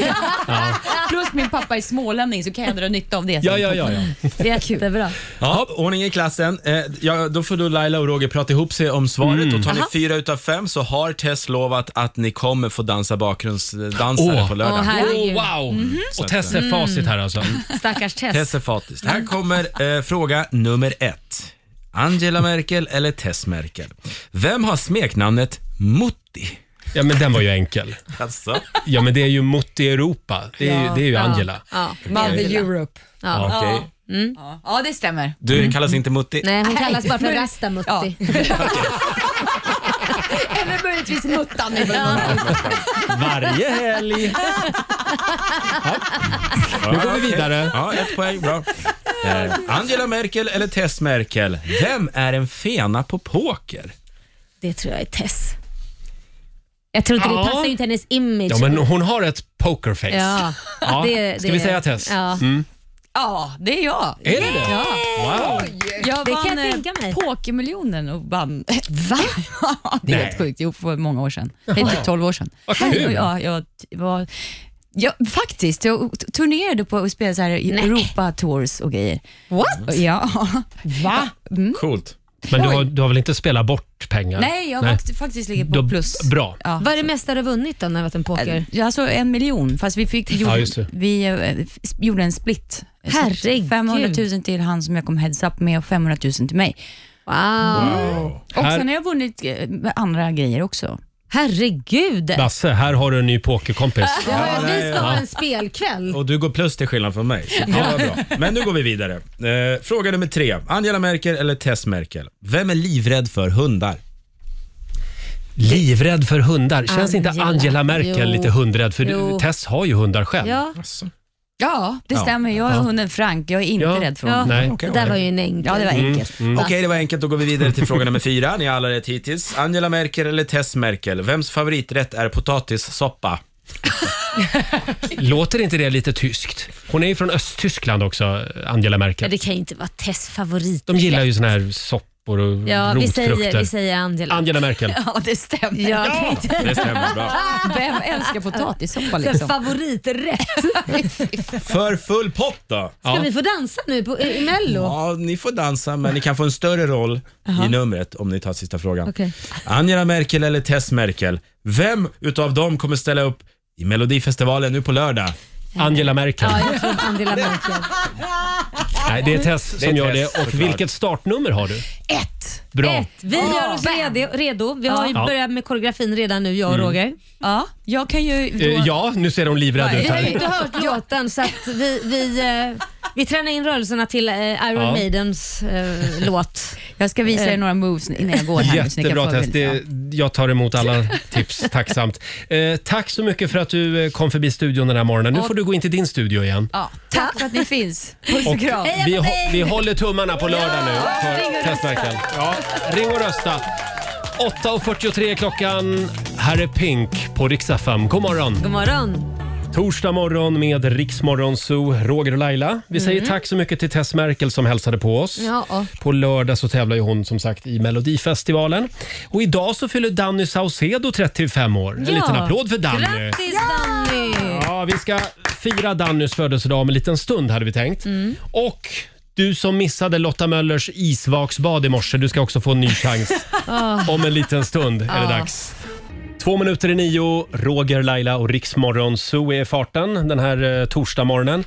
Speaker 1: Ja.
Speaker 18: Plus min pappa är smålänning så kan jag dra nytta av det.
Speaker 1: Ja, ja, ja, ja.
Speaker 14: Det är jättebra.
Speaker 8: Ja, ordning i klassen. Eh, ja, då får du Laila och Roger prata ihop sig om svaret.
Speaker 1: Mm.
Speaker 8: Och tar ni
Speaker 1: Aha.
Speaker 8: fyra utav fem så har Tess lovat att ni kommer få dansa bakgrundsdansare
Speaker 1: Åh.
Speaker 8: på lördag.
Speaker 1: Åh, herregud. Åh, wow. Mhm.
Speaker 8: Så
Speaker 14: Mm.
Speaker 1: Och
Speaker 8: att,
Speaker 1: Tess är
Speaker 8: eh,
Speaker 1: facit här alltså.
Speaker 14: Stackars Tess.
Speaker 8: Tess är fatiskt. Här kommer eh, fråga nummer ett. Angela Merkel eller Tess Merkel? Vem har smeknamnet Mutti?
Speaker 1: Ja, men den var ju enkel.
Speaker 8: Alltså.
Speaker 1: Ja, men det är ju mot i Europa. Det är, ju- det är ju Angela.
Speaker 14: Ja.
Speaker 1: Mother
Speaker 18: Angela.
Speaker 2: Europe.
Speaker 1: Ja. Okej.
Speaker 14: Mm.
Speaker 18: Ja, det stämmer.
Speaker 8: Du
Speaker 1: Mm.
Speaker 8: kallas inte Mutti?
Speaker 14: Nej, hon kallas bara för
Speaker 18: Nej.
Speaker 14: Rastamutti.
Speaker 18: Eller möjligtvis Muttan.
Speaker 1: Varje helg. Nu går vi
Speaker 8: okej.
Speaker 1: vidare.
Speaker 8: Ja, ett poäng. Bra. Eh, Angela Merkel eller Tess Merkel? Vem är en fena på poker?
Speaker 14: Det tror jag är Tess. Jag tror inte
Speaker 1: Ja.
Speaker 14: det passar ju inte hennes image.
Speaker 1: Ja, men hon har ett pokerface.
Speaker 14: Ja,
Speaker 1: Ja,
Speaker 14: det-
Speaker 1: Ska
Speaker 14: det-
Speaker 1: vi säga Tess?
Speaker 14: ja.
Speaker 1: Mm.
Speaker 18: Ja, det är jag.
Speaker 1: Är det det?
Speaker 18: Ja.
Speaker 1: Wow.
Speaker 18: Jag
Speaker 14: Det
Speaker 18: vann
Speaker 14: kan jag
Speaker 18: eh,
Speaker 14: tänka mig.
Speaker 18: Pokermiljonen och vann.
Speaker 14: Va?
Speaker 18: det är
Speaker 14: Nej.
Speaker 18: helt sjukt. Jo, för många år sedan. Det är
Speaker 14: Jaha.
Speaker 18: typ 12 år sedan.
Speaker 14: Vad kul.
Speaker 18: Ja, jag t- var, ja, faktiskt, jag t- turnerade på och spelade så här i Europa Tours och grejer.
Speaker 14: What?
Speaker 18: Ja. Va? Mm.
Speaker 1: Coolt. Men du har, du har väl inte spelat bort pengar?
Speaker 18: Nej, jag fakt- faktiskt ligger på
Speaker 1: Då-
Speaker 18: plus.
Speaker 1: Bra.
Speaker 14: Vad är det mesta du har vunnit då när du har varit en poker?
Speaker 18: Ja, Alltså en miljon, fast vi, fick, gjorde,
Speaker 1: just det.
Speaker 18: vi eh, f- gjorde en split. Så
Speaker 14: Herregud.
Speaker 18: 500 000 till han som jag kom heads up med och 500 000 till mig.
Speaker 14: Wow.
Speaker 18: Och
Speaker 1: Här-
Speaker 18: sen har jag vunnit eh, andra grejer också.
Speaker 14: Herregud.
Speaker 1: Basse, här har du en ny pokerkompis.
Speaker 14: Ja, vi ska
Speaker 8: ja.
Speaker 14: ha en spelkväll.
Speaker 8: Och du går plus till skillnad från mig. Så det var bra. Men nu går vi vidare. Eh, fråga nummer tre. Angela Merkel eller Tess Merkel? Vem är livrädd för hundar?
Speaker 1: Livrädd för hundar. Känns inte
Speaker 18: Angela.
Speaker 1: Angela Merkel
Speaker 18: Jo.
Speaker 1: lite hundrädd? För
Speaker 18: Jo.
Speaker 1: Tess har ju hundar själv.
Speaker 18: Ja. Ja, det
Speaker 1: Ja.
Speaker 18: stämmer. Jag är
Speaker 1: Ja.
Speaker 18: hunden Frank. Jag är inte rädd för
Speaker 1: Ja.
Speaker 18: honom.
Speaker 1: Nej. Okej, Det där okej. var
Speaker 14: ju en enkel.
Speaker 18: Ja, det var
Speaker 8: Mm,
Speaker 18: enkelt.
Speaker 8: mm.
Speaker 18: Va?
Speaker 8: Okej, det var enkelt. Då går vi vidare till fråga nummer fyra. Ni har alla rätt hittills. Angela Merkel eller Tess Merkel? Vems favoriträtt är potatissoppa?
Speaker 1: Låter inte det lite tyskt? Hon är ju från Östtyskland också, Angela
Speaker 14: Ja,
Speaker 1: Merkel.
Speaker 14: det kan ju inte vara Tess favorit.
Speaker 1: De gillar ju såna här soppor och
Speaker 14: Ja, vi
Speaker 1: rotfrukter.
Speaker 14: säger, vi säger Angela.
Speaker 1: Angela Merkel.
Speaker 18: Ja, det stämmer.
Speaker 14: Ja,
Speaker 1: det stämmer bra.
Speaker 18: Vem älskar potatissoppa
Speaker 14: Så
Speaker 18: liksom?
Speaker 14: Favoriträtt.
Speaker 8: För full pott då!
Speaker 14: Ska vi få dansa nu på, i i Mello?
Speaker 8: Ja, ni får dansa, men ni kan få en större roll
Speaker 14: Jaha.
Speaker 8: i numret om ni tar sista frågan.
Speaker 14: Okej.
Speaker 8: Angela Merkel eller Tess Merkel? Vem utav dem kommer ställa upp i Melodifestivalen nu på lördag?
Speaker 1: Angela Merkel.
Speaker 14: Ja, jag tror Angela Merkel.
Speaker 1: Nej, det är Tess som
Speaker 8: Mm. Det är
Speaker 1: gör
Speaker 8: Tess,
Speaker 1: det. Och
Speaker 8: såklart.
Speaker 1: vilket startnummer har du?
Speaker 18: Ett.
Speaker 1: Bra.
Speaker 14: Vi gör oss redo. redo. Vi har ju
Speaker 1: Ja.
Speaker 14: börjat med koreografin redan nu, jag och
Speaker 1: Mm.
Speaker 14: Roger.
Speaker 18: Ja, jag kan ju...
Speaker 1: Eh, Ja, nu ser hon livrädd
Speaker 14: Vi
Speaker 1: ut
Speaker 14: har ju
Speaker 1: här.
Speaker 14: inte hört låten så att vi, vi, eh, vi tränar in rörelserna till eh, Iron
Speaker 1: Ja.
Speaker 14: Maidens eh, låt. Eh,
Speaker 18: Jag ska visa er några moves innan jag går här. nu, så ni kan
Speaker 1: Jättebra
Speaker 18: förbereda-
Speaker 1: Tess. Det, jag tar emot alla tips tacksamt. Eh, tack så mycket för att du eh, kom förbi studion den här morgonen. Nu
Speaker 18: Och-
Speaker 1: får du gå in till din studio igen.
Speaker 18: Ja, tack för att ni finns. Puss
Speaker 1: Och
Speaker 18: och kram.
Speaker 1: vi, hå- vi håller tummarna på lördag nu för Tess Merkel. Ja, ring och rösta. 8.43 är klockan. Här är Pink på Rix FM. God morgon!
Speaker 14: God morgon.
Speaker 1: Torsdag morgon med Riksmorgon Zoo, Roger och Laila. Vi säger
Speaker 14: Mm.
Speaker 1: tack så mycket till Tess Merkel som hälsade på oss.
Speaker 14: Ja.
Speaker 1: På lördag så tävlar ju hon som sagt i Melodifestivalen. Och idag så fyller Danny Saucedo 35 år. En
Speaker 14: Ja.
Speaker 1: liten applåd för Danny.
Speaker 14: Grattis Danny!
Speaker 1: Ja, vi ska fira Dannys födelsedag om en liten stund hade vi tänkt. Och du som missade Lotta Möllers isvaksbad i morse, du ska också få en ny chans.
Speaker 14: Ah.
Speaker 1: om en liten stund är det
Speaker 14: Ah.
Speaker 1: dags. Två minuter i nio, Roger, Laila och Riksmorgon Zoo är i farten den här eh, torsdagsmorgonen.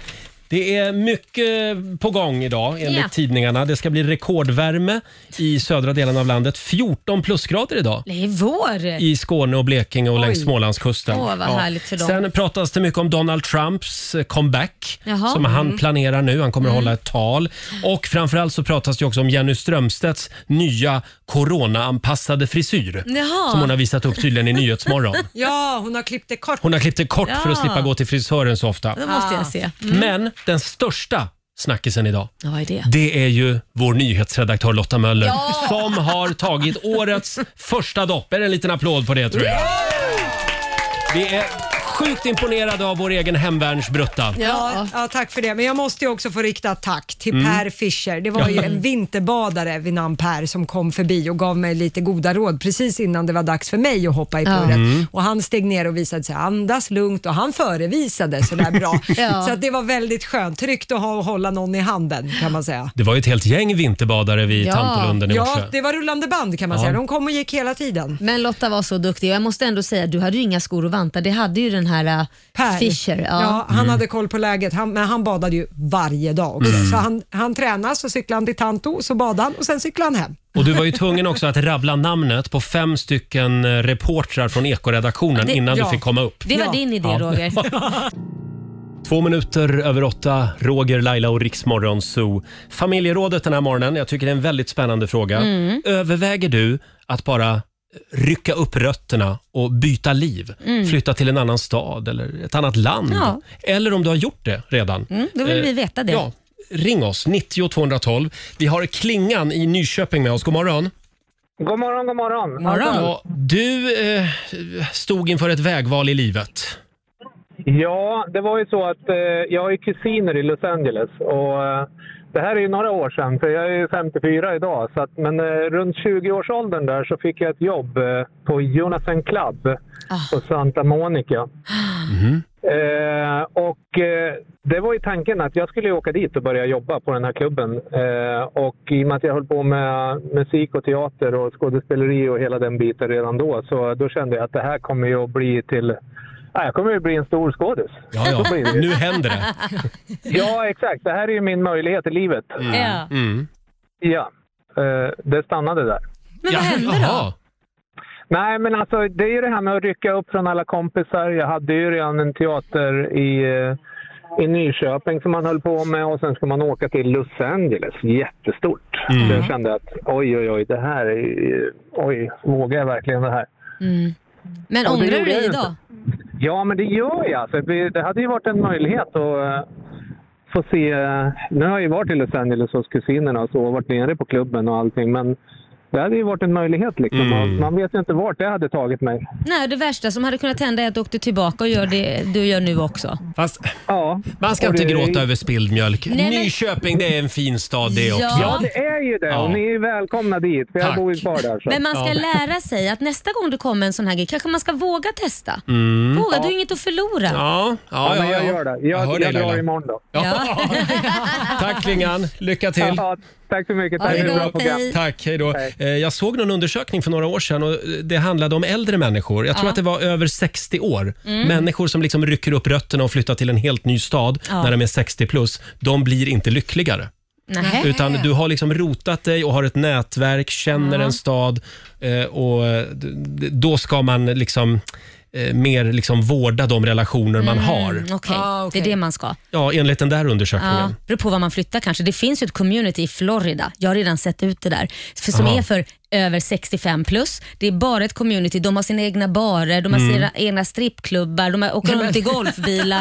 Speaker 1: Det är mycket på gång idag enligt
Speaker 14: Ja.
Speaker 1: tidningarna. Det ska bli rekordvärme i södra delen av landet. 14 plusgrader idag
Speaker 14: Det är vår!
Speaker 1: i Skåne och Blekinge och längs
Speaker 14: Oj.
Speaker 1: Smålandskusten.
Speaker 14: Åh, vad härligt för dem.
Speaker 1: Sen pratas det mycket om Donald Trumps eh, comeback
Speaker 14: Jaha.
Speaker 1: som han
Speaker 14: Mm.
Speaker 1: planerar nu. Han kommer att hålla ett tal. Och framförallt så pratas det också om Jenny Strömstedts nya coronaanpassade frisyr
Speaker 2: Jaha.
Speaker 1: som hon har visat upp tydligen i Nyhetsmorgon.
Speaker 2: Ja, hon har klippt det kort.
Speaker 1: Hon har klippt det kort för att
Speaker 2: Ja.
Speaker 1: slippa gå till frisören så ofta.
Speaker 2: Det måste jag se. Mm.
Speaker 1: Men den största snackisen idag
Speaker 14: Ja, vad är det?
Speaker 1: det är ju vår nyhetsredaktör Lotta Möller
Speaker 14: Ja.
Speaker 1: som har tagit årets första dopp. Är det en liten applåd på det tror jag. Vi är sjukt imponerade av vår egen hemvärnsbrutta.
Speaker 2: Ja, ja, tack för det. Men jag måste ju också få rikta ett tack till
Speaker 1: Mm.
Speaker 2: Per Fischer. Det var ju
Speaker 1: Ja.
Speaker 2: en vinterbadare vid namn Per som kom förbi och gav mig lite goda råd precis innan det var dags för mig att hoppa i
Speaker 14: Ja.
Speaker 2: purret.
Speaker 14: Mm.
Speaker 2: Och han steg ner och visade sig andas lugnt och han förevisade sådär bra.
Speaker 14: Ja.
Speaker 2: Så att det var väldigt skönt. Tryggt att ha och hålla någon i handen kan man säga.
Speaker 1: Det var ju ett helt gäng vinterbadare vid Tantolunden i morse.
Speaker 2: ja, det var rullande band kan man
Speaker 1: Ja.
Speaker 2: säga. De kom och gick hela tiden.
Speaker 14: Men Lotta var så duktig och jag måste ändå säga du hade ju inga skor och vantar. Det hade ju den här äh,
Speaker 2: Per.
Speaker 14: Fischer. Ja.
Speaker 2: Ja, han
Speaker 5: Mm.
Speaker 2: hade koll på läget, han, men han badade ju varje dag också.
Speaker 1: Mm.
Speaker 2: Så han, han tränade, så cyklade han till Tanto, så badade han och sen cyklade han hem.
Speaker 1: Och du var ju tvungen också att rabbla namnet på fem stycken eh, reportrar från Ekoredaktionen
Speaker 14: Det-
Speaker 1: innan
Speaker 14: ja.
Speaker 1: du fick komma upp.
Speaker 14: Det var din idé
Speaker 1: Ja.
Speaker 14: Roger.
Speaker 1: Två minuter över åtta, Roger, Laila och Riksmorgon Zoo. Familjerådet den här morgonen, jag tycker det är en väldigt spännande fråga.
Speaker 14: Mm.
Speaker 1: Överväger du att bara rycka upp rötterna och byta liv.
Speaker 5: Mm.
Speaker 1: Flytta till en annan stad eller ett annat land.
Speaker 5: Ja.
Speaker 1: Eller om du har gjort det redan.
Speaker 5: Mm, då vill
Speaker 1: Eh,
Speaker 5: vi veta det.
Speaker 1: Ja, ring oss, 90 212. Vi har Klingan i Nyköping med oss. God morgon.
Speaker 16: God morgon, god morgon. Alltså.
Speaker 1: Ja, du eh, stod inför ett vägval i livet.
Speaker 16: Ja, det var ju så att eh, jag har ju kusiner i Los Angeles och eh, det här är ju några år sedan för jag är ju 54 idag. Så att, men eh, runt 20-årsåldern där så fick jag ett jobb eh, på Jonathan Club på Santa Monica. Eh, och eh, det var ju tanken att jag skulle åka dit och börja jobba på den här klubben. Eh, och i och med att jag höll på med musik och teater och skådespeleri och hela den biten redan då, så då kände jag att det här kommer ju att bli till... Nej, jag kommer ju bli en stor skådis.
Speaker 1: Ja, ja.
Speaker 16: Så blir det ju.
Speaker 1: Nu händer det.
Speaker 16: Ja, exakt. Det här är ju min möjlighet i livet.
Speaker 5: Ja.
Speaker 16: Ja, eh, det stannade där.
Speaker 5: Men vad hände då?
Speaker 16: Nej, men alltså det är ju det här med att rycka upp från alla kompisar. Jag hade ju redan en teater i, eh, i Nyköping som man höll på med och sen ska man åka till Los Angeles. Jättestort.
Speaker 7: Mm.
Speaker 16: Så jag kände att oj, oj, oj, det här är ju- Oj, vågar jag verkligen det här?
Speaker 5: Mm.
Speaker 16: Ja,
Speaker 5: Men
Speaker 16: det
Speaker 5: ångrar du
Speaker 16: gjorde jag
Speaker 5: dig
Speaker 16: ju
Speaker 5: idag?
Speaker 16: Ja, men det gör jag. Alltså, det- det hade ju varit en möjlighet att eh, få se... eh, Nu har jag ju varit i Los Angeles hos kusinerna och så, och varit nere på klubben och allting, men det hade ju varit en möjlighet liksom.
Speaker 1: Mm.
Speaker 16: Man- Man vet ju inte vart det hade tagit mig.
Speaker 5: Nej, det värsta som hade kunnat hända är att du åkte tillbaka och gör det du gör nu också.
Speaker 1: Fast
Speaker 16: ja,
Speaker 1: Man ska
Speaker 16: Och
Speaker 1: inte
Speaker 16: det-
Speaker 1: gråta över spilld mjölk.
Speaker 5: Nej, men-
Speaker 1: Nyköping, det är en fin stad det också.
Speaker 16: Ja, det är ju det.
Speaker 1: Ja.
Speaker 16: Och ni är ju välkomna dit, för jag
Speaker 1: Tack.
Speaker 16: bor ju kvar där. Så.
Speaker 5: Men man ska lära sig att nästa gång du kommer en sån här grej kanske man ska våga testa.
Speaker 1: Mm.
Speaker 5: Våga, du har inget att förlora.
Speaker 1: Ja, ja, ja,
Speaker 16: men
Speaker 1: ja.
Speaker 16: jag gör det. Jag, jag,
Speaker 1: hör dig,
Speaker 16: drar
Speaker 1: Laila.
Speaker 16: imorgon då.
Speaker 1: Ja. Tack Klingan, lycka till.
Speaker 16: Ja, tack så mycket.
Speaker 1: Ha
Speaker 16: Tack
Speaker 1: det
Speaker 16: för ett bra
Speaker 1: gott,
Speaker 16: program.
Speaker 1: hej. Tack, hej då. Eh, Jag såg någon undersökning för några år sedan och eh, det handlade om äldre människor. Jag tror
Speaker 5: Ja.
Speaker 1: att det var över 60 år.
Speaker 5: Mm.
Speaker 1: Människor som liksom rycker upp rötterna och flyttar till en helt ny stad
Speaker 5: Ja.
Speaker 1: när de är 60 plus, de blir inte lyckligare.
Speaker 5: Nähä.
Speaker 1: Utan du har liksom rotat dig och har ett nätverk, känner
Speaker 5: Ja.
Speaker 1: en stad eh, och eh, d- d- då ska man liksom eh, mer liksom vårda de relationer man har.
Speaker 5: Mm, okej.
Speaker 2: Ah,
Speaker 5: det är det man ska.
Speaker 1: Ja, enligt den där
Speaker 5: Ja,
Speaker 1: undersökningen.
Speaker 5: beror på var man flyttar kanske. Det finns ju ett community i Florida, jag har redan sett ut det där, för, som
Speaker 1: Aha.
Speaker 5: är för över 65 plus. Det är bara ett community, de har sina egna barer, de har
Speaker 1: Mm.
Speaker 5: sina egna strippklubbar, de har- åker
Speaker 1: Nej, men-
Speaker 5: runt i golfbilar.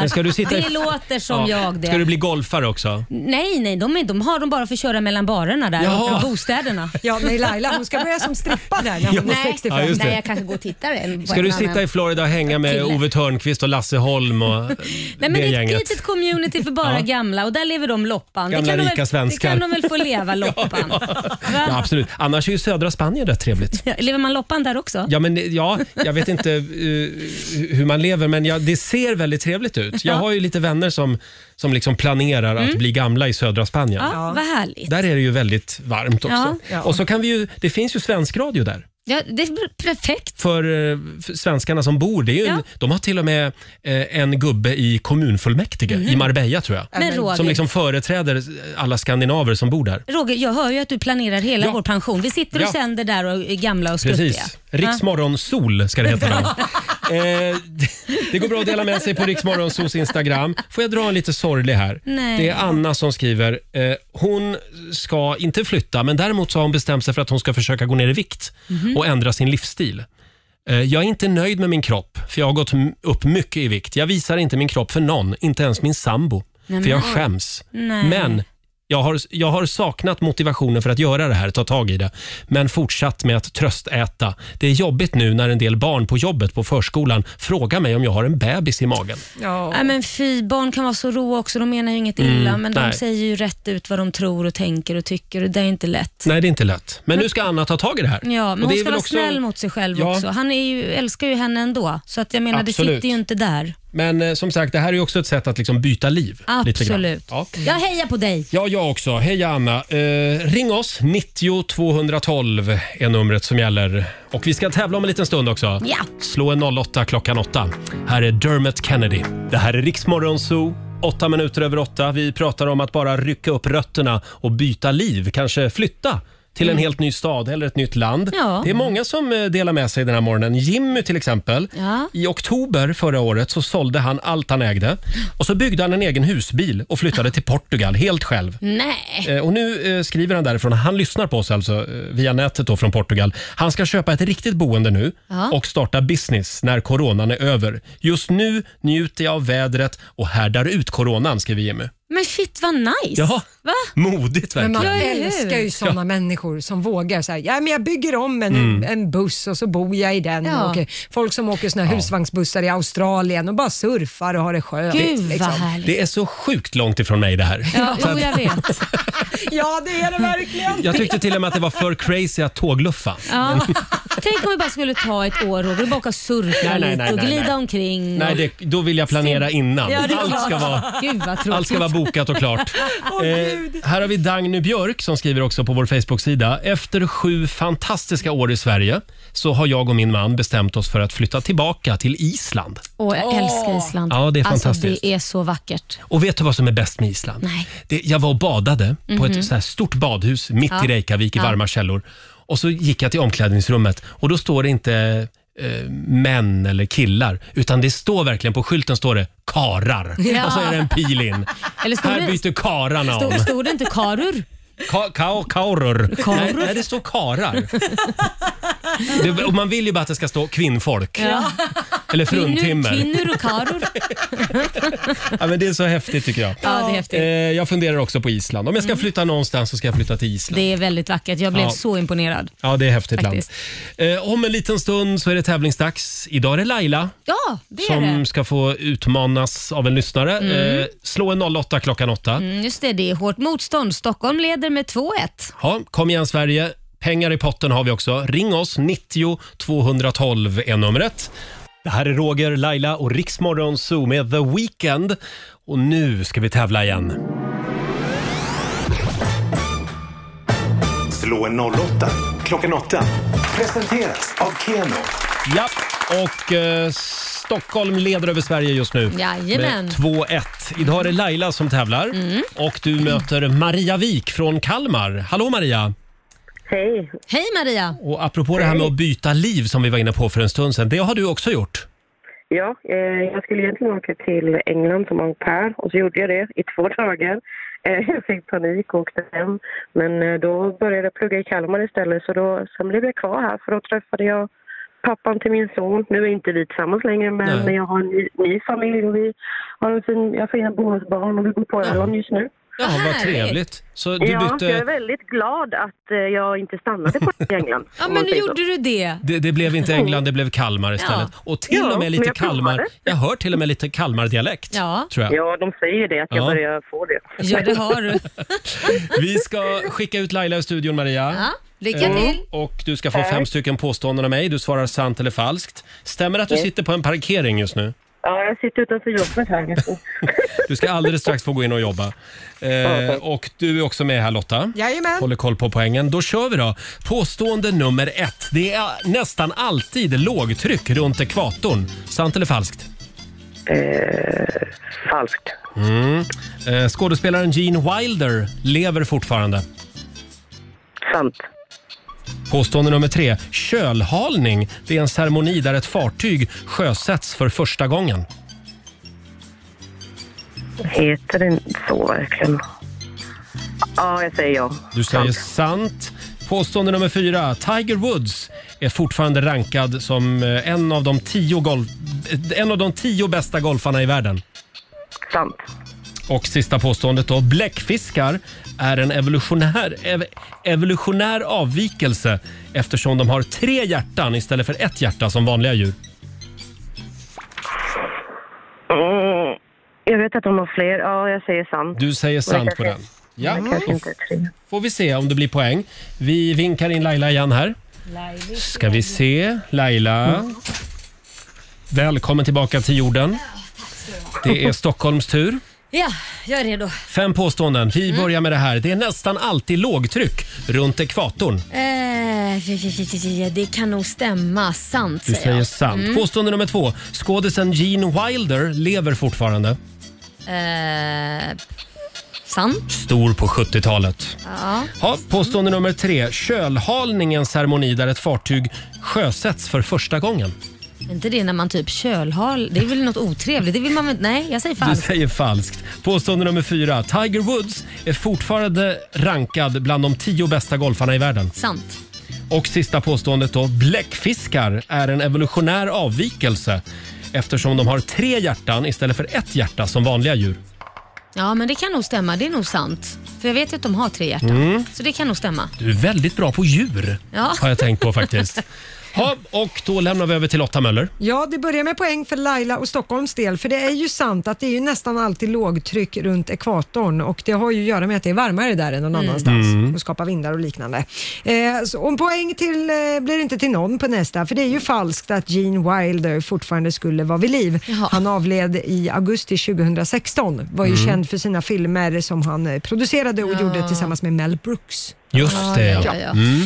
Speaker 1: Men ska du sitta
Speaker 5: det
Speaker 1: i-
Speaker 5: låter som
Speaker 1: Ja.
Speaker 5: jag det. Mm.
Speaker 1: Ska du bli golfare också?
Speaker 5: Nej, nej, de, är, de har de bara för att köra mellan barerna där
Speaker 1: Jaha.
Speaker 5: och bostäderna.
Speaker 2: Ja, nej, Laila, hon ska börja som strippa där när hon är
Speaker 5: nej,
Speaker 2: 65.
Speaker 1: Ja, just det.
Speaker 5: nej, jag kanske går och tittar. en- på
Speaker 1: Ska
Speaker 5: en
Speaker 1: du
Speaker 5: annan.
Speaker 1: sitta i Florida och hänga med
Speaker 5: Kille.
Speaker 1: Ove Thörnqvist och Lasse Holm och
Speaker 5: Nej, men
Speaker 1: det
Speaker 5: det är ett
Speaker 1: gänget?
Speaker 5: litet community för bara
Speaker 1: Ja.
Speaker 5: gamla och där lever de loppan.
Speaker 1: Gamla
Speaker 5: det kan
Speaker 1: rika
Speaker 5: de väl,
Speaker 1: svenskar.
Speaker 5: Det kan de väl få leva, loppan.
Speaker 1: Ja, absolut. Annars är ju södra Spanien rätt trevligt.
Speaker 5: Lever man loppan där också?
Speaker 1: Ja, men, ja, jag vet inte eh, hur man lever, men ja, det ser väldigt trevligt ut. Jag
Speaker 5: Ja.
Speaker 1: har ju lite vänner som, som liksom planerar att
Speaker 5: Mm.
Speaker 1: bli gamla i södra Spanien.
Speaker 5: Ja, Vad härligt.
Speaker 1: Där är det ju väldigt varmt också.
Speaker 5: Ja. Ja.
Speaker 1: Och så kan vi ju, det finns ju svensk radio där.
Speaker 5: Ja, det är perfekt.
Speaker 1: För, eh, för svenskarna som bor. Det är ju en,
Speaker 5: Ja.
Speaker 1: De har till och med eh, en gubbe i kommunfullmäktige i Marbella tror jag.
Speaker 5: Mhm. Men Roger-
Speaker 1: som liksom företräder alla skandinaver som bor där.
Speaker 5: Roger, jag hör ju att du planerar hela vår pension. Vi sitter och
Speaker 1: Ja.
Speaker 5: sänder där och är gamla och skruttiga.
Speaker 1: Precis. Riksmorgon Sol ska det heta. då. Eh, det- det går bra att dela med sig på Riksmorgonsos Instagram. Får jag dra en lite sorglig här?
Speaker 5: Nej.
Speaker 1: Det är Anna som skriver. Eh, hon ska inte flytta, men däremot så har hon bestämt sig för att hon ska försöka gå ner i vikt
Speaker 5: Mhm.
Speaker 1: och ändra sin livsstil. Eh, jag är inte nöjd med min kropp, för jag har gått m- upp mycket i vikt. Jag visar inte min kropp för någon, inte ens min sambo,
Speaker 5: Nej,
Speaker 1: för jag
Speaker 5: men-
Speaker 1: skäms.
Speaker 5: Nej.
Speaker 1: Men jag har, jag har saknat motivationen för att göra det här, ta tag i det, men fortsatt med att tröstäta. Det är jobbigt nu när en del barn på jobbet på förskolan frågar mig om jag har en bebis i magen.
Speaker 5: Nej, men fy, barn kan vara så roa också. De menar ju inget illa,
Speaker 1: Mm,
Speaker 5: men de
Speaker 1: nej.
Speaker 5: säger ju rätt ut vad de tror och tänker och tycker och det är inte lätt.
Speaker 1: Nej, det är inte lätt. Men nu ska Anna ta tag i det här.
Speaker 5: Ja,
Speaker 1: Och
Speaker 5: men
Speaker 1: det
Speaker 5: hon
Speaker 1: är
Speaker 5: ska
Speaker 1: väl
Speaker 5: vara
Speaker 1: också-
Speaker 5: snäll mot sig själv
Speaker 1: Ja.
Speaker 5: också. Han är ju, älskar ju henne ändå, så att jag menar, det
Speaker 1: Absolut.
Speaker 5: sitter ju inte där.
Speaker 1: Men eh, som sagt, det här är ju också ett sätt att liksom byta liv. Lite grann.
Speaker 5: Absolut.
Speaker 1: Ja.
Speaker 2: Mm.
Speaker 5: Jag hejar på dig.
Speaker 1: Ja, jag också. Hej Anna. Eh, ring oss. 90 212 är numret som gäller. Och vi ska tävla om en liten stund också.
Speaker 5: Ja.
Speaker 1: Slå en 08 klockan 8. Här är Dermot Kennedy. Det här är Riksmorgon Zoo. Åtta minuter över åtta. Vi pratar om att bara rycka upp rötterna och byta liv. Kanske flytta till en
Speaker 5: Mm.
Speaker 1: helt ny stad eller ett nytt land.
Speaker 5: Ja.
Speaker 1: Det är många som eh, delar med sig den här morgonen. Jimmy till exempel.
Speaker 5: Ja.
Speaker 1: I oktober förra året så sålde han allt han ägde och så byggde han en egen husbil och flyttade till Portugal helt själv.
Speaker 5: Nej.
Speaker 1: Eh, Och nu eh, skriver han därifrån, han lyssnar på oss alltså eh, via nätet då från Portugal. Han ska köpa ett riktigt boende nu
Speaker 5: Ja.
Speaker 1: och starta business när coronan är över. Just nu njuter jag av vädret och härdar ut coronan, skriver Jimmy.
Speaker 5: Men shit vad nice.
Speaker 1: Jaha.
Speaker 5: Va?
Speaker 1: Modigt
Speaker 2: Men
Speaker 1: verkligen.
Speaker 2: man älskar ju sådana människor som vågar så här, ja, men jag bygger om en,
Speaker 1: Mm.
Speaker 2: en buss och så bor jag i den.
Speaker 5: Ja.
Speaker 2: Och eh, folk som åker såna här husvagnsbussar i Australien och bara surfar och har det skönt. liksom.
Speaker 5: Gud, vad härligt.
Speaker 1: Det är så sjukt långt ifrån mig det här.
Speaker 5: Ja,
Speaker 1: Så
Speaker 5: jo,
Speaker 1: att-
Speaker 5: jag vet.
Speaker 2: ja, det är det verkligen.
Speaker 1: jag tyckte till och med att det var för crazy att tågluffa.
Speaker 5: Ja. Tänk om vi bara skulle ta ett år Roger, och bara åka och surfa
Speaker 1: Nej, nej,
Speaker 5: lite
Speaker 1: nej,
Speaker 5: och
Speaker 1: nej,
Speaker 5: glida
Speaker 1: nej.
Speaker 5: omkring.
Speaker 1: Nej,
Speaker 5: och...
Speaker 1: det, då vill jag planera innan.
Speaker 5: Ja, det är
Speaker 1: Allt ska
Speaker 5: klart.
Speaker 1: vara
Speaker 5: Gud, vad tråkigt.
Speaker 1: Allt ska vara bokat och klart. Eh, här har vi Dagny Björk som skriver också på vår Facebook-sida. Efter sju fantastiska år i Sverige så har jag och min man bestämt oss för att flytta tillbaka till Island.
Speaker 5: Åh, jag älskar Island.
Speaker 1: Ja, det är
Speaker 5: Alltså,
Speaker 1: fantastiskt.
Speaker 5: det är så vackert.
Speaker 1: Och vet du vad som är bäst med Island?
Speaker 5: Nej.
Speaker 1: Det, jag var och badade på
Speaker 5: Mhm.
Speaker 1: ett så här stort badhus mitt
Speaker 5: Ja.
Speaker 1: i Reykjavik i
Speaker 5: Ja.
Speaker 1: varma källor. Och så gick jag till omklädningsrummet och då står det inte eh, män eller killar utan det står verkligen på skylten står det karar
Speaker 5: Ja.
Speaker 1: och så är det en pil in.
Speaker 5: Eller stod
Speaker 1: Här
Speaker 5: det-
Speaker 1: byter kararna om.
Speaker 5: Stod, stod det inte karur?
Speaker 1: Ka kao kauror.
Speaker 5: Kauror.
Speaker 1: Nej, nej, det står karar. Det, och man vill ju bara att det ska stå kvinnfolk.
Speaker 5: Ja.
Speaker 1: Eller
Speaker 5: Kvinnor,
Speaker 1: fruntimmer.
Speaker 5: kvinnor och karur.
Speaker 1: Ja, men det är så häftigt tycker jag.
Speaker 5: Ja, det är häftigt. Mm.
Speaker 1: Eh, jag funderar också på Island. Om jag ska flytta någonstans så ska jag flytta till Island.
Speaker 5: Det är väldigt vackert. Jag blev
Speaker 1: Ja.
Speaker 5: så imponerad.
Speaker 1: Ja, det är häftigt
Speaker 5: Faktiskt.
Speaker 1: land. Eh, om en liten stund så är det tävlingsdags. Idag är det Laila
Speaker 5: Ja, det är
Speaker 1: som
Speaker 5: det.
Speaker 1: ska få utmanas av en lyssnare.
Speaker 5: Mm.
Speaker 1: Eh, slå en 08 klockan 8.
Speaker 5: Mm, just det, det är hårt motstånd. Stockholm leder med 2-1.
Speaker 1: Ja, kom igen Sverige. Pengar i potten har vi också. Ring oss, 90 212 är numret. Det här är Roger, Laila och Riksmorgon Zoo med The Weeknd. Och nu ska vi tävla igen.
Speaker 15: Slå en 08 klockan 8. Presenteras av Keno.
Speaker 1: Ja, och eh, Stockholm leder över Sverige just nu
Speaker 5: Jajamän.
Speaker 1: med 2-1. Idag är det Laila som tävlar och du möter Maria Wik från Kalmar. Hallå Maria!
Speaker 5: Hej. Hej Maria.
Speaker 1: Och apropå det här med att byta liv som vi var inne på för en stund sedan, det har du också gjort.
Speaker 17: Ja, eh, jag skulle egentligen åka till England som au pair och så gjorde jag det i två dagar. Eh, jag fick panik och åkte hem. Men eh, då började jag plugga i Kalmar istället så då, sen blev jag kvar här för då träffade jag pappan till min son. Nu är inte vi tillsammans längre men
Speaker 1: Nej.
Speaker 17: jag har en ny, ny familj och vi har en fin, jag har fina bonusbarn och vi bor på Öland just nu.
Speaker 1: Ja, vad trevligt. Så du
Speaker 17: ja, jag är
Speaker 1: bytte...
Speaker 17: väldigt glad att eh, jag inte stannade på England.
Speaker 5: Ja,
Speaker 17: om
Speaker 5: men
Speaker 17: man
Speaker 5: nu
Speaker 17: säger så.
Speaker 5: gjorde du det.
Speaker 1: Det, det blev inte England, det blev Kalmar istället. Och till
Speaker 17: Ja,
Speaker 1: och med
Speaker 17: men
Speaker 1: lite
Speaker 17: jag provade.
Speaker 1: Kalmar. Jag hör till och med lite Kalmar-dialekt.
Speaker 5: Ja.
Speaker 1: Tror jag.
Speaker 17: Ja, de säger ju det, att jag
Speaker 1: Ja.
Speaker 17: börjar få det.
Speaker 5: Ja, det har du.
Speaker 1: Vi ska skicka ut Laila ur studion, Maria.
Speaker 5: Ja, lycka
Speaker 1: Eh,
Speaker 5: till.
Speaker 1: Och du ska få
Speaker 17: Tack.
Speaker 1: fem stycken påståenden av mig. Du svarar sant eller falskt. Stämmer det att du
Speaker 17: Yes.
Speaker 1: sitter på en parkering just nu?
Speaker 17: Ja, jag sitter utanför jobbet här just nu.
Speaker 1: Du ska alldeles strax få gå in och jobba. Eh, och du är också med här Lotta.
Speaker 2: Jajamän.
Speaker 1: Håller koll på poängen. Då kör vi då. Påstående nummer ett. Det är nästan alltid lågtryck runt ekvatorn. Sant eller falskt?
Speaker 17: eh, falskt.
Speaker 1: Mm. Eh, skådespelaren Gene Wilder lever fortfarande.
Speaker 17: Sant.
Speaker 1: Påstående nummer tre. Kölhalning det är en ceremoni där ett fartyg sjösätts för första gången.
Speaker 17: Heter den så verkligen? Ja, jag säger ja.
Speaker 1: Du säger sant. Påstående nummer fyra. Tiger Woods är fortfarande rankad som eh, en av de tio, golf, eh, en av de tio bästa golfarna i världen.
Speaker 17: Sant.
Speaker 1: Och sista påståendet då. Bläckfiskar är en evolutionär, ev, evolutionär avvikelse eftersom de har tre hjärtan istället för ett hjärta som vanliga djur.
Speaker 17: Mm. Jag vet att de har fler. Ja, jag säger sant.
Speaker 1: Du säger
Speaker 17: Men
Speaker 1: sant på
Speaker 17: kanske-
Speaker 1: den. Ja.
Speaker 17: men kanske inte är tre.
Speaker 1: Får vi se om det blir poäng. Vi vinkar in Laila igen här. Ska vi se. Laila. Välkommen tillbaka till jorden. Det är Stockholms tur.
Speaker 5: Ja, jag är redo.
Speaker 1: Fem påståenden. Vi
Speaker 5: Mm.
Speaker 1: börjar med det här. Det är nästan alltid lågtryck runt ekvatorn.
Speaker 5: Eh, f- f- f- f- det kan nog stämma. Sant
Speaker 1: Du
Speaker 5: säger,
Speaker 1: säger
Speaker 5: jag.
Speaker 1: sant.
Speaker 5: Mm.
Speaker 1: Påstående nummer två. Skådisen Gene Wilder lever fortfarande.
Speaker 5: Eh,
Speaker 14: Hoppsan.
Speaker 1: Stor på 70-talet.
Speaker 14: Ja.
Speaker 1: Ja, påstående nummer tre. Kölhalning är en ceremoni där ett fartyg sjösätts för första gången.
Speaker 14: Är inte det när man typ kölhal? Det är väl något otrevligt? Det vill man väl Nej, jag säger
Speaker 1: Du
Speaker 14: falskt.
Speaker 1: säger falskt. Påstående nummer fyra. Tiger Woods är fortfarande rankad bland de tio bästa golfarna i världen.
Speaker 14: Sant.
Speaker 1: Och sista påståendet då. Bläckfiskar är en evolutionär avvikelse eftersom de har tre hjärtan istället för ett hjärta som vanliga djur.
Speaker 14: Ja, men det kan nog stämma. Det är nog sant. För jag vet ju att de har tre hjärtan.
Speaker 1: Mm.
Speaker 14: Så det kan nog stämma.
Speaker 1: Du är väldigt bra på djur,
Speaker 14: Ja.
Speaker 1: har jag tänkt på faktiskt. Ja, och då lämnar vi över till Lotta Möller.
Speaker 2: Ja, det börjar med poäng för Laila och Stockholms del, för det är ju sant att det är ju nästan alltid lågtryck runt ekvatorn och det har ju att göra med att det är varmare där än någon
Speaker 14: Mm.
Speaker 2: annanstans
Speaker 14: Mm.
Speaker 2: och skapar vindar och liknande. Eh, så om poäng till, eh, blir det inte till någon på nästa, för det är ju falskt att Gene Wilder fortfarande skulle vara vid liv. Han avled i augusti 2016, var ju
Speaker 1: Mm.
Speaker 2: känd för sina filmer som han eh, producerade och gjorde tillsammans med Mel Brooks.
Speaker 1: Just det, ja. Mm.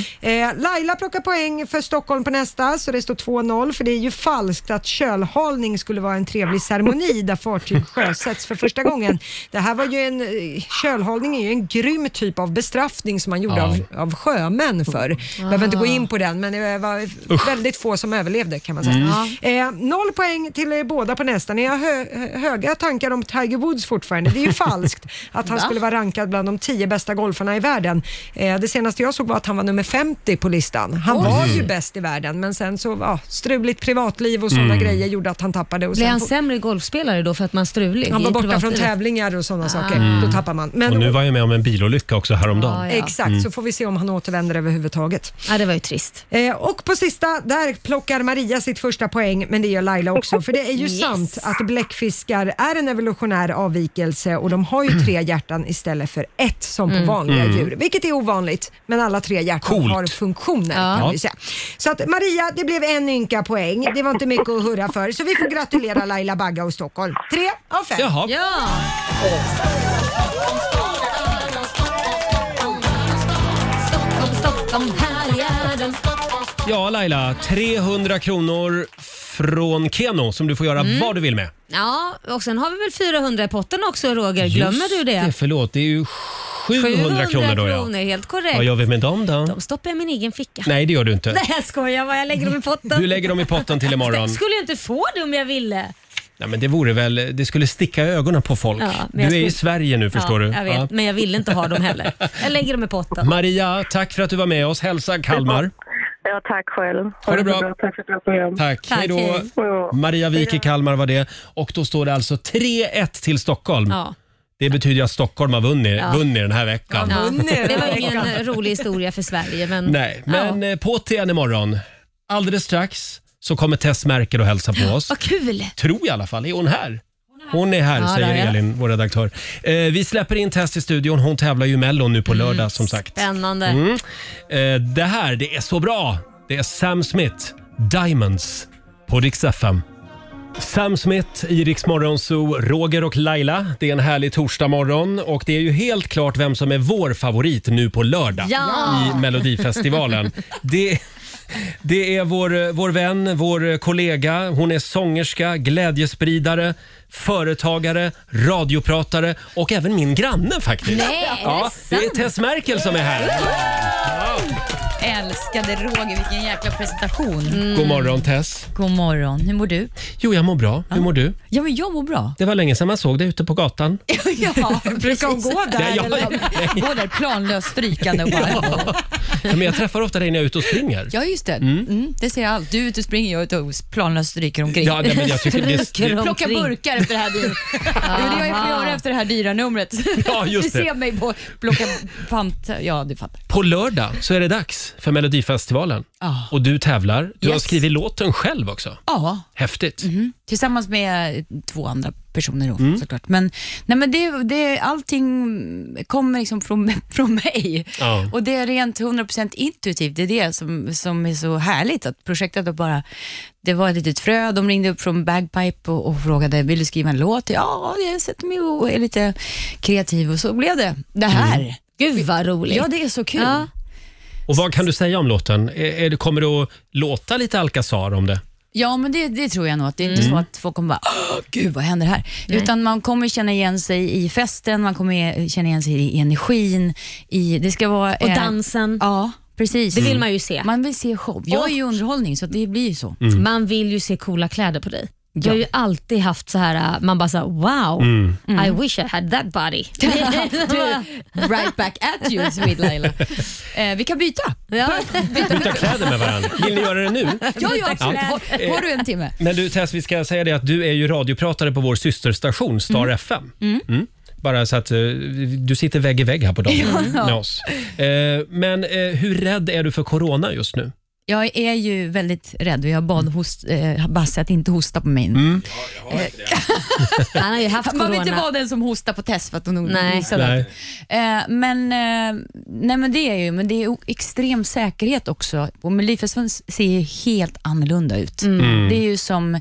Speaker 2: Eh, Laila plockar poäng för Stockholm på nästa, så det står 2-0, för det är ju falskt att kölhalning skulle vara en trevlig ceremoni där fartyg sjösätts för första gången. Det här var ju en, eh, kölhalning är ju en grym typ av bestraffning som man gjorde
Speaker 1: Ja.
Speaker 2: av, av sjömän förr. Jag behöver inte gå in på den, men det var väldigt få som överlevde kan man säga.
Speaker 14: Mm.
Speaker 2: Eh, noll poäng till er båda på nästa. Ni har hö höga tankar om Tiger Woods fortfarande. Det är ju falskt att han
Speaker 14: Va?
Speaker 2: skulle vara rankad bland de tio bästa golfarna i världen. Eh, det senaste jag såg var att han var nummer 50 på listan. Han
Speaker 14: Oj.
Speaker 2: var ju
Speaker 14: Mm.
Speaker 2: bäst i världen, men sen så ja, struligt privatliv och sådana
Speaker 14: Mm.
Speaker 2: grejer gjorde att han tappade. Och
Speaker 14: Blir
Speaker 2: sen
Speaker 14: han
Speaker 2: får-
Speaker 14: sämre golfspelare då för att man är strulig?
Speaker 2: han var
Speaker 14: i
Speaker 2: borta från
Speaker 14: privatlivet? Ah.
Speaker 2: tävlingar och sådana saker.
Speaker 1: Mm.
Speaker 2: Då tappar man. Men-
Speaker 1: Och nu var jag med om en bilolycka också häromdagen.
Speaker 2: Exakt,
Speaker 1: Mm.
Speaker 2: så får vi se om han återvänder överhuvudtaget.
Speaker 14: Ja, det var ju trist.
Speaker 2: Eh, och på sista, där plockar Maria sitt första poäng, men det gör Laila också. För det är ju
Speaker 14: Yes.
Speaker 2: sant att bläckfiskar är en evolutionär avvikelse och de har ju tre hjärtan istället för ett som på
Speaker 14: Mm.
Speaker 2: vanliga
Speaker 14: Mm.
Speaker 2: djur. Vilket är ovanligt, men alla tre hjärtan
Speaker 14: Coolt.
Speaker 2: har funktioner.
Speaker 14: Ja.
Speaker 2: Kan vi säga. Så att Maria, det blev en ynka poäng. Det var inte mycket att hurra för, så vi får gratulera Laila Bagga och Stockholm. Tre av fem.
Speaker 1: Jaha.
Speaker 14: Ja. Stockholm, Stockholm, här är den.
Speaker 1: Ja, Laila. 300 kronor från Keno som du får göra
Speaker 14: Mm.
Speaker 1: vad du vill med.
Speaker 14: Ja, och sen har vi väl 400 i potten också Roger, glömmer
Speaker 1: Just
Speaker 14: du det?
Speaker 1: Förlåt, det är ju 700, kronor då ja.
Speaker 14: kronor, helt korrekt.
Speaker 1: Vad gör vi med dem då?
Speaker 14: De stoppar jag i min egen ficka.
Speaker 1: Nej, det gör du inte.
Speaker 14: Nej jag skojar bara, jag lägger dem i potten.
Speaker 1: Du lägger dem i potten till imorgon.
Speaker 14: Skulle jag inte få det om jag ville?
Speaker 1: Nej, men det vore väl, det skulle sticka i ögonen på folk.
Speaker 14: Ja, men jag
Speaker 1: du är
Speaker 14: skulle-
Speaker 1: i Sverige nu förstår
Speaker 14: ja,
Speaker 1: du.
Speaker 14: Jag vet,
Speaker 1: Ja.
Speaker 14: men jag vill inte ha dem heller. Jag lägger dem i potten.
Speaker 1: Maria, tack för att du var med oss. Hälsa Kalmar.
Speaker 17: Ja, tack själv.
Speaker 1: Ha det bra.
Speaker 17: Tack för ett bra program.
Speaker 1: Tack. Hej då.
Speaker 17: Ja.
Speaker 1: Maria Wik i Kalmar var det. Och då står det alltså 3-1 till Stockholm.
Speaker 14: Ja.
Speaker 1: Det betyder att Stockholm har vunnit,
Speaker 14: Ja.
Speaker 1: vunnit den här veckan.
Speaker 14: Ja, det var ingen rolig historia för Sverige men...
Speaker 1: Nej, men eh, på till igen imorgon. Alldeles strax så kommer Tess Merkel och hälsa på oss.
Speaker 14: Vad kul!
Speaker 1: Tror jag i alla fall. Är hon här? Hon är här,
Speaker 14: Ja, där
Speaker 1: säger
Speaker 14: är
Speaker 1: Elin, vår redaktör. Eh, vi släpper in Tess i studion. Hon tävlar ju Mello nu på lördag, som sagt.
Speaker 14: Mm, Spännande.
Speaker 1: Mm. Eh, det här, det är så bra! Det är Sam Smith, Diamonds, på Rix FM. Sam Smith i Rix Morgon Zoo, Roger och Laila. Det är en härlig torsdagmorgon och det är ju helt klart vem som är vår favorit nu på lördag
Speaker 14: Ja!
Speaker 1: i Melodifestivalen. Det, det är vår, vår vän, vår kollega. Hon är sångerska, glädjespridare, företagare, radiopratare och även min granne faktiskt.
Speaker 18: Nej, är det
Speaker 1: ja, det är
Speaker 18: sant?
Speaker 1: Tess Merkel som är här.
Speaker 18: Älskade Roger, vilken jäkla presentation.
Speaker 1: God morgon Tess.
Speaker 18: God morgon. Hur mår du?
Speaker 1: Jo, jag mår bra. Hur mår du?
Speaker 18: Ja, men jag mår bra.
Speaker 1: Det var länge sedan man såg dig ute på gatan.
Speaker 18: ja,
Speaker 2: Brukar hon gå där,
Speaker 1: Ja, ja, eller?
Speaker 18: Gå där planlöst strykande och bara...
Speaker 1: Ja. Men jag träffar ofta dig när jag är ute och springer.
Speaker 18: Ja, just det.
Speaker 1: Mm.
Speaker 18: Mm. det ser jag allt. Du är ute och springer, jag är ute och planlöst stryker omkring.
Speaker 1: Ja, nej, men jag tycker det- Stryker
Speaker 18: Plocka
Speaker 1: omkring.
Speaker 18: burkar efter det här dyra... det är det jag får göra efter det här dyra numret.
Speaker 1: Ja, just det.
Speaker 18: Ni ser mig på, plocka pant... Ja, du fattar.
Speaker 1: På lördag så är det dags för Melodifestivalen.
Speaker 18: Ja.
Speaker 1: Och du tävlar. Du har
Speaker 18: Yes.
Speaker 1: skrivit låten själv också.
Speaker 18: Ja. Mhm.
Speaker 1: Häftigt. Mm.
Speaker 18: Tillsammans med eh, två andra personer då, såklart. Men, nej, men det, det, allting kommer liksom från, från mig.
Speaker 7: Ja.
Speaker 18: Och det är rent 100% intuitivt. Det är det som, som är så härligt, att projektet har bara... Det var ett litet frö, de ringde upp från Bagpipe och, och frågade, vill du skriva en låt? Ja, jag sätter mig och är lite kreativ och så blev det det här.
Speaker 1: Mm.
Speaker 14: Gud vad roligt.
Speaker 18: Ja, det är så kul.
Speaker 1: Och vad kan du säga om låten? Är, är, det- kommer det att låta lite Alcazar om det?
Speaker 18: Ja, men det, det tror jag nog. Att det är inte
Speaker 19: Mm.
Speaker 18: så att folk kommer bara, Åh, gud vad händer här?
Speaker 19: Nej.
Speaker 18: Utan man kommer känna igen sig i festen, man kommer känna igen sig i energin, i, det ska vara...
Speaker 19: Och
Speaker 18: dansen. Ja, precis. Mm.
Speaker 19: Det vill man ju se.
Speaker 18: Man vill se show. Jag är ju underhållning, så det blir ju så.
Speaker 19: Mm. Man vill ju se coola kläder på dig. Du har ju alltid haft så här, man bara så här, wow,
Speaker 18: Mm.
Speaker 19: I
Speaker 18: Mm.
Speaker 19: wish I had that body.
Speaker 18: Du, right back at you, sweet Laila. Eh, vi kan byta.
Speaker 1: Byta kläder med varandra. Vill ni göra det nu?
Speaker 18: Ja, ja, absolut. Har, har du en timme?
Speaker 1: Men du Tess, vi ska säga det att du är ju radiopratare på vår systerstation Star
Speaker 18: Mm.
Speaker 1: FM.
Speaker 18: Mm.
Speaker 1: Mm. Bara så att eh, du sitter vägg i vägg här på dagen
Speaker 18: Ja.
Speaker 1: med oss. Eh, Men eh, hur rädd är du för corona just nu?
Speaker 18: Jag är ju väldigt rädd och jag
Speaker 19: Mm.
Speaker 18: bad host, eh, Basse att inte hosta på mig. Mm.
Speaker 19: Han har ju haft
Speaker 18: Man vill inte
Speaker 19: corona.
Speaker 18: vara den som hostar på test för att hon
Speaker 19: Nej.
Speaker 18: missade
Speaker 19: Nej.
Speaker 18: något. Eh, men, eh, nej men det är ju, men det är o- extrem säkerhet också. Och Melodifestivalen ser ju helt annorlunda ut.
Speaker 19: Mm.
Speaker 18: Det är ju som,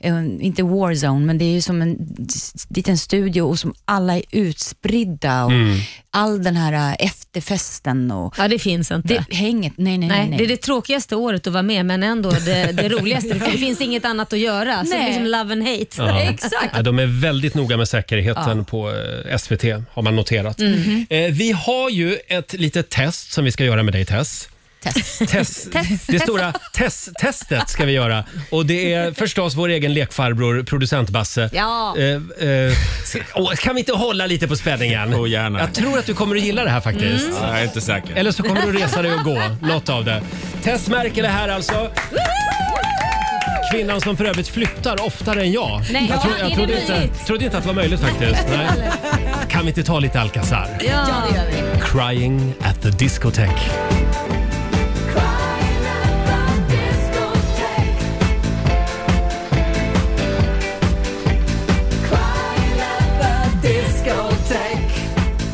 Speaker 18: eh, inte warzone, men det är ju som en s- liten studio och som alla är utspridda. Och
Speaker 19: Mm.
Speaker 18: All den här eh, efterfesten och...
Speaker 19: Ja, det finns inte.
Speaker 18: Det hänget, nej nej nej.
Speaker 19: Nej,
Speaker 18: nej.
Speaker 19: det är det tråkigaste året att vara med, men ändå det, det roligaste. För det finns inget annat att göra. Så det är
Speaker 18: Nej.
Speaker 19: liksom love and hate.
Speaker 1: Ja. Ja, de är väldigt noga med säkerheten
Speaker 19: Ja.
Speaker 1: på eh, SVT har man noterat.
Speaker 19: Mhm.
Speaker 1: Eh, Vi har ju ett litet test som vi ska göra med dig Tess. Tess. Det stora test-testet ska vi göra. Och det är förstås vår egen lekfarbror, producent Basse.
Speaker 19: Ja.
Speaker 1: Eh, eh, ska- åh, kan vi inte hålla lite på spänningen? Oh, gärna. Jag tror att du kommer att gilla det här faktiskt.
Speaker 19: Mm.
Speaker 8: Jag är inte säker.
Speaker 1: Eller så kommer du resa dig och gå, något av det. Tess märker det här alltså. Kvinnan som för övrigt flyttar oftare än jag.
Speaker 19: Nej,
Speaker 1: jag
Speaker 19: ja, är det
Speaker 1: trodde, inte,
Speaker 19: möjligt?
Speaker 1: trodde inte att det var möjligt faktiskt. Nej. Kan vi inte ta lite Alcazar?
Speaker 19: Ja. det gör vi.
Speaker 1: Crying at the discotheque.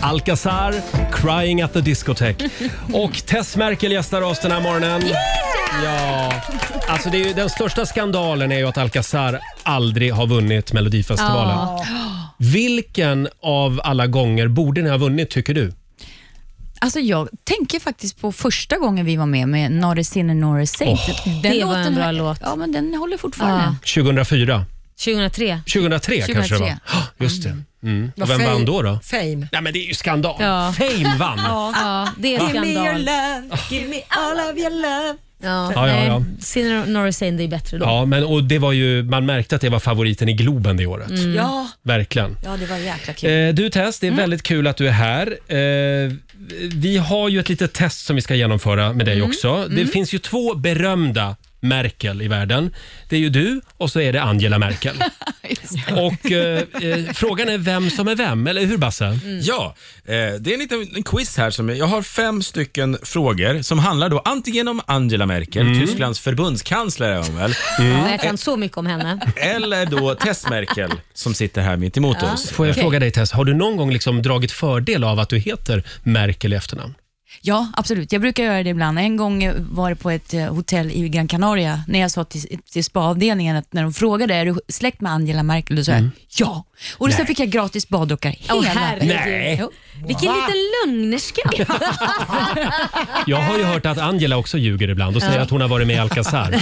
Speaker 1: Alcazar, Crying at the discotheque. Och Tess Merkel gästar oss den här morgonen. Ja, alltså det är ju, den största skandalen är ju att Alcazar aldrig har vunnit Melodifestivalen.
Speaker 18: Ja.
Speaker 1: Vilken av alla gånger borde ni ha vunnit tycker du?
Speaker 18: Alltså jag tänker faktiskt på första gången vi var med med Not a sinner nor a saint.
Speaker 1: Åh.
Speaker 19: Det var en
Speaker 18: låten-
Speaker 19: bra låt.
Speaker 18: Ja, men den håller fortfarande.
Speaker 1: 2004?
Speaker 19: 2003.
Speaker 1: 2003, kanske det var.
Speaker 18: 2003.
Speaker 1: Oh, Just det. Mm. Och vem vann då? då?
Speaker 2: Fame.
Speaker 1: Nej men det är ju skandal.
Speaker 19: Ja.
Speaker 1: Fame vann.
Speaker 19: Ja, det är
Speaker 1: Va?
Speaker 19: skandal.
Speaker 1: Give me your
Speaker 19: love, give me all of your love. Ja,
Speaker 1: Ja, ja,
Speaker 19: nej.
Speaker 1: ja.
Speaker 19: Sinner och Norris Sane, det är bättre då.
Speaker 1: Ja, men och det var ju, man märkte att det var favoriten i Globen det året.
Speaker 19: Mm. Ja.
Speaker 1: Verkligen.
Speaker 18: Ja, det var jäkla
Speaker 1: Eh, du Tess, det
Speaker 18: Mm.
Speaker 1: är väldigt kul att du är här. Eh, vi har ju ett litet test som vi ska genomföra med dig
Speaker 18: Mm.
Speaker 1: också. Det
Speaker 18: Mm.
Speaker 1: finns ju två berömda Merkel i världen. Det är ju du och så är det Angela Merkel. och eh, eh, frågan är vem som är vem, eller hur Basse?
Speaker 8: Ja, eh, det är en liten en quiz här. Som, jag har fem stycken frågor som handlar då antingen om Angela Merkel,
Speaker 19: Mm.
Speaker 8: Tysklands förbundskansler är hon väl?
Speaker 1: Mm.
Speaker 19: Ja, jag
Speaker 8: Eh,
Speaker 19: kan så mycket om henne.
Speaker 8: Eller då Tess Merkel som sitter här mitt emot
Speaker 19: Ja.
Speaker 8: oss.
Speaker 1: Får jag fråga dig Tess, har du någon gång liksom dragit fördel av att du heter Merkel i efternamn?
Speaker 18: Ja, absolut. Jag brukar göra det ibland. En gång eh, var det på ett eh, hotell i Gran Canaria när jag sa till, till spaavdelningen att när de frågade är du släkt med Angela Merkel, då sa jag ja. Och sen
Speaker 19: Nej.
Speaker 18: fick jag gratis badrockar
Speaker 19: Åh,
Speaker 18: hela.
Speaker 19: herregud.
Speaker 1: Nej.
Speaker 18: Jo.
Speaker 19: Vilken liten lögnerska.
Speaker 1: Jag har ju hört att Angela också ljuger ibland och säger
Speaker 18: Ja.
Speaker 1: att hon har varit med i Alcazar.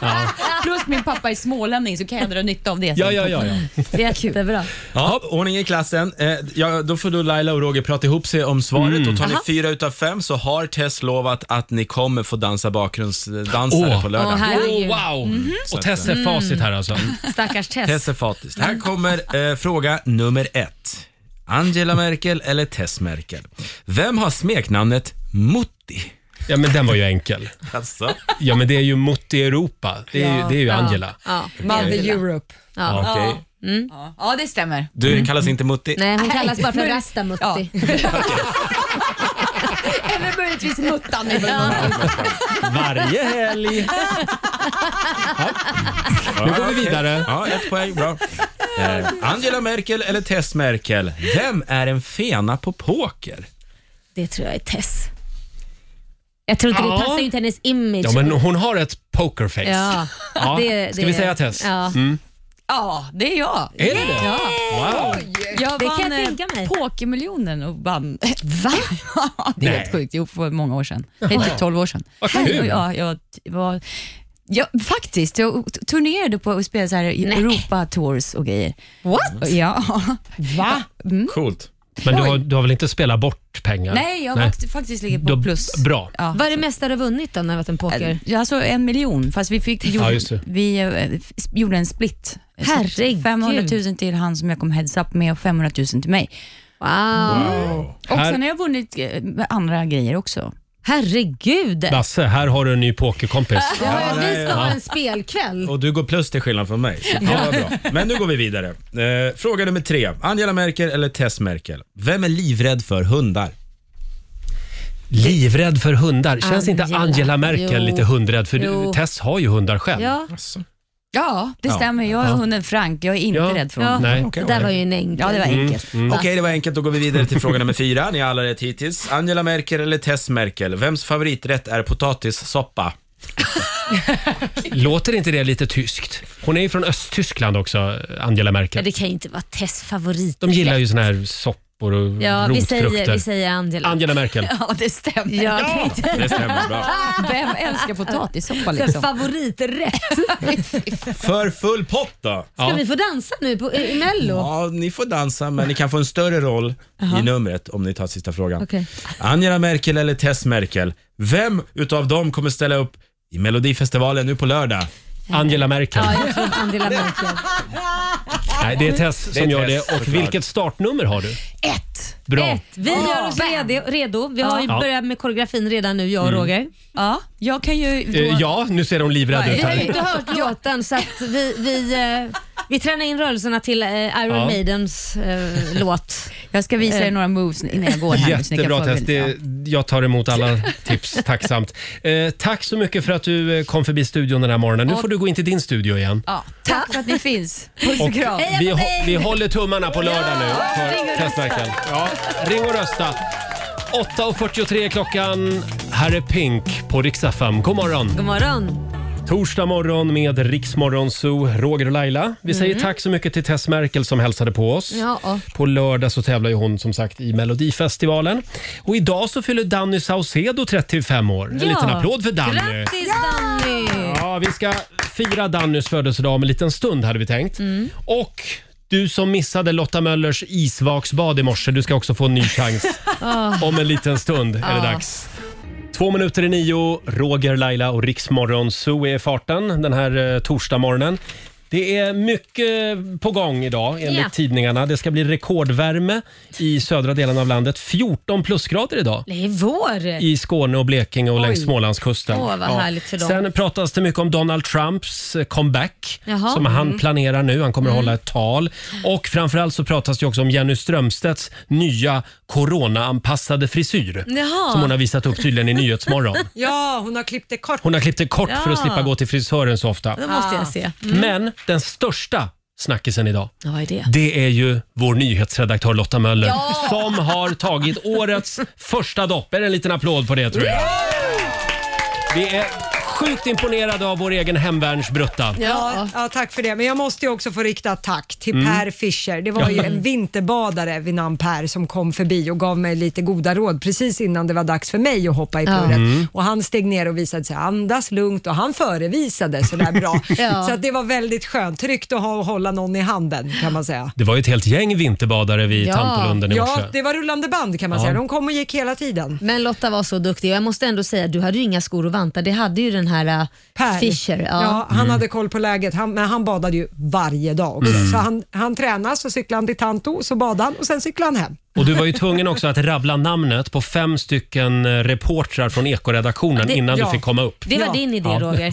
Speaker 1: Ja.
Speaker 18: Plus min pappa är smålänning så kan jag dra nytta av det.
Speaker 1: Ja, ja, ja, ja.
Speaker 19: Jättebra.
Speaker 8: Ja, ordning i klassen. Eh, ja, då får då Laila och Roger prata ihop sig om
Speaker 1: Mm.
Speaker 8: svaret. Och tar ni
Speaker 19: Aha.
Speaker 8: fyra utav fem så har Tess lovat att ni kommer få dansa bakgrundsdansare
Speaker 1: Åh.
Speaker 8: på lördag.
Speaker 19: Åh, herregud.
Speaker 1: Åh, wow.
Speaker 8: Så
Speaker 1: Och
Speaker 5: Mm.
Speaker 8: att,
Speaker 1: Tess är
Speaker 8: eh,
Speaker 1: facit här alltså.
Speaker 19: Stackars Tess.
Speaker 8: Tess är faktiskt. Här kommer eh, fråga nummer ett. Angela Merkel eller Tess Merkel? Vem har smeknamnet Mutti?
Speaker 1: Ja, men den var ju enkel.
Speaker 8: Alltså.
Speaker 1: Ja, men det är ju mot i Europa. Det är, ju, det är ju Angela.
Speaker 19: Ja.
Speaker 2: Mother Europe.
Speaker 1: Ja. Okej.
Speaker 19: Mm.
Speaker 18: Ja, det stämmer.
Speaker 8: Du kallas inte Mutti?
Speaker 19: Nej, hon kallas bara för
Speaker 18: Nej.
Speaker 19: Rastamutti.
Speaker 18: Eller möjligtvis Muttan. är väl
Speaker 1: Varje helg.
Speaker 8: Nu går vi vidare. Ja, ett poäng. Bra. Eh, Angela Merkel eller Tess Merkel? Vem är en fena på poker?
Speaker 19: Det tror jag är Tess. Jag tror inte
Speaker 1: Ja.
Speaker 19: det passar ju inte hennes image.
Speaker 1: Ja, men hon har ett pokerface.
Speaker 19: Ja.
Speaker 1: Ja.
Speaker 19: Det-
Speaker 1: Ska
Speaker 19: det-
Speaker 1: vi säga Tess?
Speaker 19: Ja.
Speaker 1: Mm.
Speaker 18: Ja, det är jag.
Speaker 1: Är det det?
Speaker 18: Ja.
Speaker 1: Wow.
Speaker 18: Jag
Speaker 19: Det
Speaker 18: vann
Speaker 19: kan jag
Speaker 18: eh,
Speaker 19: tänka mig.
Speaker 18: Pokermiljonen och vann.
Speaker 19: Va?
Speaker 18: det är
Speaker 1: Nej.
Speaker 18: helt sjukt. Jo, för många år sedan. Det
Speaker 1: Jaha.
Speaker 18: är typ 12 år sedan.
Speaker 1: Vad kul.
Speaker 18: Ja, jag t- var Ja, faktiskt. Jag t- turnerade på och spelade så här i Europa Tours och grejer.
Speaker 5: What?
Speaker 18: Ja.
Speaker 5: Va?
Speaker 1: Coolt. Men du har, du har väl inte spelat bort pengar?
Speaker 18: Nej, jag har fakt- faktiskt ligger på
Speaker 1: Då-
Speaker 18: plus.
Speaker 1: Bra.
Speaker 18: Ja.
Speaker 5: Vad är det mesta du har vunnit då när du varit en poker?
Speaker 18: Ja, Alltså en miljon, fast vi, fick, gjorde,
Speaker 1: just det.
Speaker 18: vi eh, f- gjorde en split. Så
Speaker 5: Herregud.
Speaker 18: 500 000 till han som jag kom heads up med och 500 000 till mig.
Speaker 1: Wow.
Speaker 18: Och
Speaker 1: Här-
Speaker 18: sen har jag vunnit eh, med andra grejer också.
Speaker 5: Herregud.
Speaker 1: Basse, här har du en ny pokerkompis.
Speaker 8: Ja,
Speaker 5: vi
Speaker 8: nej,
Speaker 5: ska
Speaker 8: ja.
Speaker 5: ha en spelkväll.
Speaker 8: Och du går plus till skillnad från mig. Så det var bra. Men nu går vi vidare. Eh, fråga nummer tre. Angela Merkel eller Tess Merkel? Vem är livrädd för hundar?
Speaker 1: Livrädd för hundar. Känns inte
Speaker 18: Angela.
Speaker 1: Angela Merkel
Speaker 18: Jo.
Speaker 1: lite hundrädd? För
Speaker 18: Jo.
Speaker 1: Tess har ju hundar själv.
Speaker 18: Ja, ja det
Speaker 1: Ja.
Speaker 18: stämmer. Jag är
Speaker 1: Ja.
Speaker 18: hunden Frank. Jag är inte rädd för
Speaker 1: Ja.
Speaker 18: honom.
Speaker 1: Nej. Det där var ju
Speaker 5: en enkel.
Speaker 18: Ja, det var
Speaker 8: Mm,
Speaker 18: enkelt.
Speaker 8: mm.
Speaker 18: Va?
Speaker 8: Okej, det var enkelt. Då går vi vidare till fråga nummer fyra. Ni har alla rätt hittills. Angela Merkel eller Tess Merkel? Vems favoriträtt är potatissoppa?
Speaker 1: Låter inte det lite tyskt? Hon är ju från Östtyskland också, Angela
Speaker 5: Ja,
Speaker 1: Merkel.
Speaker 5: det kan ju inte vara Tess favorit.
Speaker 1: De gillar ju såna här soppor och
Speaker 5: Ja, vi
Speaker 1: rotfrukter.
Speaker 5: säger, vi säger Angela.
Speaker 1: Angela Merkel.
Speaker 18: Ja, det stämmer.
Speaker 5: Ja.
Speaker 1: Det stämmer bra.
Speaker 18: Vem älskar potatissoppa
Speaker 5: Så
Speaker 18: liksom?
Speaker 5: Favoriträtt. Ska
Speaker 8: För full pott då?
Speaker 5: vi få dansa nu på, i, i Mello?
Speaker 8: Ja, ni får dansa, men ni kan få en större roll
Speaker 5: Jaha.
Speaker 8: i numret om ni tar sista frågan.
Speaker 5: Okej.
Speaker 8: Angela Merkel eller Tess Merkel? Vem utav dem kommer ställa upp i Melodifestivalen nu på lördag?
Speaker 1: Angela Merkel.
Speaker 5: Ja, jag tror Angela Merkel.
Speaker 1: Nej, det är Tess
Speaker 8: Det är
Speaker 1: som gör
Speaker 8: Tess,
Speaker 1: det. Och
Speaker 8: såklart.
Speaker 1: vilket startnummer har du?
Speaker 18: Ett.
Speaker 1: Bra.
Speaker 5: Ett. Vi gör oss redo. redo. Vi har ju
Speaker 1: Ja.
Speaker 5: börjat med koreografin redan nu, jag och
Speaker 1: Mm.
Speaker 5: Roger.
Speaker 18: Ja, jag kan ju...
Speaker 1: Eh, ja, nu ser hon livrädd ut
Speaker 5: Vi har ju
Speaker 1: här.
Speaker 5: inte hört låten så att vi, vi, eh, vi tränar in rörelserna till eh, Iron
Speaker 1: Ja.
Speaker 5: Maidens eh, låt. Eh,
Speaker 18: Jag ska visa er några moves innan jag går här. nu, så ni kan
Speaker 1: Jättebra
Speaker 18: få
Speaker 1: Tess.
Speaker 18: bilden.
Speaker 1: Det, jag tar emot alla tips tacksamt. Eh, tack så mycket för att du eh, kom förbi studion den här morgonen. Nu
Speaker 18: Och-
Speaker 1: får du gå in till din studio igen.
Speaker 18: Ja, tack för att ni finns. Puss och
Speaker 1: Och
Speaker 18: kram.
Speaker 1: vi, hå- vi håller tummarna på lördag nu för Testverken. Ja, ring och rösta. 8.43 är klockan. Här är Pink på Rix FM. God morgon!
Speaker 5: God morgon.
Speaker 1: Torsdag morgon med Riksmorgon Zoo, Roger och Laila. Vi säger
Speaker 5: Mm.
Speaker 1: tack så mycket till Tess Merkel som hälsade på oss.
Speaker 5: Ja.
Speaker 1: På lördag så tävlar ju hon som sagt i Melodifestivalen. Och idag så fyller Danny Saucedo 35 år. En
Speaker 5: Ja.
Speaker 1: liten applåd för Danny.
Speaker 5: Grattis Danny!
Speaker 1: Ja, vi ska fira Dannys födelsedag om en liten stund hade vi tänkt.
Speaker 5: Mm.
Speaker 1: Och du som missade Lotta Möllers isvaksbad i morse, du ska också få en ny chans.
Speaker 5: Ah.
Speaker 1: om en liten stund är det
Speaker 5: Ja.
Speaker 1: dags. Två minuter i nio, Roger, Laila och Riksmorgon Zoo är i farten den här eh, torsdagmorgonen. Det är mycket på gång idag enligt
Speaker 5: Ja.
Speaker 1: tidningarna. Det ska bli rekordvärme i södra delen av landet. 14 plusgrader idag
Speaker 5: Det är vår!
Speaker 1: i Skåne och Blekinge och längs
Speaker 5: Oj.
Speaker 1: Smålandskusten.
Speaker 5: Åh, vad härligt för dem.
Speaker 1: Sen pratas det mycket om Donald Trumps eh, comeback
Speaker 5: Jaha.
Speaker 1: som han
Speaker 5: Mm.
Speaker 1: planerar nu. Han kommer att hålla ett tal. Och framförallt så pratas det också om Jenny Strömstedts nya corona-anpassade frisyr
Speaker 2: Jaha.
Speaker 1: som hon har visat upp tydligen i Nyhetsmorgon.
Speaker 2: Ja, hon har klippt det kort.
Speaker 1: Hon har klippt det kort för att
Speaker 2: Ja.
Speaker 1: slippa gå till frisören så ofta.
Speaker 2: Det måste jag se.
Speaker 5: Mm.
Speaker 1: Men den största snackisen idag
Speaker 5: Ja, vad är det?
Speaker 1: det är ju vår nyhetsredaktör Lotta Möller
Speaker 5: Ja.
Speaker 1: som har tagit årets första dopp. Är det en liten applåd på det tror jag? Vi är sjukt imponerade av vår egen hemvärnsbrutta.
Speaker 2: Ja, ja, tack för det. Men jag måste ju också få rikta ett tack till
Speaker 1: Mm.
Speaker 2: Per Fischer. Det var ju
Speaker 1: Ja.
Speaker 2: en vinterbadare vid namn Per som kom förbi och gav mig lite goda råd precis innan det var dags för mig att hoppa i
Speaker 5: Ja.
Speaker 2: purret.
Speaker 5: Mm.
Speaker 2: Och han steg ner och visade sig andas lugnt och han förevisade sådär bra.
Speaker 5: Ja.
Speaker 2: Så att det var väldigt skönt. Tryggt att ha och hålla någon i handen kan man säga.
Speaker 1: Det var ju ett helt gäng vinterbadare vid Tantolunden i morse.
Speaker 2: ja, det var rullande band kan man
Speaker 1: Ja.
Speaker 2: säga. De kom och gick hela tiden.
Speaker 5: Men Lotta var så duktig. Jag måste ändå säga, du hade ju inga skor och vantar. Det hade ju den här äh,
Speaker 2: Per.
Speaker 5: Fischer. Ja.
Speaker 2: Ja, han hade koll på läget, han, men han badade ju varje dag också.
Speaker 1: Mm.
Speaker 2: Så han, han tränade, så cyklade han till Tanto, så badade han och sen cyklade han hem.
Speaker 1: Och du var ju tvungen också att rabbla namnet på fem stycken eh, reportrar från Ekoredaktionen
Speaker 2: Det-
Speaker 1: innan
Speaker 2: ja.
Speaker 1: du fick komma upp.
Speaker 5: Det var din idé
Speaker 1: Ja.
Speaker 5: Roger.